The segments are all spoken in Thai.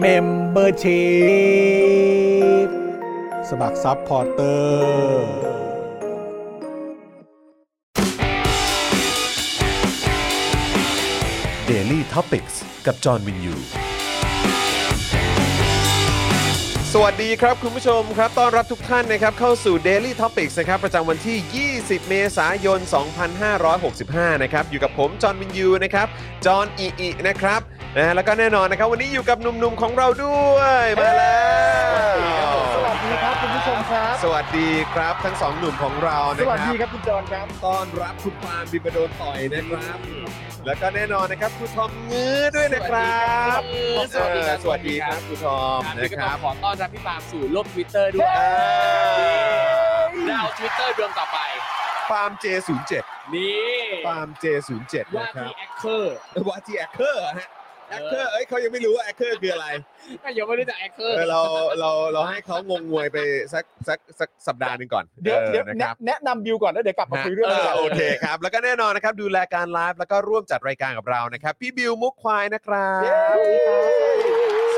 เมมเบอร์ชีพสมัครซัพพอร์เตอร์ Daily t o p i c กกับจอห์นวินยู สวัสดีครับ คุณผู้ชมครับ ต้อนรับทุกท่านนะครับ เข้าสู่ Daily Topics นะครับ ประจำวันที่ 20 เมษายน 2565 นะครับ อยู่กับผม จอห์นวินยูนะครับ จอห์นอิอินะครับนะฮะแล้วก็แน่นอนนะครับ วันนี้อยู่กับหนุ่มๆของเราด้วย มาแล้ว สวัสดีครับคุณผู้ชมครับ สวัสดีครับทั้งสองหนุ่มของเรา ส นะ วัส ค ดี รับ ครับคุณจอนครับ ต้อนรับคุณปาล์มบิบโดนต่อยนะครับ แล้วก็แน่นอนนะครับคุณทอมเงื้อด้วยนะครับ สวัสดีครัเออบสวัสดีครับคุณทอมนะ ก็ ค ต้อ รั ง บ ขอต้อนรับพี่ปาล์มสู่โลกทวิตเตอร์ด้วย เออ และเอาทวิตเตอร์ดวงต่อไป ปาล์ม J07 นี่ ปาล์ม J07 ว่า นะครั ที่ บ แอคเคอร์ ว่าที่แอคเคอร์ฮะแอคเคอร์เอ้ยเขายังไม่รู้ว่าแอคเคอร์คืออะไร ก็ยังไม่รู้จักแอคเคอ เอ ร์ อเราเราเราให้เขางงงวยไปสักสักสักสัปดาห์หนึ่งก่อน เดี๋ยว ออ เดี๋ยว นะค แนะ รับ แนะนำบิวก่อนแล้วเดี๋ยวกลับมาคุยเรื่อง เอ ราว อโอเคครับ แล้วก็แน่นอนนะครับ ดูแลการไลฟ์แล้วก็ร่วมจัดรายการกับเรานะครับ พี่บิวมุกควายนะครับ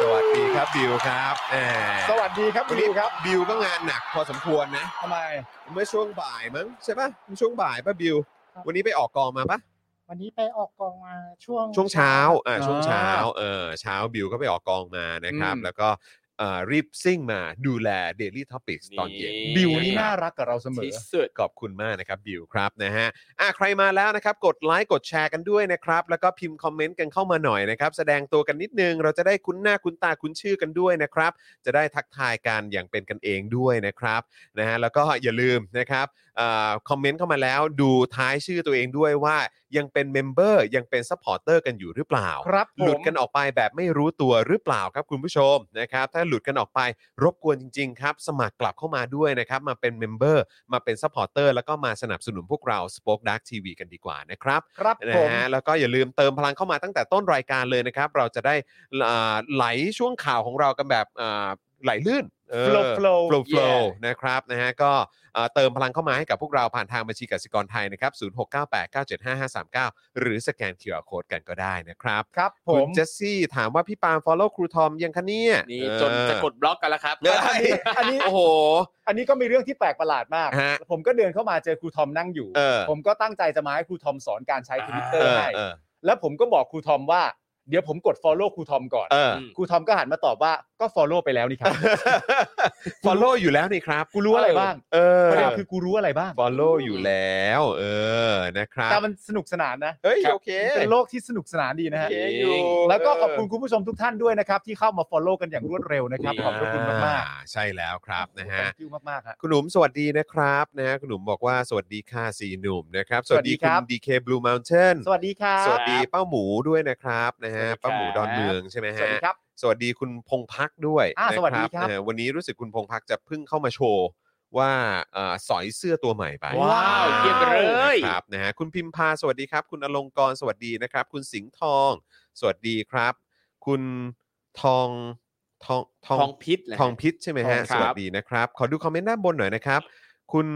สวัสดีครับบิวครับแหม สวัสดีครับบิวครับ บิวก็งานหนักพอสมควรนะ ทำไม เมื่อช่วงบ่ายมั้งใช่ปะเมื่อช่วงบ่ายป่ะบิว ครับ วันนี้ไปออกกองมาปะ วันนี้ไปออกกองมาช่วง ช่วงเช้าอ่า อ่า ช่วงเช้าเออเช้าบิวก็ไปออกกองมานะครับ อืม แล้วก็เอ่อรีบซิ่งมาดูแล Daily Topics ตอนเย็น บิวนี่น่ารักกับเราเสมอ ที่สุด ขอบคุณมากนะครับบิวครับนะฮะอ่ะใครมาแล้วนะครับ กดไลค์กดแชร์กันด้วยนะครับ แล้วก็พิมพ์คอมเมนต์กันเข้ามาหน่อยนะครับ แสดงตัวกันนิดนึง เราจะได้คุ้นหน้าคุ้นตาคุ้นชื่อกันด้วยนะครับ จะได้ทักทายกันอย่างเป็นกันเองด้วยนะครับนะฮะแล้วก็อย่าลืมนะครับเออคอมเมนต์เข้ามาแล้วดูท้ายชื่อตัวเองด้วยว่ายังเป็นเมมเบอร์ยังเป็นซัพพอร์เตอร์กันอยู่หรือเปล่า ครับผม หลุดกันออกไปแบบไม่รู้ตัวหรือเปล่าครับคุณผู้ชมนะครับ ถ้าหลุดกันออกไปรบกวนจริง ๆ ครับ สมัครกลับเข้ามาด้วยนะครับ มาเป็นเมมเบอร์มาเป็นซัพพอร์เตอร์แล้วก็มาสนับสนุนพวกเรา Spoke Dark TV กันดีกว่านะครับ ครับ นะ ผม ฮะแล้วก็อย่าลืมเติมพลังเข้ามาตั้งแต่ต้นรายการเลยนะครับ เราจะได้อ่าไหลช่วงข่าวของเรากันแบบอ่าไหลลื่นเออ โฟล์โฟล์ flow flow นะครับนะฮะก็เอ่อเติมพลังเข้ามาให้กับพวกเราผ่านทางบัญชีกสิกรไทยนะครับ 0698975539 หรือสแกน QR Code กันก็ได้นะครับ ครับผ คุณ ม เจสซี่ถามว่าพี่ปาล์ม follow ครูทอมยังคะเนี่ย นี่ เออ จนจะกดบล็อกกันแล้วครับ เฮ้ย อันนี้ โอ้โห อันนี้ก็มีเรื่องที่แปลกประหลาดมาก ฮะ ผมก็เดินเข้ามาเจอครูทอมนั่งอยู่ เออ ผมก็ตั้งใจจะมาให้ครูทอมสอนการใช้ทวิตเตอ เอ ร์ อ ให้ เออ แล้วผมก็บอกครูทอมว่า เดี๋ยวผมกด Follow ครูทอมก่อน เออ อืม ครูทอมก็หันมาตอบว่าก็ Follow ไปแล้วนี่ครับ follow อยู่แล้วนี่ครับ กูรู้อะไรบ้าง เออ ประเด็นคือกูรู้อะไรบ้าง ฟอลโล่อยู่แล้ว เออนะครับ แต่มันสนุกสนานนะ เฮ้ย ครับ โอเค เป็นโลกที่สนุกสนานดีนะฮะ โอเคอยู่ แล้วก็ขอบคุณคุณผู้ชมทุกท่านด้วยนะครับ ที่เข้ามา follow กันอย่างรวดเร็วนะครับ ขอบพระคุณมาก อ่ใช่แล้วค ๆ รับนะฮะ คิวมากๆฮะ คุณหนุ่มสวัสดีนะครับนะฮะคุณหนุ่มบอกว่าสวัสดีค่ะสีหนุ่มนะครับ ส สวั วัส สดี ดี ค คุ รั ณ บ DK Blue Mountain สวัสดีครับ สวัสดีป้าหมูด้วยนะครับนะฮะ สวัสดีครับ ป้าหมูดอนเมืองใช่ไหม สฮะวัสดีครับ สวัสดีคุณพงพักด้วย อ่า นะ สวัสดีครับ นะฮะวันนี้รู้สึกคุณพงพักจะเพิ่งเข้ามาโชว์ว่าเอ่อสอยเสื้อตัวใหม่ไป ว้าวเยี่ยมไปเลย ครับนะฮะคุณพิมพาสวัสดีครับ คุณอลงกรสวัสดีนะครับ คุณสิงห์ทอง สวัสดีครับ คุณทองทองทอง ทองพิษเหร ทองพิษใช่ไหมฮะ ทองสครับ วัสดีนะครับ ขอดูคอมเมนต์ด้านบนหน่อยนะครับ คุณ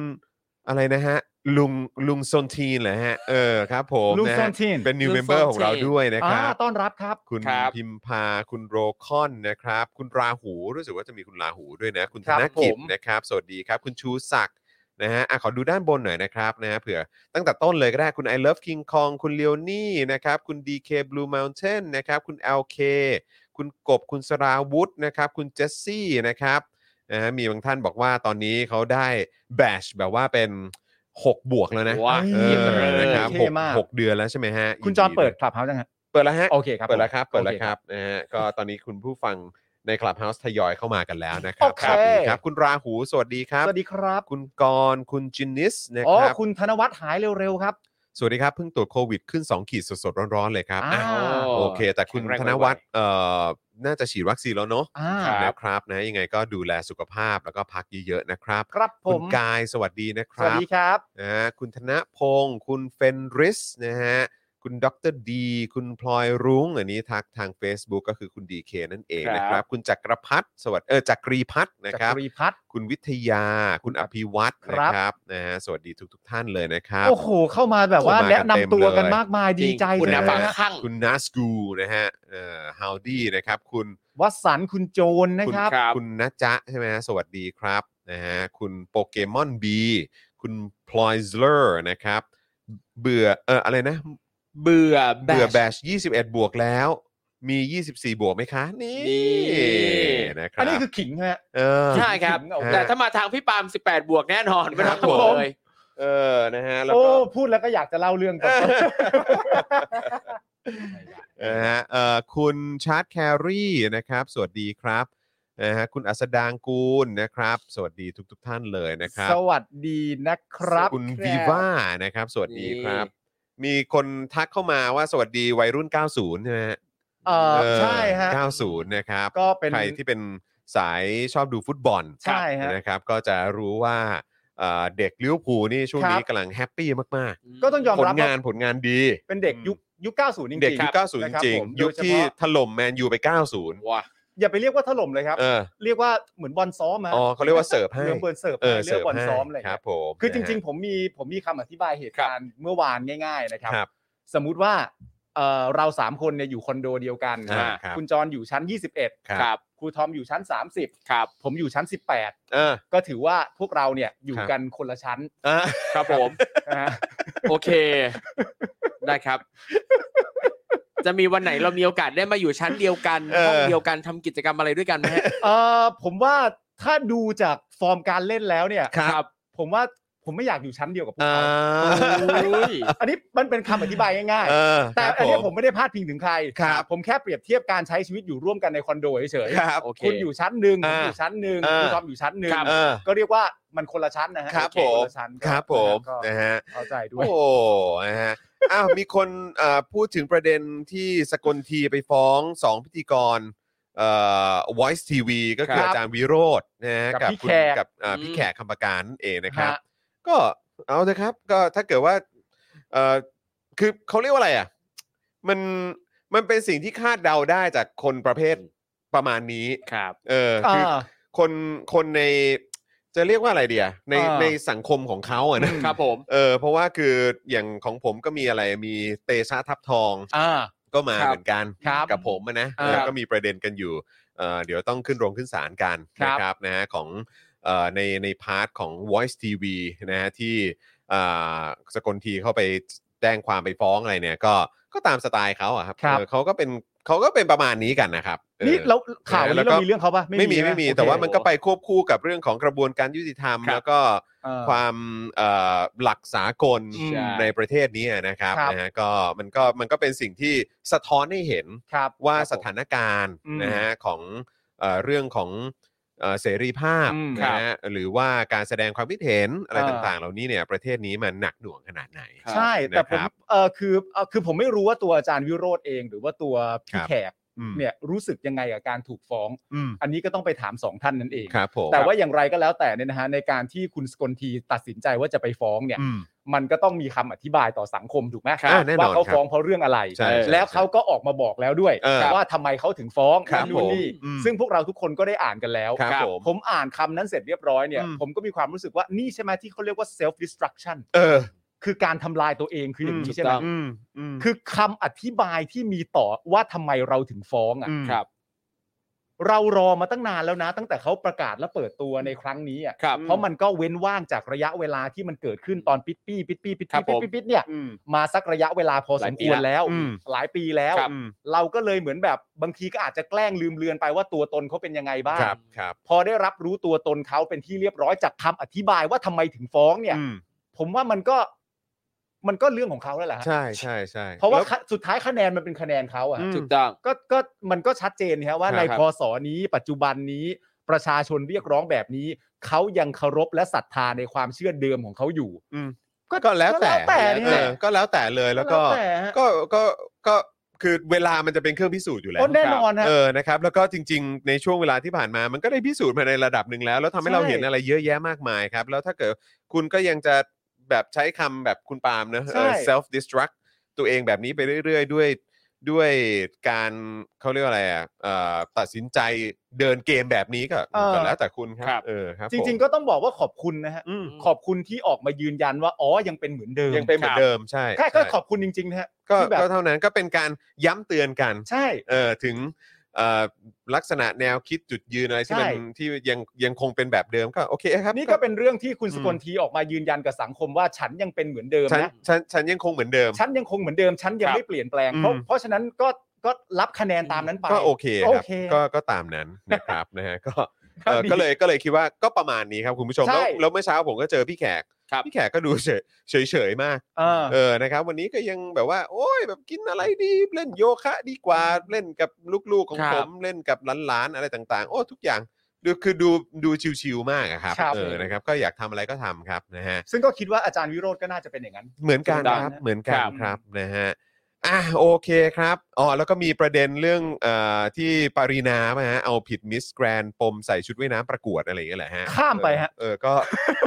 อะไรนะฮะลุงลุงซนทีนเหรอฮะเออครับผลุงมะฮะ ซอนทิน เป็น new ลุง member ของเรา ซนทีน ด้วยนะค อ่า รับ ต้อนรับครับ คุณ ครับ พิมพาคุณโรคอนนะครับ คุณราหูรู้สึกว่าจะมีคุณราหูด้วยนะ คุณธ ครับ นกิจ ผม นะครับ สวัสดีครับ คุณชูศักดิ์นะฮะอ่ะขอดูด้านบนหน่อยนะครับนะฮะเผื่อตั้งแต่ต้นเลยก็ได้คุณ I love King Kong คุณเล o n นี่นะครับ คุณ DK Blue Mountain นะครับ คุณ LK คุณกบคุณสราวุธนะครับ คุณเจสซี่นะครับ นะฮะมีบางท่านบอกว่าตอนนี้เขาได้แบชแบบว่าเป็น 6 บวกแล้วนะ ว้า เอ เยี่ยมเล อย นะครับ เท่ หก มาก หกเดือนแล้วใช่ไหมฮะ คุณจอนเปิดคลับเฮาส์ยังฮะ เปิดแล้วฮะ โอเคครับ เปิดแล้วครับ เปิดแล้ว โอ ครับนะฮะก็ตอนนี้คุณผู้ฟังในคลับเฮาส์ทยอยเข้ามากันแล้วนะค โอ รับ เค สวัสดีครับ คุณราหู สวัสดีค ค รั รับ บสวัสดีครับ คุณกรณ์คุณจินนิสนะ อ๋อ ครับ คุณธนวัฒน์หายเร็ว ๆ ครับ สวัสดีครับ เพิ่งตรวจโควิดขึ้น 2 ขีดสดๆ ร้อนๆ เลยครับ อ่า อ่ะโอเค แต่คุณ แข็งแรง ธนวัฒน์เอ่อน่าจะฉีดวัคซีนแล้วเนาะ อ่า ครับ นะครับนะยังไงก็ดูแลสุขภาพแล้วก็พักเยอะๆนะครับ ครับผ คุ ม ณกายสวัสดีนะค สวัส รับ ดีครับ นะฮะคุณธนพงศ์คุณเฟนริสนะฮะคุณดรดีคุณพลอยรุ้งอันนี้ทักทาง Facebook ก็คือคุณดีเคนั่นเองนะค ครั รับ บ คุณจักรพัฒน์สวัสดีเออจักรีพัฒน์นะ จาก ครับ กรีพัฒน์ คุณวิทยา คุณอภิวัตร ค นะ รับ ครับนะฮะสวัสดีทุก ๆ ท่านเลยนะครับ โอ้โห เข้ามาแบบว่า เข้ามา แนะนำตัวกัน เต็มเลย มากมายดีใจ คุณ เลย นะฟัง นะฮะ ข้าง คุณนัสกูนะฮะเอ่อฮาวดี้นะครับ คุณ วสันต์คุณโจนนะครับ ครับ คุณนัจจะใช่ไหมฮะสวัสดีครับนะฮะคุณโปเกมอนบีคุณพลอยเลอร์นะครับ เบื่อเอออะไรนะ เบื่อแบ เบื่อแบ ช ช21 บวกแล้ว มี 24 บวกไหมคะ นี่ นี่ นะครับ อันนี้คือขิงใช่ไหม เออ ใช่ครับ ถึงเอา แต่ถ้ามาทางพี่ปาล์ม18 บวกแน่นอน ไม่ต้องห่วงเลย เออนะฮะแล้ว โอ้ ก็ พูดแล้วก็อยากจะเล่าเรื่องกัน นะฮะเอ่อคุณชาร์ตแครี่นะครับ สวัสดีครับนะฮะคุณอัสดางกูลนะครับ สวัสดีทุก ๆ ท่านเลยนะครับ สวัสดีนะครับ คุณวีว่านะครับ สวัสดีครับ มีคนทักเข้ามาว่าสวัสดีวัยรุ่น 90 ใช่ไหมฮะ เอ่อ เออ ใช่ฮะ 90 นะครับ ก็เป็น ใครที่เป็นสายชอบดูฟุตบอล ใช่ฮะ นะครับ ก็จะรู้ว่าเอ่อเด็กลิเวอร์พูลนี่ช่วงนี้ ครับ กำลังแฮปปี้มาก ก็ต้องยอม ๆ ผล รับ งานผลงานดี เป็นเด็กยุคยุค 90 จริงๆ เด็กยุค90 จ นะบ ริง ผม ๆ โด ยุค เฉ ที่ พาะ ถล่มแมนยูไป 90 ว้า อย่าไปเรียกว่าถล่มเลยครับ เออ เรียกว่าเหมือนบอลซ้อมอะ อ๋อเขาเรียกว่าเสิร์ฟให้ เรื่องบอลเสิร์ฟ เออ เรื่องบอลซ้อมอะไรอย่าง ครับเงี้ย ผม คือจริง นะฮะ ๆ ผมมีผมมีคำอธิบายเหตุการณ์เมื่อวานง่าย ๆ นะครับ ครับ สมมุติว่าเอ่อเราสามคนเนี่ยอยู่คอนโดเดียวกัน อ่าครับ คุณจรอยู่ชั้น 21 ครับ ครับ ครูทอมอยู่ชั้น ครับ 30 ผมอยู่ชั้น เออ 18 ก็ถือว่าพวกเราเนี่ยอยู่ ครับ กันคนละชั้น อ่ะ ครับผม นะฮะ โอเค ได้ครับ จะมีวันไหนเรามีโอกาสได้มาอยู่ชั้นเดียวกันห้องเดียวกันทำกิจกรรมอะไรด้วยกันไหมฮะ เออผมว่าถ้าดูจากฟอร์มการเล่นแล้วเนี่ย ครับ ผมว่าผมไม่อยากอยู่ชั้นเดียวกับพวก อ่า เขา โอ้ย อันนี้มันเป็นคำอธิบายง่าย เออ ๆ แต่ ครับ อันนี้ ผ ผม มไม่ได้พาดพิงถึงใคร ครับ ผมแค่เปรียบเทียบการใช้ชีวิตอยู่ร่วมกันในคอนโดเฉย ครับ โอเค คุณอยู่ชั้นหนึ่งผม อ่า อยู่ชั้นหนึ่ง อ่า คุณทอมอยู่ชั้นหนึ่ง เออ ก็เรียกว่ามันคนละชั้นนะฮะ ครับ โอเคน ผม ละชั้นก็ ครับผม ก็ นะฮะ เข้าใจด้ว โอ้ ย นะฮะอ้าวมีคนเอ่อพูดถึงประเด็นที่สกลทีไปฟ้องสองพิธีกรเอ่อ Voice TV ก็คือ ครับ อาจารย์วิโรธนะฮะ กับพี่ คุณ แขก กับอ่าพี่แขกคำประการนั่นเองนะครับ ฮะ ก็เอาเถอะครับก็ถ้าเกิดว่าเออคือเขาเรียกว่าอะไรอ่ะมันมันเป็นสิ่งที่คาดเดาได้จากคนประเภทประมาณนี้ ครับ เออคืออาคนคนในจะเรียกว่าอะไรเดียใน อ่า ในสังคมของเขาอ่ะนะครับ ผม เออเพราะว่าคืออย่างของผมก็มีอะไรมีเตชะทับทอง อ่า ก็มา ครับ เหมือนกัน ครับ กับผมอะนะ อ่า แล้วก็มีประเด็นกันอยู่เอ่อเดี๋ยวต้องขึ้นโรงขึ้นศาลกัน ครับ นะครับนะฮะของเอ่อในในพาร์ทของ Voice TV นะฮะที่อ่าสกลทีเข้าไปแจ้งความไปฟ้องอะไรเนี่ยก็ก็ตามสไตล์เขาอะครับ ครับ เออเขาก็เป็นเขาก็เป็นประมาณนี้กันนะครับเออ นี่เราข่าววันนี้ แล้วก็ เรามีเรื่องเขาปะ ไม่มี นะ ไม่มี โอเค แต่ว่ามันก็ไปควบคู่กับเรื่องของกระบวนการยุติธรรม ครับ แล้วก็ เออ ความเอ่อหลักสากล ใช่ ในประเทศนี้นะครับ ครับ นะฮะก็มันก็มันก็เป็นสิ่งที่สะท้อนให้เห็น ครับ ว่า ครับผม สถานการณ์ อืม นะฮะของเอ่อเรื่องของเอ่อเสรีภาพ อืม นะฮะหรือว่าการแสดงความคิดเห็นอะไร เออ ต่างๆ เหล่านี้เนี่ยประเทศนี้มันหนักหน่วงขนาดไหน ครับ ใช่แต่ผม นะครับ เออคือเอ่อคือผมไม่รู้ว่าตัวอาจารย์วิโรธเอง หรือว่าตัว ครั พี่ บ แขก อืม เนี่ยรู้สึกยังไงกับการถูกฟ้อง อืม อันนี้ก็ต้องไปถามสองท่านนั่นเอง ครับผม แต่ว่าอย่างไรก็แล้วแต่เนี่ยนะฮะในการที่คุณสกลทีตัดสินใจว่าจะไปฟ้องเนี่ย อืม มันก็ต้องมีคำอธิบายต่อสังคมถูกไหม ครับอ่าแน่นอน ว่าเขา ครับ ฟ้องเพราะเรื่องอะไร ใช่ใช่ แล้วเขาก็ออกมาบอกแล้วด้วย เออ ว่าทำไมเขาถึงฟ้อง ครับ นู่นนี่ ผมอืม ซึ่งพวกเราทุกคนก็ได้อ่านกันแล้ว ครับผม ผมอ่านคำนั้นเสร็จเรียบร้อยเนี่ย อืม ผมก็มีความรู้สึกว่านี่ใช่ไหมที่เขาเรียกว่า self destruction เออ คือการทำลายตัวเองคืออย่าง อื นี้ ม ใช่ไหม ถูกต้อง อืมอืม คือคำอธิบายที่มีต่อว่าทำไมเราถึงฟ้องอ่ะ อืม ครับ เรารอมาตั้งนานแล้วนะ ตั้งแต่เขาประกาศและเปิดตัวในครั้งนี้อ่ะ ครับ เพราะมันก็เว้นว่างจากระยะเวลาที่มันเกิดขึ้นตอนปิดปี้ปิดปี้ปิด ครับปี้ปิ ผ ด ม ปี้ปิดเนี่ย อืม มาสักระยะเวลาพอสมควรแล้ว อืม หลายปีแล้ว ครับ เราก็เลยเหมือนแบบบางทีก็อาจจะแกล้งลืมเลือนไปว่าตัวตนเขาเป็นยังไงบ้าง ครับครับ พอได้รับรู้ตัวตนเขาเป็นที่เรียบร้อยจากคำอธิบายว่าทำไมถึงฟ้องเนี่ย อืม ผมว่ามันก็มันก็เรื่องของเขาแล้วแหละฮะ ใช่ใช่ใช่ เพราะว่า แล้ คะสุดท้ายคะแนนมันเป็นคะแนนเขาอะอืฮะม ถูกต้อง ก็ก็มันก็ชัดเจนนะฮะว่า ใช่ ใน ครับ พศนี้ปัจจุบันนี้ประชาชนเรียกร้องแบบนี้ เขายังเคารพและศรัทธาในความเชื่อเดิมของเขาอยู่ ก็แล้วแต่ ก็แล้วแต่เนี่ย เออก็แล้วแต่เลยแล้วก็ ก็แล้วแต่ฮะ ก็ก็ก็คือเวลามันจะเป็นเครื่องพิสูจน์อยู่แล้ว โอ้แน่นอนฮะ เออ นะครับ แล้วก็จริง ๆ ในช่วงเวลาที่ผ่านมา มันก็ได้พิสูจน์มาในระดับหนึ่งแล้ว แล้วทำให้ ใช่ เราเห็นอะไรเยอะแยะมากมายครับ แล้วถ้าเกิดคุณก็ยังจะแบบใช้คำแบบคุณปาล์มนะเออ self destruct ตัวเองแบบนี้ไปเรื่อย ๆ ด้วยด้วยการเขาเรียกว่าอะไรอ่ะเอ่อตัดสินใจเดินเกมแบบนี้ก็ก็แล้วแต่คุณค ครั รับ บ เออครับ จริง ๆ ก็ต้องบอกว่าขอบคุณนะฮะ ๆอืม ขอบคุณที่ออกมายืนยันว่าอ๋อยังเป็นเหมือนเดิม ยังเป็นเหมือนเดิมใช่ ใช่ก็ ใช่ ขอบคุณจริงๆนะฮะ ก็ ที่แบบ ก็เท่านั้นก็เป็นการย้ำเตือนกัน ใช่ เออถึงเอ่อลักษณะแนวคิดจุดยืนอะไรที่มัน ใช่ ที่ยังยังคงเป็นแบบเดิมก็โอเคครับ นี่ก็เป็นเรื่องที่คุณ อืม สกลทีออกมายืนยันกับสังคมว่าฉันยังเป็นเหมือนเดิม ฉัน นะ ฉันฉันยังคงเหมือนเดิม ฉันยังคงเหมือนเดิมฉันยัง ครับ ไม่เปลี่ยนแปลง อืม เพราะเพราะฉะนั้นก็ก็รับคะแนนตามนั้นไป ก็โอเคครับ โอเค ก็ก็ตามนั้นนะครับ นะฮะก็ ครับ เอ่อ ดี ก็เลยก็เลยคิดว่าก็ประมาณนี้ครับคุณผู้ชม ใช่ แล้วแล้วเมื่อเช้าผมก็เจอพี่แขก ครับ พี่แขกก็ดูเฉยเฉยเฉยมาก เออ เออนะครับ วันนี้ก็ยังแบบว่า โอ้ยแบบกินอะไรดีเล่นโยคะดีกว่าเล่นกับลูกๆของ ครับ ผมเล่นกับหลานๆอะไรต่างๆ โอ้ทุกอย่างดูคือดูดูชิวๆมากอะครับ ครับ เออนะครับ ก็อยากทำอะไรก็ทำครับนะฮะ ซึ่งก็คิดว่าอาจารย์วิโรธก็น่าจะเป็นอย่างนั้น เหมือนกัน ดัง ครับ นะ เหมือนกัน ครับ ครับนะฮะอ่ะโอเคครับอ๋อแล้วก็มีประเด็นเรื่องเอ่อที่ปารีนาไหมฮะเอาผิดมิสแกรนปมใส่ชุดว่ายน้ำประกวดอะไรอย่างเงี้ยแหละฮะ ข้ามไปฮะ เออ ก็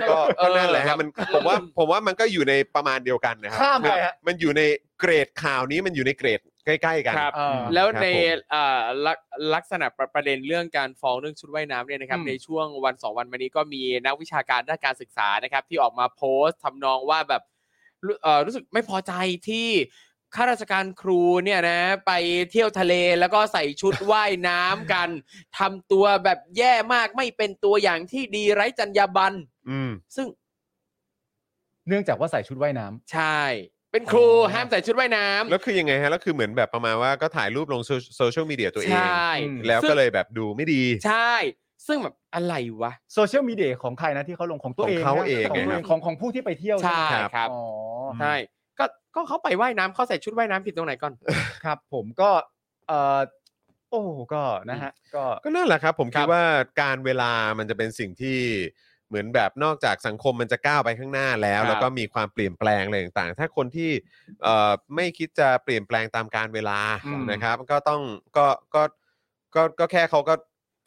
ก็ก็นั่นแหละฮะมันผมว่าผมว่ามันก็อยู่ในประมาณเดียวกันนะครั ข้ามไปฮะ มันอยู่ในเกรดข่าวนี้มันอยู่ในเกรดใกล้ๆกัน ครับ เออ แล้ว ครับ ใน ผม เอ่อลักลักษณะประประเด็นเรื่องการฟ้องเรื่องชุดว่ายน้ำเนี่ยนะครับ อืม ในช่วงวันสองวันมานี้ก็มีนักวิชาการด้านการศึกษานะครับ ที่ออกมาโพสต์ทำนองว่าแบบรู้เอ่อรู้สึกไม่พอใจที่ข้าราชการครูเนี่ยนะไปเที่ยวทะเลแล้วก็ใส่ชุดว่ายน้ำกันทำตัวแบบแย่มากไม่เป็นตัวอย่างที่ดีไร้จรรยาบรรณ อืม ซึ่ง เนื่องจากว่าใส่ชุดว่ายน้ำ ใช่เป็นครูห้ามใส่ชุดว่ายน้ำ แล้วคือยังไงฮะแล้วคือเหมือนแบบประมาณว่าก็ถ่ายรูปลงโซเชียลมีเดียตัวเอ ใช ง ่ อืม แล้ว ซึ่ง ก็เลยแบบดูไม่ดี ใช่ ซึ่งแบบอะไรวะ โซเชียลมีเดียของใครนะที่เขาลงของตัวเอขงองเขาเอง นะของตัว ไงครั เอบ งของของผู้ที่ไปเที่ยว ใช่ครับ อ๋อ ใช่ก็ก็เขาไปว่ายน้ำเขาใส่ชุดว่ายน้ำผิดตรงไหนก่อน ครับผมก็เออโอ้ก็นะฮะก็ ก็นั่นแหละครับผม ค คิ รั ด บ ว่าการเวลามันจะเป็นสิ่งที่เหมือนแบบนอกจากสังคมมันจะก้าวไปข้างหน้าแล้ว ครับ แล้วก็มีความเปลี่ยนแปลงอะไรต่างๆ ถ้าคนที่เอ่อไม่คิดจะเปลี่ยนแปลงตามการเวลา อืม นะครับก็ต้องก็ก็ก็ก็แค่เขาก็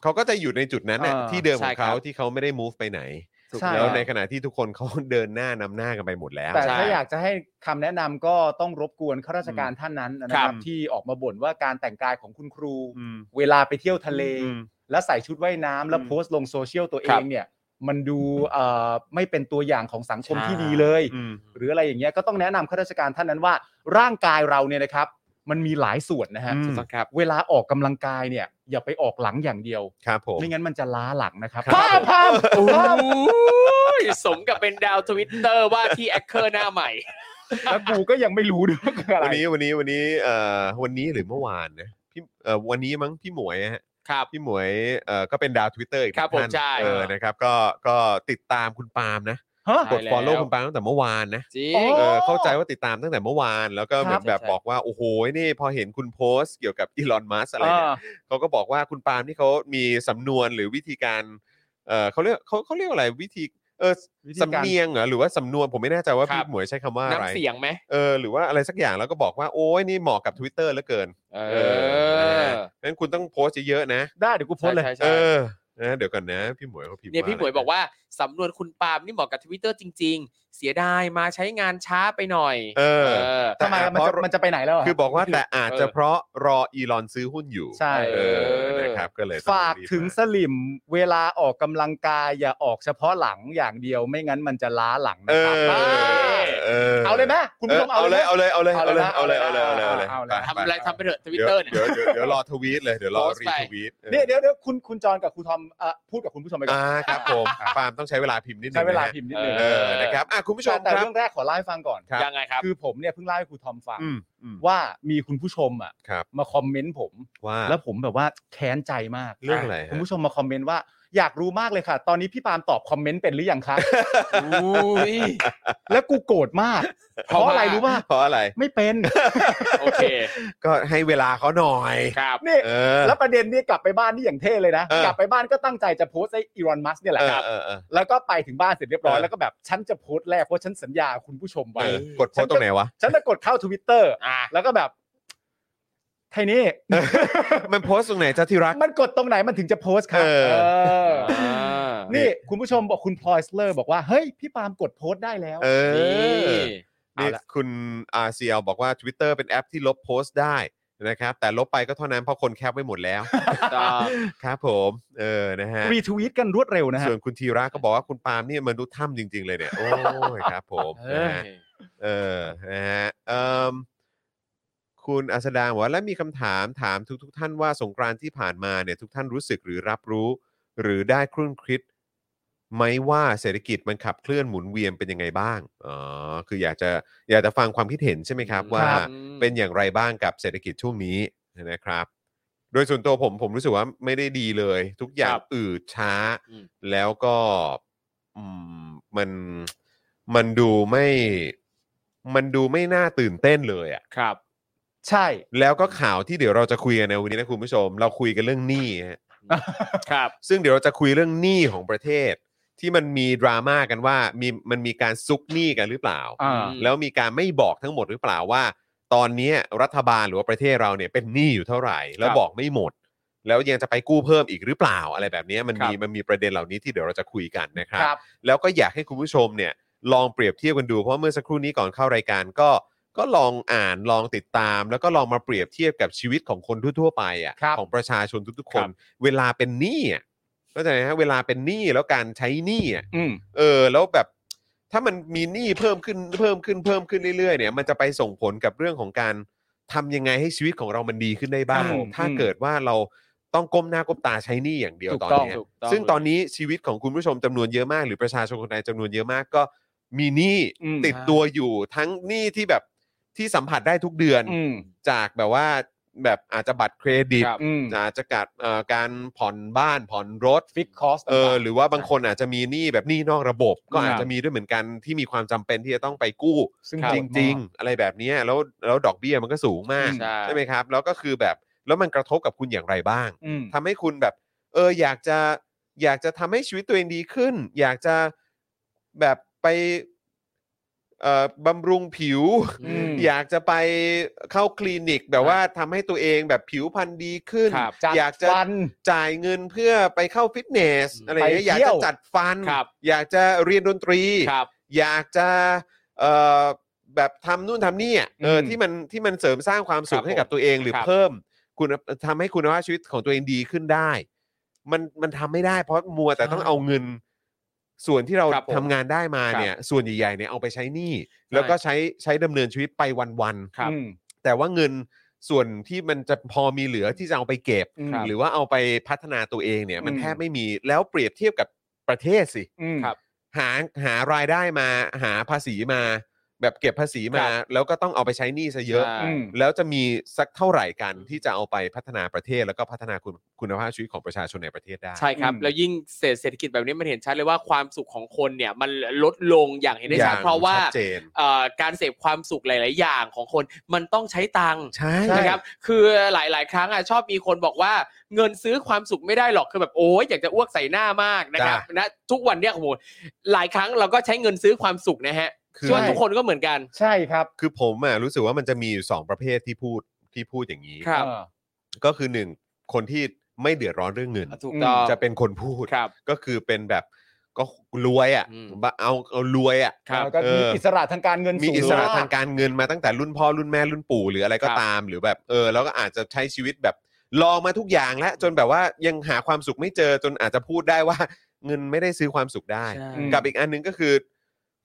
เขาก็จะอยู่ในจุดนั้นน่ะ เออ ที่เดิมข ใช่ อง ครับ เขาที่เขาไม่ได้ move ไปไหน ใช่ แล้วในขณะที่ทุกคนเขา เดินหน้านำหน้ากันไปหมดแล้ว แต่ ใช่ ถ้าอยากจะให้คำแนะนำก็ต้องรบกวนข้าราชการท่านนั้นนะค ครั รับบ ที่ออกมาบ่นว่าการแต่งกายของคุณครู อืม เวลาไปเที่ยวทะเล อืม แล้วใส่ชุดว่ายน้ำแล้วโพสต์ลงโซเชียลตัวเองเนี่ย มันดูเอ่อไม่เป็นตัวอย่างของสังคมที่ดีเลย อืม หรืออะไรอย่างเงี้ยก็ต้องแนะนำข้าราชการท่านนั้นว่า ร่างกายเราเนี่ยนะครับ มันมีหลายส่วนนะฮะ อืม ถูกต้องครับ เวลาออกกำลังกายเนี่ย อย่าไปออกหลังอย่างเดียว ครับผม ไม่งั้นมันจะล้าหลังนะครับ ครับ พามพาม โอ้ พาม ยสมกับเป็นดาวทวิตเตอร์ว่าที่แอคเคอร์หน้าใหม่ แล้วกูก็ยังไม่รู้ด้วยว่าคืออะไร วันนี้วันนี้วันนี้เอ่อวันนี้หรือเมื่อวานนะพี่เอ่อวันนี้มั้งพี่หมวยฮะ ครับ พี่หมวยเอ่อก็เป็นดาวทวิตเตอร์อีก ครับผม ท่าน ใช่ เออนะครับก็ก็ติดตามคุณปาล์มนะ ฮะ ใช่ กด แล้ว follow คุณปาล์มตั้งแต่เมื่อวานนะ จริ โอ้ ง เออเข้าใจว่าติดตามตั้งแต่เมื่อวาน แล้วก็เหมือน ครับ แบบ ใช่ บอกว่า โอ้โหนี่พอเห็นคุณโพสต์เกี่ยวกับอีลอนมัสอะไรเนี่ย อ่า เขาก็บอกว่าคุณปาล์มนี่เขามีสำนวนหรือวิธีการเออเขาเรียกเขาเขาเรียกว่าอะไรวิธีเออ วิธีการ สำเนียงเหรอหรือว่าสำนวนผมไม่แน่ใจว่า ครั พี่ บ หมวยใช้คำว่าอะไร น้ำเสียงไหม เออหรือว่าอะไรสักอย่างแล้วก็บอกว่าโอ้ยนี่เหมาะกับ Twitter เหลือเกิน เอ เออ งั้นคุณต้องโพสต์เยอะๆนะ ได้เดี๋ยวกูโพ ใช่ สต์เลย ใช่ใช่ เออนะเดี๋ยวก่อนนะพี่หมวยเขาพิมพ์ เนี่ยพี่หมวย ะไร บอกว่าสำนวนคุณปาล์มนี่เหมาะกับทวิตเตอร์จริง ๆ เสียดายมาใช้งานช้าไปหน่อย เอ เอ อ อ ทำไมอะมัน เพ จะ ราะ มันจะไปไหนแล้วอะ คือบอกว่าแต่อาจจะ เออ เพราะรออีลอนซื้อหุ้นอยู่ ใช่ เออนะครับก็เลย ฝากถึงส สัก ลิมเวลาออกกำลังกายอย่าออกเฉพาะหลังอย่างเดียว ไม่งั้นมันจะล้าหลัง เอ นะครับ อเอ เอาเลยไหมคุณผู้ชม เอาเลยเอาเลยเอาเลยเอาเลยเอา เอา เล เลย ย เอา นะ เลยเอาเลยเอาเลย เอาเลย ป ทำอะไร ป ทำไปเถอะทวิตเตอร์เนี่ย เดี๋ยวเดี๋ยวเดี๋ยวรอทวีตเลยเดี๋ยวรอ โพสต์ รี ไป ทวีตออ เนี่ยเดี๋ยวเดี๋ยวคุณคุณจอนกับคุณทอมเอ่อพูดกับคุณผู้ชมไปก่อ อ่าน ครับผมปาล์มต้องใช้เวลาพิมพ์นิดนึง ใช้เวลา นะฮะ พิมพ์นิดหนึง เออนะครับอ่ะคุณผู้ชม แต่ ครับ เรื่องแรกขอเล่าให้ฟังก่อน ครับ ยังไงครับ คือผมเนี่ยเพิ่งเล่าให้คุณทอมฟัง อืมอืม ว่ามีคุณผู้ชมอ่ะ ครับ มาคอมเมนต์ผม ว่า แล้วผมแบบว่าแค้นใจมาก เรื่องอะไร คุณ ฮะ ผู้ชมมาคอมเมนต์ว่าอยากรู้มากเลยค่ะ ตอนนี้พี่ปาล์มตอบคอมเมนต์เป็นหรือยัง คะ อุ้ย แล้วกูโกรธมาก เพ เพราะ ราะ ว่า อะไรรู้ป่ะ เพราะอะไร ไม่เป็น โอเค ก็ให้เวลาเขาหน่อย ครับ นี่ เออ แล้วประเด็นนี่กลับไปบ้านนี่อย่างเท่เลยนะ เออ กลับไปบ้านก็ตั้งใจจะโพสต์ไอ้อีรอนมัสเนี่ยแห เออละครับ เออเออ แล้วก็ไปถึงบ้านเสร็จเรียบร้อย เออ แล้วก็แบบฉันจะโพสต์แรกเพราะฉันสัญญาคุณผู้ชมไว้ เออกดโพสต์ตรงไหนวะ ฉันจะกดเข้าทวิตเตอร์ อ่ะ แล้วก็แบบไทนี่ มันโพสต์ตรงไหนจ้าที่รัก มันกดตรงไหนมันถึงจะโพสต์ครับ เออ เออ นี่ นี่คุณผู้ชมบอกคุณพลอยสเลอร์บอกว่าเฮ้ยพี่ปาล์มกดโพสต์ได้แล้ว เอ เอ อ อ นี่ เอาละ คุณ RCL บอกว่า Twitter เป็นแอปที่ลบโพสต์ได้นะครับ แต่ลบไปก็เท่านั้นเพราะคนแคปไว้หมดแล้ว ครับผม เออ นะฮะ รีทวีตกันรวดเร็วนะฮะ ส่วนคุณธีระก็บอกว่าคุณปาล์มเนี่ยมนุษย์ถ้ำจริง ๆ เลยเนี่ย โอ้ยครับผม เอ นะฮะอเออ นะฮะเอิ่มคุณอัสดางบอกว่าและมีคำถามถามทุกทท่านว่าสงกรานต์ที่ผ่านมาเนี่ยทุกท่านรู้สึกหรือรับรู้ หรือได้ครุ่นคิดไหมว่าเศรษฐกิจมันขับเคลื่อนหมุนเวียนเป็นยังไงบ้าง อ๋อ คืออยากจะอยากจะฟังความคิดเห็นใช่ไหมครับ ว่า ครับ เป็นอย่างไรบ้างกับเศรษฐกิจช่วงนี้นะครับ โดยส่วนตัวผมผมรู้สึกว่าไม่ได้ดีเลย ทุกอย่า ค ง รับ อืดช้า อืม แล้วก็อืมมันมันดูไม่มันดูไม่น่าตื่นเต้นเลยอะ่ะ ครับ ใช่ แล้วก็ข่าวที่เดี๋ยวเราจะคุยกันในวันนี้นะคุณผู้ชม เราคุยกันเรื่องหนี้ฮะ ครับ ซึ่งเดี๋ยวเราจะคุยเรื่องหนี้ของประเทศ ที่มันมีดราม่ากันว่ามีมันมีการซุกหนี้กันหรือเปล่า อ่า อืม แล้วมีการไม่บอกทั้งหมดหรือเปล่าว่า ตอนนี้รัฐบาลหรือว่าประเทศเราเนี่ยเป็นหนี้อยู่เท่าไหร่ แล้ว ครับ บอกไม่หมด แล้วยังจะไปกู้เพิ่มอีกหรือเปล่าอะไรแบบนี้มันมี ครับ มันมีประเด็นเหล่านี้ที่เดี๋ยวเราจะคุยกันนะครับ ครับ แล้วก็อยากให้คุณผู้ชมเนี่ยลองเปรียบเทียบกันดูเพราะเมื่อสักครู่นี้ก่อนเข้ารายการก็ ก็ลองอ่านลองติดตาม แล้วก็ลองมาเปรียบเทียบกับชีวิตของคนทั่วๆไป ครั อะ่ะ บ ของประชาชนทุกๆคน เวลาเป็นหนี้อะเข้าใจไหมฮะเวลาเป็นหนี้แล้วการใช้หนี้อะ อืม เออแล้วแบบ ถ้ามันมีหนี้เพิ่มขึ้นเพิ่มขึ้นเพิ่มขึ้นเรื่อยๆเนี่ยมันจะไปส่งผลกับเรื่องของการทำยังไงให้ชีวิตของเรามันดีขึ้นได้บ้าง ครับผม ถ้า อืม เกิดว่าเราต้องก้มหน้าก้มตาใช้หนี้อย่างเดียว ถูก ตอน ต้อง เนี้ย ถูกต้อง ซึ่งตอนนี้ชีวิตของคุณผู้ชมจำนวนเยอะมาก หรือประชาชนคนไทยจำนวนเยอะมากก็มีหนี้ อืม ติดตัวอยู่ทั้งหนี้ที่แบบที่สัมผัสได้ทุกเดือน อืม จากแบบว่าแบบอาจจะบัตรเครดิต ครับ อืม อาจจะกัดเอ่อการผ่อนบ้านผ่อนรถ ฟิกคอส เออหรือว่าบางคนอาจจะมีหนี้แบบหนี้นอกระบบ ก็ ครับ อาจจะมีด้วยเหมือนกันที่มีความจำเป็นที่จะต้องไปกู้ ซึ่ง จ โหด ริง มาก ๆ อะไรแบบเนี้ยแล้วแล้วดอกเบี้ยมันก็สูงมาก ใช่ ใช่ไหมครับ แล้วก็คือแบบแล้วมันกระทบกับคุณอย่างไรบ้าง อืม ทำให้คุณแบบ เอออยากจะอยากจะทำให้ชีวิตตัวเองดีขึ้น อยากจะแบบไปเอ่อบำรุงผิว อืม อยากจะไปเข้าคลินิก แบบว่าทำให้ตัวเองแบบผิวพรรณดีขึ้น ครับ อยากจะ ฟัน จ่ายเงินเพื่อไปเข้าฟิตเนส อืม อะไรอย่างเงี้ยอ ไป ยาก เที่ย จะ ว จัดฟัน ครับ อยากจะเรียนดนตรี ครับ อยากจะเอ่อแบบทำนู่นทำนี่อะเอออ ม ที่มันที่มันเสริมสร้างความสุ คขรับ ให้กับตัวเองหรือ ครับ เพิ่ม คุณทำให้คุณภาพชีวิตของตัวเองดีขึ้นได้ มันมันทำไม่ได้ เพราะมัวแต่ต้องเอาเงิน ส่วนที่เรา ครับผม ทำงานได้มา ครับ เนี่ย ส่วนใหญ่ๆเนี่ยเอาไปใช้หนี้แล้วก็ใช้ใช้ดำเนินชีวิตไปวัน ครับ อืม ๆแต่ว่าเงินส่วนที่มันจะพอมีเหลือที่จะเอาไปเก็บ ครับ หรือว่าเอาไปพัฒนาตัวเองเนี่ย มัน อืม แทบไม่มีแล้วเปรียบเทียบกับประเทศสิ อืม ครับ หาหารายได้มาหาภาษีมา แบบเก็บภาษีมา แล้วก็ต้องเอาไปใช้หนี้ซะเยอะ ใช่ อืม แล้วจะมีสักเท่าไหร่กันที่จะเอาไปพัฒนาประเทศ แล้วก็พัฒนาคุณคุณภาพชีวิตของประชาชนในประเทศได้ ใช่ครับ อืม แล้วยิ่งเศรษฐกิจแบบนี้มันเห็นชัดเลยว่าความสุขของคนเนี่ยมันลดลงอย่างเห็นได้ อย่า ชั ง ดเพราะว่า ชัดเจน เอ่อการเสพความสุขหลาย ๆ อย่างของคนมันต้องใช้ตังค์ ใช่ ใช่ นะครับ คือหลาย ๆ ครั้งอ่ะชอบมีคนบอกว่าเงินซื้อความสุขไม่ได้หรอกคือแบบโอ้ยอยากจะอ้วกใส่หน้ามากนะครับนะทุกวันเนี่ยโอ้โหหลายครั้งเราก็ใช้เงินซื้อความสุขนะฮะ คือ ส่วนทุกคนก็เหมือนกัน ใช่ครับ คือผมอ่ะรู้สึกว่ามันจะมีอยู่สองประเภทที่พูดที่พูดอย่างนี้ ครับ เออ ก็คือหนึ่งคนที่ไม่เดือดร้อนเรื่องเงิน ถูกต้อง จะเป็นคนพูด ครับ ก็คือเป็นแบบก็รวยอ่ะ อืม บะเอาเอารวยอ่ะ ครับ แล้วก็ เอ มี ออิ อิสระทางการเงิน มี สูง อิสระ มก ทางการเงินมาตั้งแต่รุ่นพ่อรุ่นแม่รุ่นปู่หรืออะไรก็ ครับ ตาม หรือแบบเออแล้วก็อาจจะใช้ชีวิตแบบลองมาทุกอย่างแล้วจนแบบว่ายังหาความสุขไม่เจอจนอาจจะพูดได้ว่า เงินไม่ได้ซื้อความสุขได้ ใช่ กับอีกอันหนึงก็คือ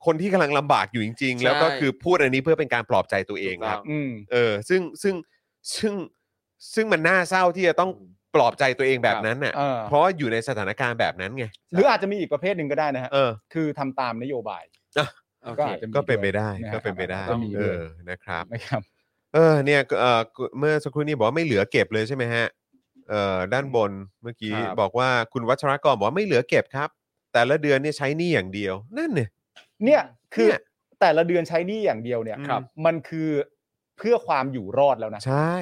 คนที่กำลังลำบากอยู่จริงๆใช่แล้วก็คือพูดอันนี้เพื่อเป็นการปลอบใจตัวเองครับ อืม เออซึ่งซึ่งซึ่งซึ่งมันน่าเศร้าที่จะต้องปลอบใจตัวเองแบบนั้นน่ะ เออ เพราะอยู่ในสถานการณ์แบบนั้นไง หรืออาจจะมีอีกประเภทหนึ่งก็ได้นะฮะ เออ คือทำตามนโยบาย โอ ก็ เค อาจจะมี ก็เป็นไปได้ วยะฮะ ก็เป็นไปได้ อาจจะมี เอ ด้วย อนะครับ นะครับ เออเนี่ยเออเมื่อสักครู่นี้บอกว่าไม่เหลือเก็บเลยใช่ไหมฮะเอ่อด้านบนเมื่อกี้ ครับ บอกว่าคุณวัชรกรบอกว่าไม่เหลือเก็บครับ แต่ละเดือนเนี่ยใช้หนี้อย่างเดียว นั่นเนี่ย เนี่ยคือ เนี่ย แต่ละเดือนใช้หนี้อย่างเดียวเนี่ย ครับ มันคือเพื่อความอยู่รอดแล้วนะ ใช่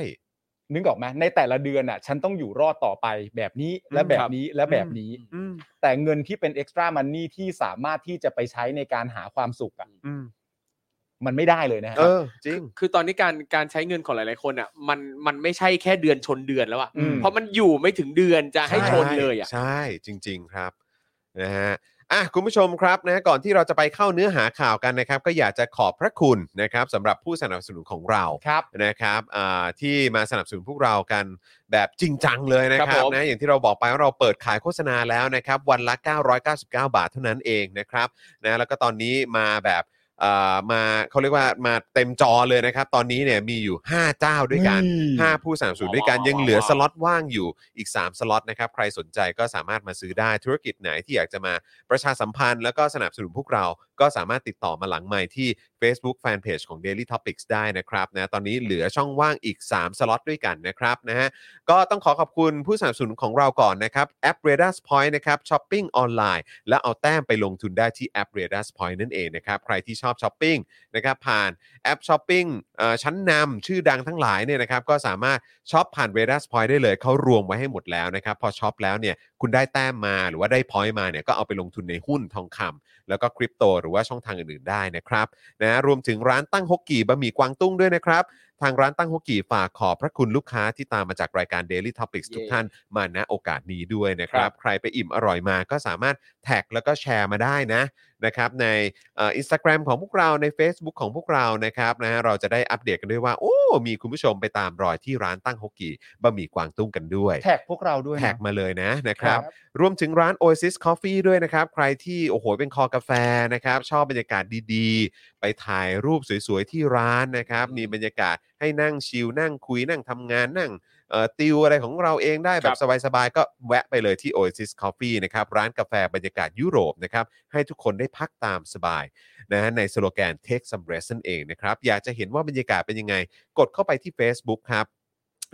นึกออกไหมในแต่ละเดือนอ่ะ ฉันต้องอยู่รอดต่อไปแบบนี้และ อืม แบ ครับ บ นี้และแบบนี้ อืม แต่เงินที่เป็นเอ็กซ์ตร้ามันนี่ที่สามารถที่จะไปใช้ในการหาความสุขอ่ะ อืม มันไม่ได้เลยนะฮะ เออจริง คือตอนนี้การการใช้เงินของหลาย ๆ คนอ่ะมันมันไม่ใช่แค่เดือนชนเดือนแล้วอ่ะ อืม เพราะมันอยู่ไม่ถึงเดือนจะให้ชนเลยอ่ะ ใช่จริง ๆครับนะฮะอ่ะคุณผู้ชมครับนะก่อนที่เราจะไปเข้าเนื้อหาข่าวกันนะครับ ก็อยากจะขอบพระคุณนะครับสำหรับผู้สนับสนุนของเรา ครับ นะครับอ่าที่มาสนับสนุนพวกเรากันแบบจริงจังเลยนะค ครั รับบ ผม นะอย่างที่เราบอกไปว่าเราเปิดขายโฆษณาแล้วนะครับ วันละ 999 บาทเท่านั้นเองนะครับนะแล้วก็ตอนนี้มาแบบอ่ามาเขาเรียกว่ามาเต็มจอเลยนะครับ ตอนนี้เนี่ยมีอยู่ 5 เจ้าด้วยกัน อืม 5 ผู้สนับสนุนด้วยกัน ว้าว ยังเหลือ ว้าว สล็อตว่างอยู่อีก 3 สล็อตนะครับ ใครสนใจก็สามารถมาซื้อได้ธุรกิจไหนที่อยากจะมาประชาสัมพันธ์ แล้วก็สนับสนุนพวกเราก็สามารถติดต่อมาหลังใหม่ที่ Facebook Fanpage ของ Daily Topics ได้นะครับนะตอนนี้เหลือช่องว่างอีก 3 สล็อตด้วยกันนะครับนะฮะก็ต้องขอขอบคุณผู้สนับสนุนของเราก่อนนะครับแอป r a d a r Point นะครับช้อปปิ้งออนไลน์แล้วเอาแต้มไปลงทุนได้ที่แอป r a d a r Point นั่นเองนะครับใครที่ชอบช้อปปิ้ง นะครับผ่านแอปช้อปปิ้งเอ่อชั้นนำชื่อดังทั้งหลายเนี่ยนะครับก็สามารถช็อปผ่าน r a d a r s Point ได้เลยเขารวมไว้ให้หมดแล้วนะครับ พอช็อปแล้วเนี่ยคุณได้แต้มมาหรือว่าได้ point มาเนี่ยก็เอาไปลงทุนในหุ้นทองคำแล้วก็คริปโตหรือว่าช่องทางอื่นๆได้นะครับนะรวมถึงร้านตั้งฮกกี่บะหมี่กวางตุ้งด้วยนะครับ ทางร้านตั้งฮกกี่ฝากขอบพระคุณลูกค้าที่ตามมาจากรายการ Daily Topics เย้ ทุกท่านมาณโอกาสนี้ด้วยนะครับ ใครไปอิ่มอร่อยมาก็สามารถแท็กแล้วก็แชร์มาได้นะนะครับใน เอินสตาแกรมของพวกเราใน Facebook ของพวกเรานะครับนะฮะเราจะได้อัปเดตกันด้วยว่า โอ้ มีคุณผู้ชมไปตามรอยที่ร้านตั้งฮกกี้บะหมี่กวางตุ้งกันด้วย แท็กพวกเราด้วยนะ แท็กมาเลยนะนะครับ ครับ รวมถึงร้าน Oasis Coffee ด้วยนะครับ ใครที่โอ้โหเป็นคอกาแฟนะครับ ชอบบรรยากาศดีๆ ไปถ่ายรูปสวยๆ ที่ร้านนะครับ มีบรรยากาศให้นั่งชิลนั่งคุยนั่งทำงานนั่งเอ่อติวอะไรของเราเองได้แบบสบายๆ ก็แวะไปเลยที่ Oasis Coffee นะครับ ร้านกาแฟบรรยากาศยุโรปนะครับ ให้ทุกคนได้พักตามสบายนะฮะในสโลแกน Take some rest นั่นเองนะครับ อยากจะเห็นว่าบรรยากาศเป็นยังไง กดเข้าไปที่ Facebook ครับ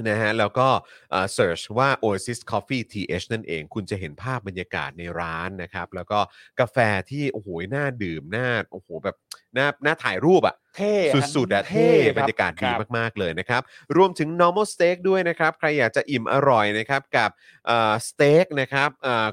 นะฮะแล้วก็เอ่อ search ว่า Oasis Coffee TH นั่นเอง คุณจะเห็นภาพบรรยากาศในร้านนะครับ แล้วก็กาแฟที่โอ้โหน่าดื่มน่าโอ้โหแบบน่าน่าถ่ายรูปอะ เท่ ่ะ ฮะ สุดๆอะเท่ บรรยากาศดี คบ มากๆเลยนะครับ รวมถึง normal steak ด้วยนะครับ ใครอยากจะอิ่มอร่อยนะครับกับสเต็กนะครับเอ่อ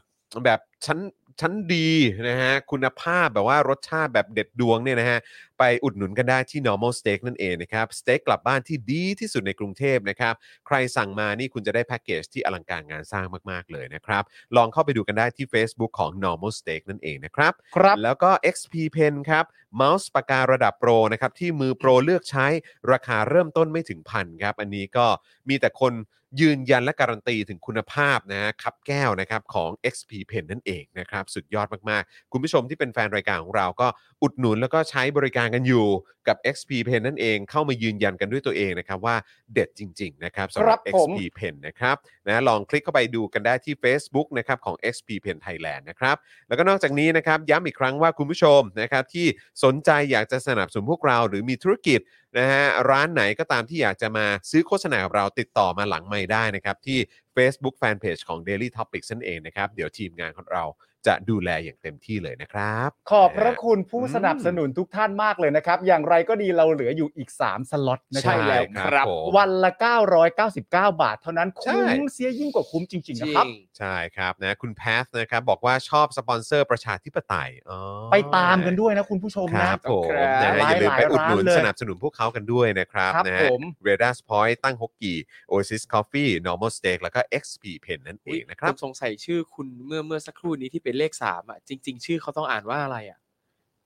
แบบชั้นชั้นดีนะฮะคุณภาพแบบว่ารสชาติแบบเด็ดดวงเนี่ยนะฮะ ไปอุดหนุนกันได้ที่ normal steak นั่นเองนะครับ สเต็กกลับบ้านที่ดีที่สุดในกรุงเทพนะครับ ใครสั่งมานี่คุณจะได้แพ็กเกจที่อลังการงานสร้างมาก ๆ เลยนะครับ ลองเข้าไปดูกันได้ที่ Facebook ของ normal steak นั่นเองนะครับ ครับ แล้วก็ XP Pen ครับเมาส์ปากการะดับโปรนะครับ ที่มือโปรเลือกใช้ราคาเริ่มต้นไม่ถึงพันครับ อันนี้ก็มีแต่คนยืนยันและการันตีถึงคุณภาพนะฮะครับแก้วนะครับของ XP Pen นั่นเองนะครับ สุดยอดมาก ๆ คุณผู้ชมที่เป็นแฟนรายการของเราก็อุดหนุนแล้วก็ใช้บริการกันอยู่กับ XP Pen นั่นเองเข้ามายืนยันกันด้วยตัวเองนะครับ ว่าเด็ดจริง ๆ นะครับสำห ครั รับ บผม XP Pen นะครับนะลองคลิกเข้าไปดูกันได้ที่ Facebook นะครับของ XP Pen Thailand นะครับ แล้วก็นอกจากนี้นะครับย้ำอีกครั้งว่าคุณผู้ชมนะครับที่สนใจอยากจะสนับสนุนพวกเราหรือมีธุรกิจนะฮะร้านไหนก็ตามที่อยากจะมาซื้อโฆษณากับเราติดต่อมาหลังไม่ได้นะครับที่ Facebook Fanpage ของ Daily Topics นั่นเองนะครับ เดี๋ยวทีมงานของเราจะดูแลอย่างเต็มที่เลยนะครับ ขอบพระคุณผู้ อืม สนับสนุนทุกท่านมากเลยนะครับ อย่างไรก็ดีเราเหลืออยู่อีก 3 สล็อตนะค ใช่ รับ แล้ว ครับ ผม วันละ 999 บาท เท่านั้น ใช่ คุ้มเสียยิ่งกว่าคุ้มจริง ๆ จริ นะครับ ง ใช่ครับนะคุณแพทนะครับบอกว่าชอบสปอนเซอร์ประชาธิปไตยอ๋อ ไปตามกันด้วยนะคุณผู้ชม ค นะ รับผม ครับ นะฮะอย่าลืมไป หลายๆ อุดหนุน ร้านเลย สนับสนุนพวกเขากันด้วยนะครับ ครับ นะ ผม เรดัสพอยต์ตั้งฮกกี้ Oasis Coffee Normal Steak แล้วก็ XP Pen นั่นเองนะครั ผ บ มสงสัยชื่อคุณเมื่อเมื่อสักครู่นี้ที่เป็นเลขสามอ่ะจริง ๆ ชื่อเขาต้องอ่านว่าอะไรอ่ะ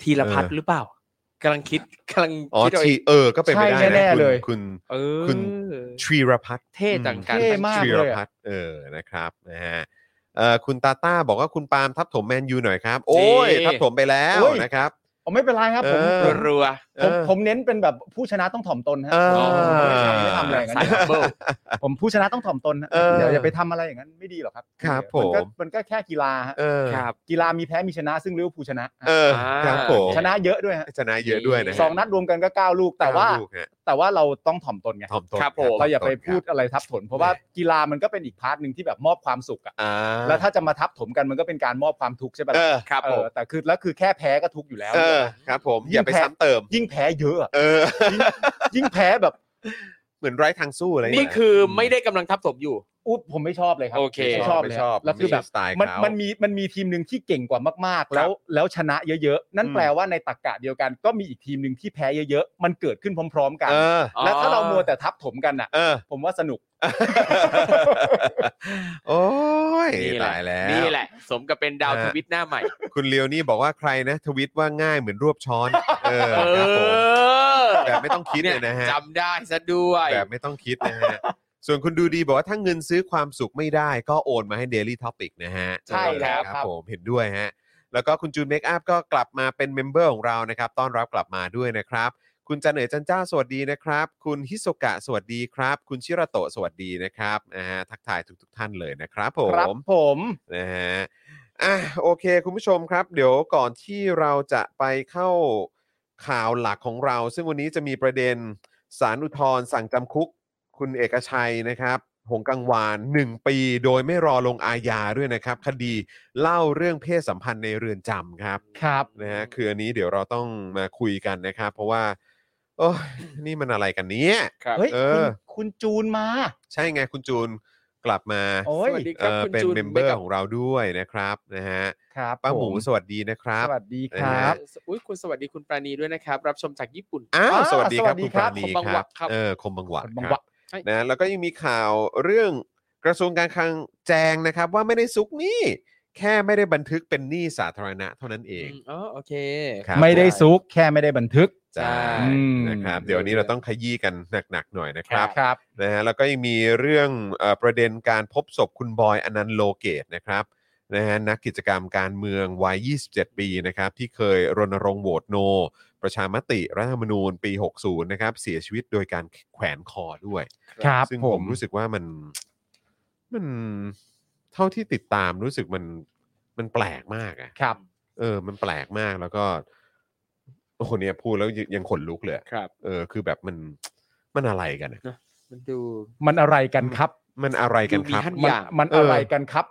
ธีรพัฒน์หรือเปล่ากำลังคิดกำลัง อ๋อ คิดเอา ที เอง เออ ก็เป็นไปได้ ใช่แน่ นะ ๆเลย คุณ เออ คุณ ทรีรพัฒน์ เท่จังการ เท่มาก ทรี เล ร ยอะ พัฒน์เออนะครับนะฮะเอ่อคุณตาต้าบอกว่าคุณปาล์มทับถมแมนยูหน่อยครับ โอ้ย นี่ ทับถมไปแล้ว โอ้ย นะครับ ผมไม่เป็นไรครับผม เออ รัว ผม เออ ผมเน้นเป็นแบบผู้ชนะต้องถ่อมตนฮะ เออ ผมไม่ทำไม่ทำอะไรอย่าง ๆ นั้ สาย น บับเบิ้ล ผมผู้ชนะต้องถ่อมตนฮะ เออ อย่าอย่าไปทำอะไรอย่างนั้นไม่ดีหรอกครับ ครับ นผก็ม มันก็แค่กีฬาฮะ เออ ครับ กีฬามีแพ้มีชนะซึ่งลิเวอร์พูลชนะฮะ เออครับผม ชนะเยอะด้วยฮะ ชนะเยอะด้วยนะฮะ สองนัดรวมกันก็เก้าลูกแต่ว่า เก้ลูกฮะ แต่ว่าเราต้องถ่อมตนไง ถ่อมตน ครับผม เราอย่าไป ถ่ พู ม ด ตนครับ อะไรทับถมเพราะว่ากีฬามันก็เป็นอีกพาร์ทหนึ่งที่แบบมอบความสุขอะ อ่า แล้วถ้าจะมาทับถมกันมันก็เป็นการมอบความทุกข์ใช่ปะ เอ ล่ะ อ ครับ เอ ผ อ ม แต่คือแล้วคือแค่แพ้ก็ทุกข์อยู่แล้ว เออครับผมอย่าไปซ้ำเติม ยิ่งแพ้เยอะอะ เออ ยิ่งยิ่งแพ้แบบ เหมือนไร้ทางสู้อะไรอย่าง นี่ เงี้ย คือไม่ได้กำลังทับถมอยู่ อุ๊บผมไม่ชอบเลยครั โอเค ไม่ ไม่ ช ช อ อ บบ เลย ไม่ ฮะ ชอบ แล้วคือแบบ ไชสไตล์ มัน เขา มันมีมันมีทีมหนึ่งที่เก่งกว่ามากๆ แล้วแล้วชนะเยอะๆ นั่น อืม แปลว่าในตรรกะเดียวกัน ก็มีอีกทีมหนึ่งที่แพ้เยอะๆ มันเกิดขึ้นพร้อม ๆ กัน เออ และถ้าเรามัวแต่ทับถมกันอ่ะ เออ ผมว่าสนุก โอ้ย นี่แหละ ตายแล้ว นี่แหละ สมกับเป็นดาว เออ ทวิตหน้าใหม่ คุณเลียวนี่บอกว่าใครนะ ทวิตว่าง่ายเหมือนรวบช้อน เออคเอรับผม อ แบบไม่ต้องคิดเลยนะฮะ จำได้ซะด้วย แบบไม่ต้องคิดนะ ฮะ ส่วนคุณดูดีบอกว่าถ้าเงินซื้อความสุขไม่ได้ก็โอนมาให้ Daily Topic นะฮะ ใช่แล้วครับ ผมเห็นด้วยฮะ แล้วก็คุณจูนเมคอัพก็กลับมาเป็นเมมเบอร์ของเรานะครับ ต้อนรับกลับมาด้วยนะครับ คุณจันเหนือจันเจ้าสวัสดีนะครับ คุณฮิโซกะสวัสดีครับ คุณชิระโตะสวัสดีนะครับนะฮะทักทายทุกทท่านเลยนะครับผ ครับ ม ผม นะฮะ อ่ะโอเค คุณผู้ชมครับ เดี๋ยวก่อนที่เราจะไปเข้าข่าวหลักของเรา ซึ่งวันนี้จะมีประเด็นสารอุทธรณ์สั่งจำคุก คุณเอกชัยนะครับ หงกังวาน 1 ปีโดยไม่รอลงอาญาด้วยนะครับ คดีเล่าเรื่องเพศสัมพันธ์ในเรือนจำครับ ครับ นะฮะคืออันนี้เดี๋ยวเราต้องมาคุยกันนะครับ เพราะว่า โอ้ยนี่มันอะไรกันเนี้ย ครับ เฮ้ย เอ คุณ อ คุณจูนมา ใช่ไงคุณจูนกลับมา โอ้ย สวัสดี เอ่อเป็นเมมเบอร์ของเราด้วยนะครับนะฮะ ครับ ป้าหมู ผ สวัสดีนะครับ สวัสดีค นะ รั ฮะ บ อุ้ยคุณสวัสดีคุณปราณีด้วยนะครับ รับชมจากญี่ปุ่น อ้าว อ้าว สวัสดีครับ สวัสดี คุณ ค ป รั รา บ ณี คมบัควงะ รับ ครับ เออคมบังหวะ คมบัคงรั วะ บนะแล้วก็ยังมีข่าวเรื่องกระทรวงการคลังแจงนะครับ ว่าไม่ได้ซุกหนี้แค่ไม่ได้บันทึกเป็นหนี้สาธารณะเท่านั้นเอง มอ๋อโอเค ครับ ไม่ได้ซุกแค่ไม่ได้บันทึก ใช่ อื ม นะครับ เดี๋ยววันนี้เราต้องขยี้กันหนักๆหน่อยนะครับ ครับ นะฮะแล้วก็ยังมีเรื่องเอ่อประเด็นการพบศพคุณบอยอนันต์โลเกตนะครับนะฮะนักกิจกรรมการเมืองวัย 27 ปีนะครับที่เคยรณรงค์โหวตโน ประชามติรัฐธรรมนูญปี 60 นะครับ เสียชีวิตโดยการแขวนคอด้วย ครับ ซึ่ง ผ ผม ม รู้สึกว่ามันมันเท่าที่ติดตามรู้สึกมันมันแปลกมากอะ ครับ เออ มันแปลกมากแล้วก็โอ้โหเนี่ยพูดแล้วยังยังขนลุกเลยอะ ครับ เออ คือแบบมันมันอะไรกันอะ มันดู มันอะไรกันครับ มันอะไรกันครับ ดูมี มั ท่าน อย่าง มัน เอออ อะไรกันครับ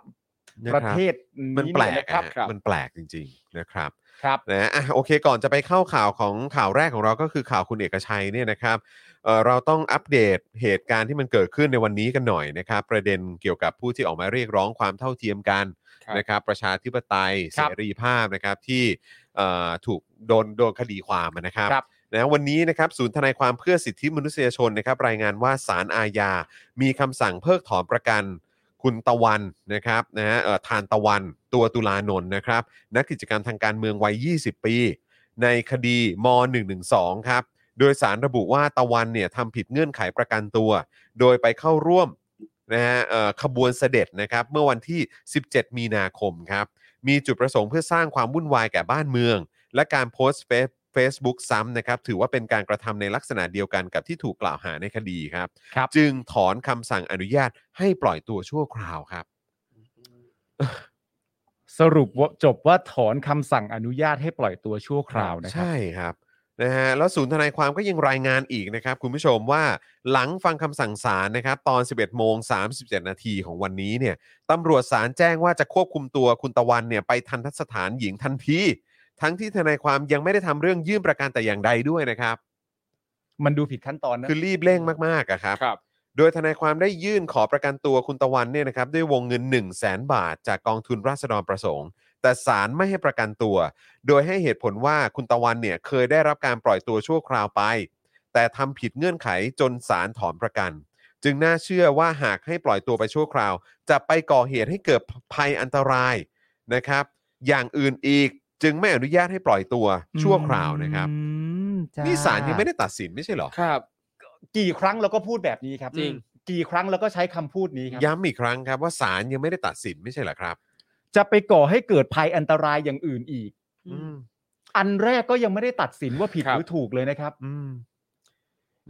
นคบประเทศ มันแปลก เยนะ อะ ครับ ครับ มันแปลกจริง ๆ นะครับ ครับ นะอ่ะโอเคก่อนจะไปเข้าข่าวของข่าวแรกของเราก็คือข่าวคุณเอกชัยเนี่ยนะครับเอ่อเราต้องอัปเดตเหตุการณ์ที่มันเกิดขึ้นในวันนี้กันหน่อยนะครับ ประเด็นเกี่ยวกับผู้ที่ออกมาเรียกร้องความเท่าเทียมกัน ครับ นะครับประชาธิปไตย ค เส รับ รีภาพนะครับที่เอ่อถูกโดนโดนคดีความนะครับ ครับ นะวันนี้นะครับศูนย์ทนายความเพื่อสิทธิมนุษยชนนะครับ รายงานว่าศาลอาญา มีคำสั่งเพิกถอนประกันคุณตะวันนะครับนะฮะเอ่อทานตะวันตัวตุลานนท์นะครับ นักกิจกรรมทางการเมืองวัย 20 ปี ในคดีม 112 ครับ โดยสารระบุว่าตะวันเนี่ยทำผิดเงื่อนไขประกันตัว โดยไปเข้าร่วมนะฮะเอ่อขบวนเสด็จนะครับ เมื่อวันที่ 17 มีนาคมครับ มีจุดประสงค์เพื่อสร้างความวุ่นวายแก่บ้านเมือง และการโพสต์เฟซ Facebook ซ้ำนะครับ ถือว่าเป็นการกระทำในลักษณะเดียวกันกับที่ถูกกล่าวหาในคดีครับ ครับ จึงถอนคำสั่งอนุญาตให้ปล่อยตัวชั่วคราวครับ สรุปว่าจบว่าถอนคำสั่งอนุญาตให้ปล่อยตัวชั่วคราวนะครับ ใช่ครับนะฮะแล้วศูนย์ทนายความก็ยังรายงานอีกนะครับ คุณผู้ชมว่าหลังฟังคำสั่งศาลนะครับ ตอน 11โมง37 นาทีของวันนี้เนี่ยตำรวจศาลแจ้งว่าจะควบคุมตัวคุณตะวันเนี่ยไปทันทสถานหญิงทันที ทั้งที่ทนายความยังไม่ได้ทำเรื่องยื่นประกันแต่อย่างใดด้วยนะครับ มันดูผิดขั้นตอนนะ คือรีบเร่งมากๆอะครับ ครับ โดยทนายความได้ยื่นขอประกันตัวคุณตะวันเนี่ยนะครับด้วยวงเงิน 1 0 0 0 0แสนบาท จากกองทุนราษฎรประสงค์ แต่ศาลไม่ให้ประกันตัว โดยให้เหตุผลว่าคุณตะวันเนี่ยเคยได้รับการปล่อยตัวชั่วคราวไป แต่ทำผิดเงื่อนไขจนศาลถอนประกัน จึงน่าเชื่อว่าหากให้ปล่อยตัวไปชั่วคราว จะไปก่อเหตุให้เกิดภัยอันตรายนะครับ อย่างอื่นอีกจึงไม่อนุญาตให้ปล่อยตัวชั่วคราวนะครับ อืมจ้ นี่ศาลยังไม่ได้ตัดสินไม่ใช่เหรอ ครับ กี่ครั้งเราก็พูดแบบนี้ครับ จริง กี่ครั้งเราก็ใช้คำพูดนี้ครับ ย้ำอีกครั้งครับว่าศาลยังไม่ได้ตัดสินไม่ใช่เหรอครับ จะไปก่อให้เกิดภัยอันตรายอย่างอื่นอีก อืม อันแรกก็ยังไม่ได้ตัดสินว่าผิด ครั ห บ รือถูกเลยนะครับ อืม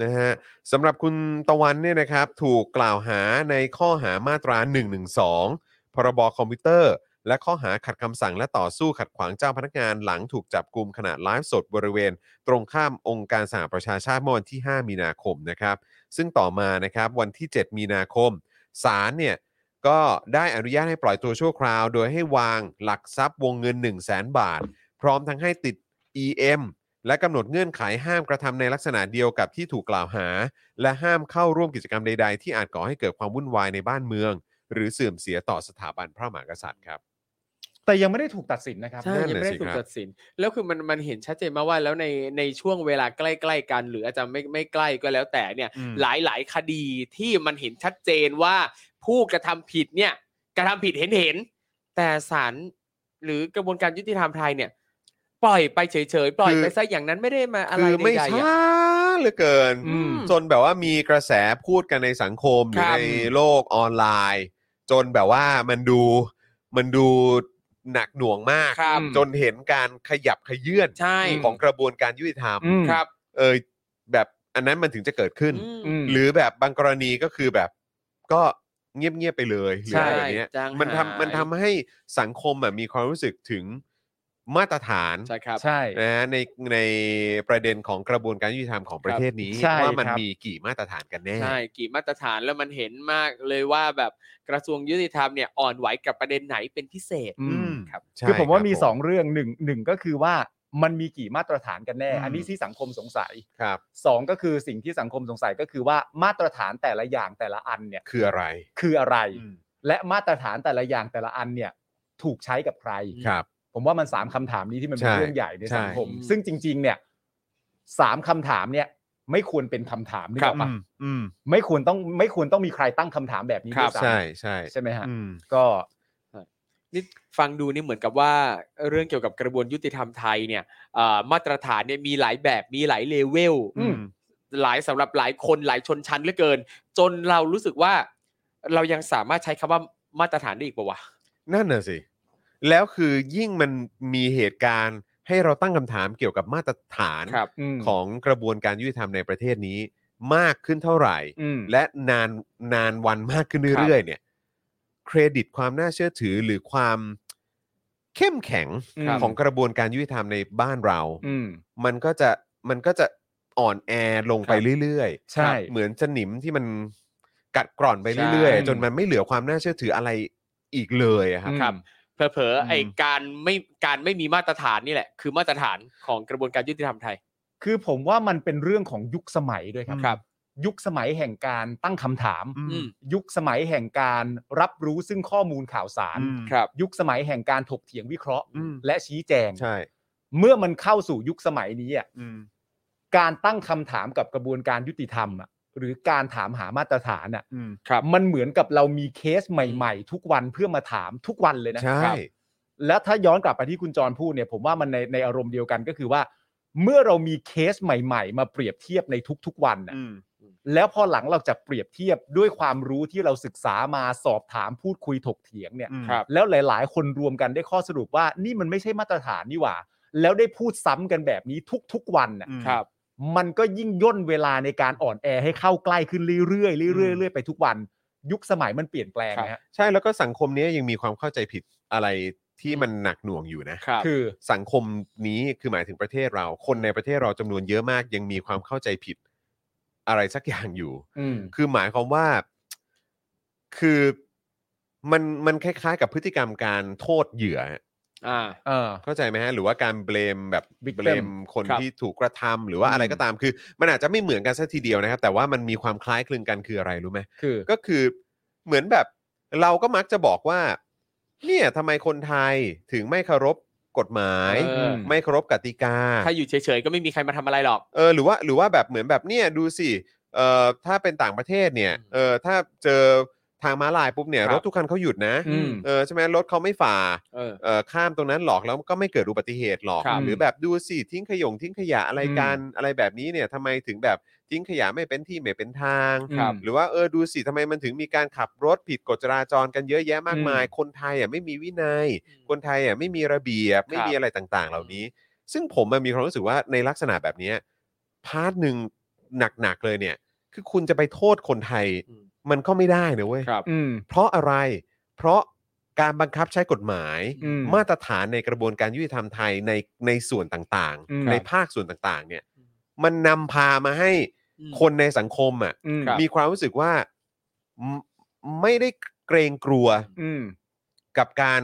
นะฮะสำหรับคุณตะวันเนี่ยนะครับ ถูกกล่าวหาในข้อหามาตรา 112 พรบอคอมพิวเตอร์ และข้อหาขัดคำสั่งและต่อสู้ขัดขวางเจ้าพนักงานหลังถูกจับกลุ่มขณะไลฟ์สดบริเวณ ตรงข้ามองค์การสหประชาชาติเมื่อวันที่ 5 มีนาคมนะครับ ซึ่งต่อมานะครับวันที่ 7 มีนาคมศาลเนี่ยก็ได้อนุญาตให้ปล่อยตัวชั่วคราว โดยให้วางหลักทรัพย์วงเงิน 1 0 0 0 0แสนบาท พร้อมทั้งให้ติด EM และกำหนดเงื่อนไขห้ามกระทำในลักษณะเดียวกับที่ถูกกล่าวหา และห้ามเข้าร่วมกิจกรรมใด ๆ ที่อาจก่อให้เกิดความวุ่นวายในบ้านเมือง หรือเสื่อมเสียต่อสถาบันพระมหากษัตริย์ครับ แต่ยังไม่ได้ถูกตัดสินนะครับ ใช่ นั่น ยัง น่ะ ไม่ สิ ได้ถู ค ก รับ ตัดสิน แล้วคือมันมันเห็นชัดเจนมากว่าแล้วในในช่วงเวลาใกล้ ๆ กัน หรืออาจจะไม่ไม่ใกล้ก็แล้วแต่เนี่ย อืม หลายหลายคดีที่มันเห็นชัดเจนว่าผู้กระทำผิดเนี่ยกระทำผิดเห็นเห็นๆแต่ศาลหรือกระบวนการยุติธรรมไทยเนี่ย ปล่อยไปเฉยๆ ปล่อย คือ ไปซะอย่างนั้นไม่ได้มาอะไร คือไม่ ใดๆ ช้า อะ เหลือเกิน อืม จนแบบว่ามีกระแสพูดกันในสังคมหรื ค อ รับ ในโลกออนไลน์ จนแบบว่ามันดูมันดูหนักหน่วงมาก ครับ จนเห็นการขยับขยื่น ใช่ ของกระบวนการยุติธรรม อืม ครับ เออแบบอันนั้นมันถึงจะเกิดขึ้น อืม หรือแบบบางกรณีก็คือแบบก็เงียบๆไปเลยหรืออะไรแบบเนี้ย ใช่จ้าง มัน หาย ทำมันทำให้สังคมอะมีความรู้สึกถึงมาตรฐาน ใช่ครับ ใช่ นะฮะในในประเด็นของกระบวนการยุติธรรมของประเทศนี้ ใช่ ว่ามัน ครับ มีกี่มาตรฐานกันแน่ ใช่กี่มาตรฐานแล้วมันเห็นมากเลยว่าแบบกระทรวงยุติธรรมเนี่ยอ่อนไหวกับประเด็นไหนเป็นพิเศษ อืม ครับ ใช่ คือผมว่า รับ มีสองเรื่องหนึ่งหนึ่งก็คือว่ามันมีกี่มาตรฐานกันแน่ อันนี้ที่สังคมสงสัย ครับ สองก็คือสิ่งที่สังคมสงสัยก็คือว่ามาตรฐานแต่ละอย่างแต่ละอันเนี่ย คืออะไร คืออะไร และมาตรฐานแต่ละอย่างแต่ละอันเนี่ยถูกใช้กับใคร ครับ ผมว่ามันสามคำถามนี้ที่มันเป็ ใช่ นเรื่องใหญ่ในสังคม ใช่ ซึ่งจริง ๆ เนี่ยสามคำถามเนี่ย ไม่ควรเป็นคำถามนึกออกปะ ครับอืมอืม ไม่ควรต้องไม่ควรต้องมีใครตั้งคำถามแบบนี้ด้วยซ้ำ ใช่ใช่ ใช่ไหมฮะ อืม ก็ นี่ฟังดูนี่เหมือนกับว่าเรื่องเกี่ยวกับกระบวนยุติธรรมไทยเนี่ยเอ่อมาตรฐานเนี่ยมีหลายแบบมีหลายเลเวล อืม หลายสำหรับหลายคนหลายชนชั้นเหลือเกิน จนเรารู้สึกว่า เรายังสามารถใช้คำว่ามาตรฐานได้อีกปะวะ นั่นน่ะสิ แล้วคือยิ่งมันมีเหตุการณ์ให้เราตั้งคำถามเกี่ยวกับมาตรฐาน ครับ อืม ของกระบวนการยุติธรรมในประเทศนี้มากขึ้นเท่าไหร่ อืม และนานนานวันมากขึ้นเรื่อยๆเนี่ยเครดิตความน่าเชื่อถือหรือความเข้มแข็ง ครับ ของกระบวนการยุติธรรมในบ้านเรา อืม มันก็จะมันก็จะอ่อนแอลงไป ครับ เรื่อย ใช่ เหมือนสนิมที่มันกัดกร่อนไปเรื่อย ใช่ ๆ จนมันไม่เหลือความน่าเชื่อถืออะไรอีกเลยอะครับ อืม ครับเผลอ อืม ๆไอการไม่การไม่มีมาตรฐานนี่แหละ คือมาตรฐานของกระบวนการยุติธรรมไทย คือผมว่ามันเป็นเรื่องของยุคสมัยด้วยครับ ครับ ยุคสมัยแห่งการตั้งคำถาม อืม ยุคสมัยแห่งการรับรู้ซึ่งข้อมูลข่าวสาร อืม ครับ ยุคสมัยแห่งการถกเถียงวิเคราะห์ อืม และชี้แจง ใช่ เมื่อมันเข้าสู่ยุคสมัยนี้อ่ะ อืม การตั้งคำถามกับกระบวนการยุติธรรมอ่ะหรือการถามหามาตรฐานอ่ะ อืม ครับ มันเหมือนกับเรามีเคสใหม่ ๆ ทุกวันเพื่อมาถามทุกวันเลยนะ ใช่ ครับ และถ้าย้อนกลับไปที่คุณจรพูดเนี่ย ผมว่ามันในในอารมณ์เดียวกันก็คือว่า เมื่อเรามีเคสใหม่ ๆ มาเปรียบเทียบในทุกๆวันน่ะ อืม แล้วพอหลังเราจะเปรียบเทียบด้วยความรู้ที่เราศึกษามาสอบถามพูดคุยถกเถียงเนี่ย อืม ครับ แล้วหลาย ๆ คนรวมกันได้ข้อสรุปว่า นี่มันไม่ใช่มาตรฐานนี่หว่า แล้วได้พูดซ้ำกันแบบนี้ทุกๆวันน่ะ อืม ครับ มันก็ยิ่งย่นเวลาในการอ่อนแอให้เข้าใกล้ขึ้นเรื่อยๆเรื่อยๆเรื่อยๆไปทุกวัน ยุคสมัยมันเปลี่ยนแปลงนะฮะ ใช่แล้วก็สังคมเนี้ยยังมีความเข้าใจผิดอะไรที่มันหนักหน่วงอยู่นะ ครับ คือ สังคมนี้คือหมายถึงประเทศเรา คนในประเทศเราจำนวนเยอะมากยังมีความเข้าใจผิดอะไรสักอย่างอยู่ อืม คือหมายความว่าคือมันมันคล้ายๆ กับพฤติกรรมการโทษเหยื่อ อ่า เออ เข้าใจไหมฮะหรือว่าการเบลมแบบ Victim เบลมคน ครับ ที่ถูกกระทำหรือว่าอะไรก็ตามคือ มันอาจจะไม่เหมือนกันสักทีเดียวนะครับ แต่ว่ามันมีความคล้ายคลึงกันคืออะไรรู้ไหม คือ ก็คือเหมือนแบบเราก็มักจะบอกว่า เนี่ยทำไมคนไทยถึงไม่เคารพกฎหมาย เออ ไม่เคารพกติกา ถ้าอยู่เฉยๆก็ไม่มีใครมาทำอะไรหรอก เออหรือว่าหรือว่าแบบเหมือนแบบเนี่ยดูสิเอ่อถ้าเป็นต่างประเทศเนี่ยเออถ้าเจอทางม้าลายปุ๊บเนี่ย ครั ร บ ถทุกคันเขาหยุดนะ อืม เออใช่ไหมรถเขาไม่ฝ่า เออ เออข้ามตรงนั้นหรอกแล้วก็ไม่เกิดอุบัติเหตุหรอก ครับ หรือแบบดูสิทิ้งขยงทิ้งขยะอะไรกันอะไรแบบนี้เนี่ยทำไมถึงแบบทิ้งขยะไม่เป็นที่ไม่เป็นทาง ครับ หรือว่าเออดูสิทำไมมันถึงมีการขับรถผิดกฎจราจรกันเยอะแยะมากมาย คนไทยอ่ะไม่มีวินัย คนไทยอ่ะไม่มีระเบียบ ไม่มีอะไรต่างๆ เหล่านี้ ซึ่งผมอะมีความรู้สึกว่าในลักษณะแบบเนี้ยพาร์ทหนึ่งหนักๆเลยเนี่ย คือคุณจะไปโทษคนไทย อืม มันก็ไม่ได้นะเว้ย ครับ อืม เพราะอะไร เพราะการบังคับใช้กฎหมาย อืม มาตรฐานในกระบวนการยุติธรรมไทยในในส่วนต่าง อืม ๆ ในภาคส่วนต่างๆ เนี่ย มันนำพามาให้คนในสังคมอ่ะ อืม ครับ มีความรู้สึกว่าไม่ไม่ได้เกรงกลัว อืม กับการ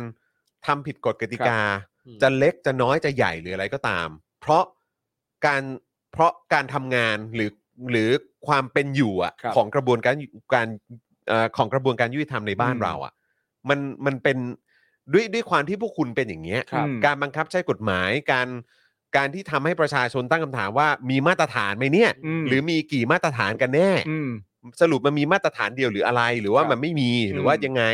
ทำผิดกฎกติกา อืม จะเล็กจะน้อยจะใหญ่หรืออะไรก็ตาม เพราะการเพราะการทำงานหรือหรือความเป็นอยู่อะ ครับ ของกระบวนการการเอ่อของกระบวนการยุติธรรมในบ้าน อืม เราอะมันมันเป็นด้วยด้วยความที่พวกคุณเป็นอย่างเงี้ย ครับ การบังคับใช้กฎหมาย การการที่ทำให้ประชาชนตั้งคำถามว่ามีมาตรฐานไหมเนี่ย อืม หรือมีกี่มาตรฐานกันแน่ อืม สรุปมันมีมาตรฐานเดียวหรืออะไร หรือว่า ครับ มันไม่มีหรือ ม ว่ายังไง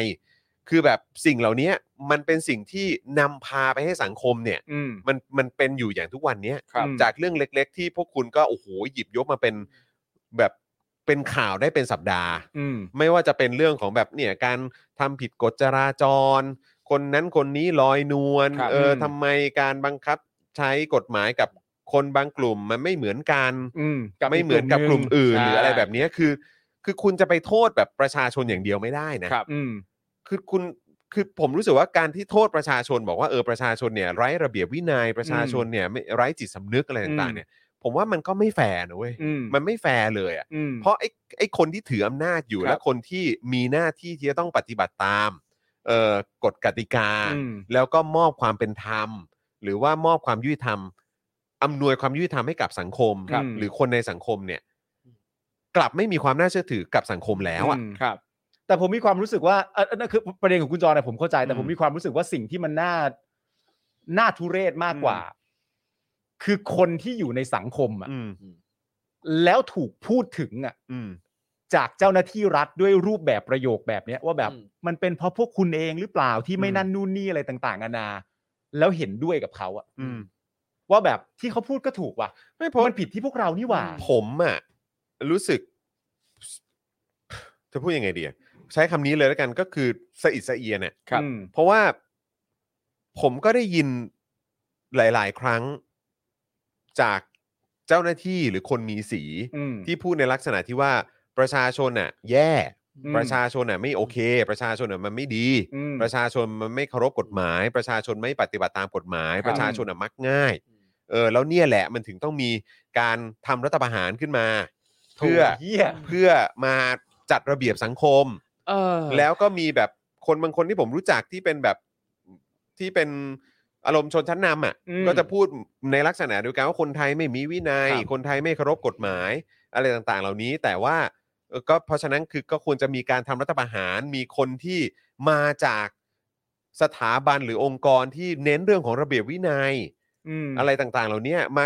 คือแบบสิ่งเหล่านี้มันเป็นสิ่งที่นำพาไปให้สังคมเนี่ย อืม มันมันเป็นอยู่อย่างทุกวันเนี้ย ครับ อืม จากเรื่องเล็ก ๆ ที่พวกคุณก็โอ้โหหยิบยกมาเป็นแบบเป็นข่าวได้เป็นสัปดาห์ อืม ไม่ว่าจะเป็นเรื่องของแบบเนี่ยการทำผิดกฎจราจร คนนั้นคนนี้ลอยนวล ครับ เอออ ม ทำไมการบังคับใช้กฎหมายกับคนบางกลุ่มมันไม่เหมือนกัน อืม ไม่เหมือนกับกลุ่มอื่น ใช่ หรืออะไรแบบเนี้ยคือ คือคุณจะไปโทษแบบประชาชนอย่างเดียวไม่ได้นะ ครับ อืม คือคุณคือผมรู้สึกว่าการที่โทษประชาชนบอกว่าเออประชาชนเนี่ยไร้ระเบียบวินัยประชาชนเนี่ยไม่ไร้จิตสำนึกอะไรต่างๆเนี่ย ผมว่ามันก็ไม่แฟร์นะเว้ย อืม มันไม่แฟร์เลยอ่ะ อืม เพราะไอ้ไอ้คนที่ถืออำนาจอยู่ ครับ และคนที่มีหน้าที่ที่จะต้องปฏิบัติตามเอ่อกฎกติกา อืม แล้วก็มอบความเป็นธรรม หรือว่ามอบความยุติธรรมอำนวยความยุติธรรมให้กับสังคม ครับ หรือคนในสังคมเนี่ย กลับไม่มีความน่าเชื่อถือกับสังคมแล้วอ่ะ อืม ครับ แต่ผมมีความรู้สึกว่าเอ่อนั่นคือประเด็นของคุณจรนะผมเข้าใจแต่ผ อื ม ม มีความรู้สึกว่าสิ่งที่มันน่าน่าทุเรศมากกว่า คือคนที่อยู่ในสังคมอะ อืม แล้วถูกพูดถึงอะ อืม จากเจ้าหน้าที่รัฐด้วยรูปแบบประโยคแบบเนี้ย ว่าแบบ อืม มันเป็นเพราะพวกคุณเองหรือเปล่าที่ไม่ อืม นั่นนู่นนี่อะไรต่างๆนานา แล้วเห็นด้วยกับเขาอะ อืม ว่าแบบที่เขาพูดก็ถูกว่ะ ไม่เพราะ มันผิดที่พวกเรานี่หว่า ผมอะรู้สึก จะพูดยังไงดีอะใช้คำนี้เลยแล้วกันก็คือสะอิดสะเอียนเนี่ย ครับ อืม เพราะว่าผมก็ได้ยินหลาย ๆ ครั้งจากเจ้าหน้าที่หรือคนมีสี อืม ที่พูดในลักษณะที่ว่าประชาชนน่ะ แย่ อืม ประชาชนน่ะไม่โอเค ประชาชนน่ะมันไม่ดี อืม ประชาชนมันไม่เคารพกฎหมาย ประชาชนไม่ปฏิบัติตามกฎหมาย ครับ ประชาชนน่ะมักง่าย เออแล้วเนี่ยแหละมันถึงต้องมีการทำรัฐประหารขึ้นมา เพื่อ โถ่เหี้ย เพื่อมาจัดระเบียบสังคม เออ แล้วก็มีแบบคนบางคนที่ผมรู้จักที่เป็นแบบที่เป็นอารมณ์ชนชั้นนำอ่ะ อืม ก็จะพูดในลักษณะเดียวกันว่าคนไทยไม่มีวินยัย ครับ คนไทยไม่เคารพกฎหมาย อะไรต่างๆ เหล่านี้ แต่ว่าเออก็เพราะฉะนั้นคือก็ควรจะมีการทำรัฐประหารมีคนที่มาจากสถาบันหรือองค์กรที่เน้นเรื่องของระเบียบวินยัย อืม อะไรต่างๆ เหล่าเนี้ยมา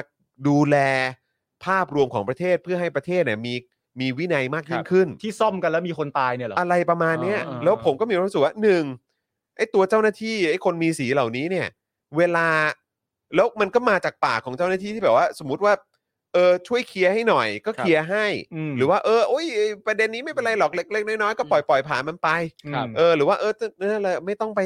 ดูแลภาพรวมของประเทศเพื่อให้ประเทศเนี่ยมีมีวินัยมากยิ่ ครั ง บ ขึ้น ที่ซ่อมกันแล้วมีคนตายเนี่ยเหรอ อะไรประมาณเนี้ย อ่าอ่า แล้วผมก็มีความรู้สึกว่าหนึ่งไอ้ตัวเจ้าหน้าที่ไอ้คนมีสีเหล่านี้เนี่ย เวลาแล้วมันก็มาจากปากของเจ้าหน้าที่ที่แบบว่า สมมติว่าเออช่วยเคลียร์ให้หน่อย ก็เคลียร์ให้ ม หรือว่าเออโอ้ยไอ้ประเด็นนี้ไม่เป็นไรหรอกเล็กๆน้อยๆก็ปล่อยปล่อยผ่านมันไป ครับ เออหรือว่าเออนั่นแหละไม่ต้องไป